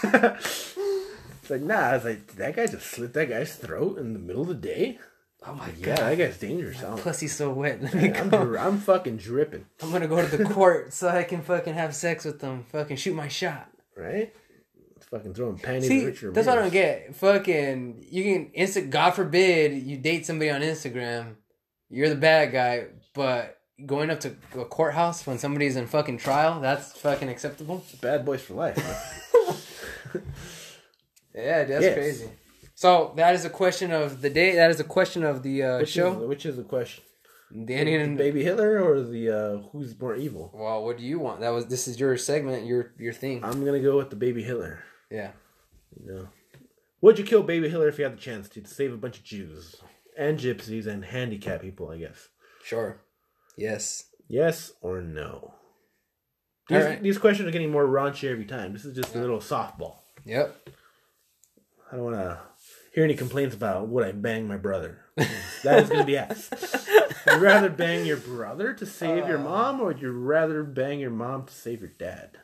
Speaker 1: Uh.
Speaker 2: it's like, nah. I was like, that guy just slit that guy's throat in the middle of the day.
Speaker 1: Oh my god,
Speaker 2: Yeah, that guy's dangerous. I'm,
Speaker 1: pussy's so wet. Let me
Speaker 2: I'm,
Speaker 1: go.
Speaker 2: dri- I'm fucking dripping,
Speaker 1: I'm gonna go to the court so I can fucking have sex with them. Fucking shoot my shot.
Speaker 2: right? Fucking throwing panties.
Speaker 1: See,
Speaker 2: at Richard
Speaker 1: that's what I
Speaker 2: Ramirez.
Speaker 1: don't get. Fucking, you can instant. God forbid you date somebody on Instagram. You're the bad guy, but going up to a courthouse when somebody's in fucking trial, that's fucking acceptable.
Speaker 2: Bad boys for life. huh?
Speaker 1: Yeah, that's
Speaker 2: Yes.
Speaker 1: crazy. So that is a question of the day. That is a question of the uh,
Speaker 2: Which is,
Speaker 1: show.
Speaker 2: which is the question?
Speaker 1: The Indian.
Speaker 2: Baby Hitler or the uh, who's more evil?
Speaker 1: Well, what do you want? That was this is your segment, your your thing.
Speaker 2: I'm gonna go with the baby Hitler.
Speaker 1: Yeah.
Speaker 2: You know, would you kill baby Hitler if you had the chance to, to save a bunch of Jews and gypsies and handicapped people? I guess.
Speaker 1: Sure. Yes.
Speaker 2: Yes or no? These,
Speaker 1: Alright.
Speaker 2: these questions are getting more raunchy every time. This is just a little softball.
Speaker 1: Yep.
Speaker 2: I don't want to hear any complaints about would I bang my brother. that is going to be asked. Would you rather bang your brother to save
Speaker 1: Uh.
Speaker 2: your mom, or would you rather bang your mom to save your dad?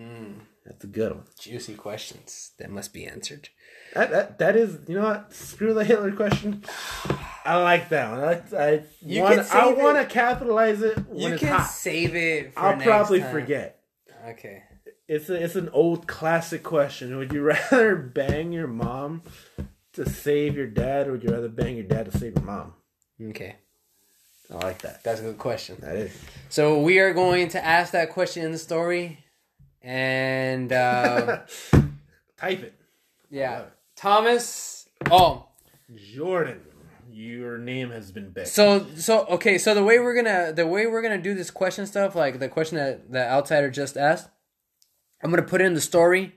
Speaker 1: Mm.
Speaker 2: That's a good one.
Speaker 1: Juicy questions that must be answered.
Speaker 2: That, that that is you know what? Screw the Hitler question. I like that one. I like- I
Speaker 1: You
Speaker 2: want
Speaker 1: can
Speaker 2: I
Speaker 1: save
Speaker 2: want to
Speaker 1: it.
Speaker 2: capitalize it when
Speaker 1: you
Speaker 2: it's
Speaker 1: can
Speaker 2: hot.
Speaker 1: save it. For
Speaker 2: I'll
Speaker 1: next
Speaker 2: probably
Speaker 1: time.
Speaker 2: forget.
Speaker 1: Okay.
Speaker 2: It's a, it's an old classic question. Would you rather bang your mom to save your dad, or would you rather bang your dad to save your mom?
Speaker 1: Okay.
Speaker 2: I like that.
Speaker 1: That's a good question.
Speaker 2: That is.
Speaker 1: So we are going to ask that question in the story, and uh,
Speaker 2: Type it.
Speaker 1: yeah, Thomas. Oh,
Speaker 2: Jordan, your name has been begged.
Speaker 1: So so okay, so the way we're gonna the way we're gonna do this question stuff, like the question that the outsider just asked, I'm gonna put it in the story,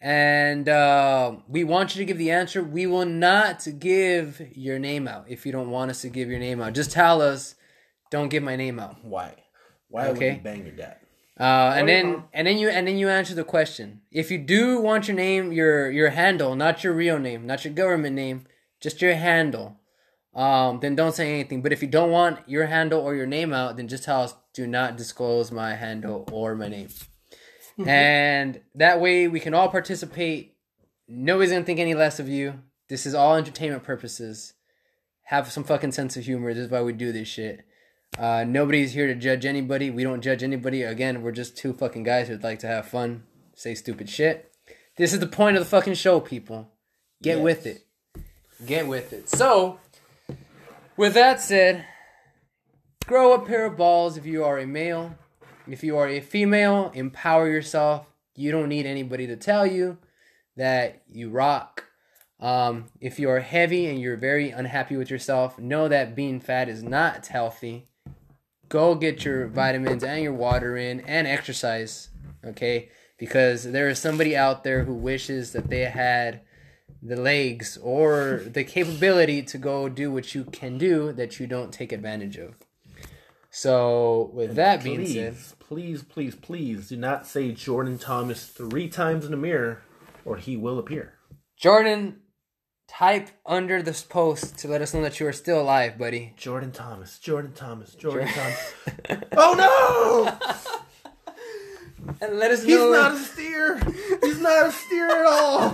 Speaker 1: and uh, we want you to give the answer. We will not give your name out if you don't want us to give your name out. Just tell us, don't give my name out.
Speaker 2: Why? Why
Speaker 1: Okay.
Speaker 2: would you bang your dad?
Speaker 1: Uh, and
Speaker 2: your
Speaker 1: then
Speaker 2: mom.
Speaker 1: and then you and then you answer the question. If you do want your name, your your handle, not your real name, not your government name, just your handle, um, then don't say anything. But if you don't want your handle or your name out, then just tell us do not disclose my handle or my name. and that way we can all participate. Nobody's gonna think any less of you. This is all entertainment purposes. Have some fucking sense of humor. This is why we do this shit. Uh, nobody's here to judge anybody. We don't judge anybody. Again, we're just two fucking guys who'd like to have fun, say stupid shit. This is the point of the fucking show, people. Get
Speaker 2: Yes.
Speaker 1: with it. Get with it. So, with that said, grow a pair of balls if you are a male. If you are a female, empower yourself. You don't need anybody to tell you that you rock. Um, if you are heavy and you're very unhappy with yourself, know that being fat is not healthy. Go get your vitamins and your water in and exercise, okay? Because there is somebody out there who wishes that they had the legs or the capability to go do what you can do that you don't take advantage of. So, with that being said,
Speaker 2: Please, please, please, please do not say Jordan Thomas three times in the mirror or he will appear.
Speaker 1: Jordan, type under this post to let us know that you are still alive, buddy.
Speaker 2: Jordan Thomas, Jordan Thomas, Jordan Thomas. oh no!
Speaker 1: And let us
Speaker 2: He's
Speaker 1: know.
Speaker 2: not a steer! He's not a steer at all!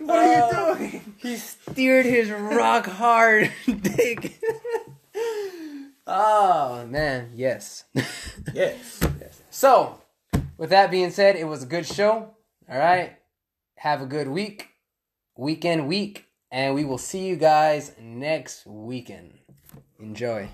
Speaker 2: What are you doing?
Speaker 1: He steered his rock hard dick. oh man, yes.
Speaker 2: Yes.
Speaker 1: so, with that being said, it was a good show. All right, have a good week, weekend, week, and we will see you guys next weekend. Enjoy.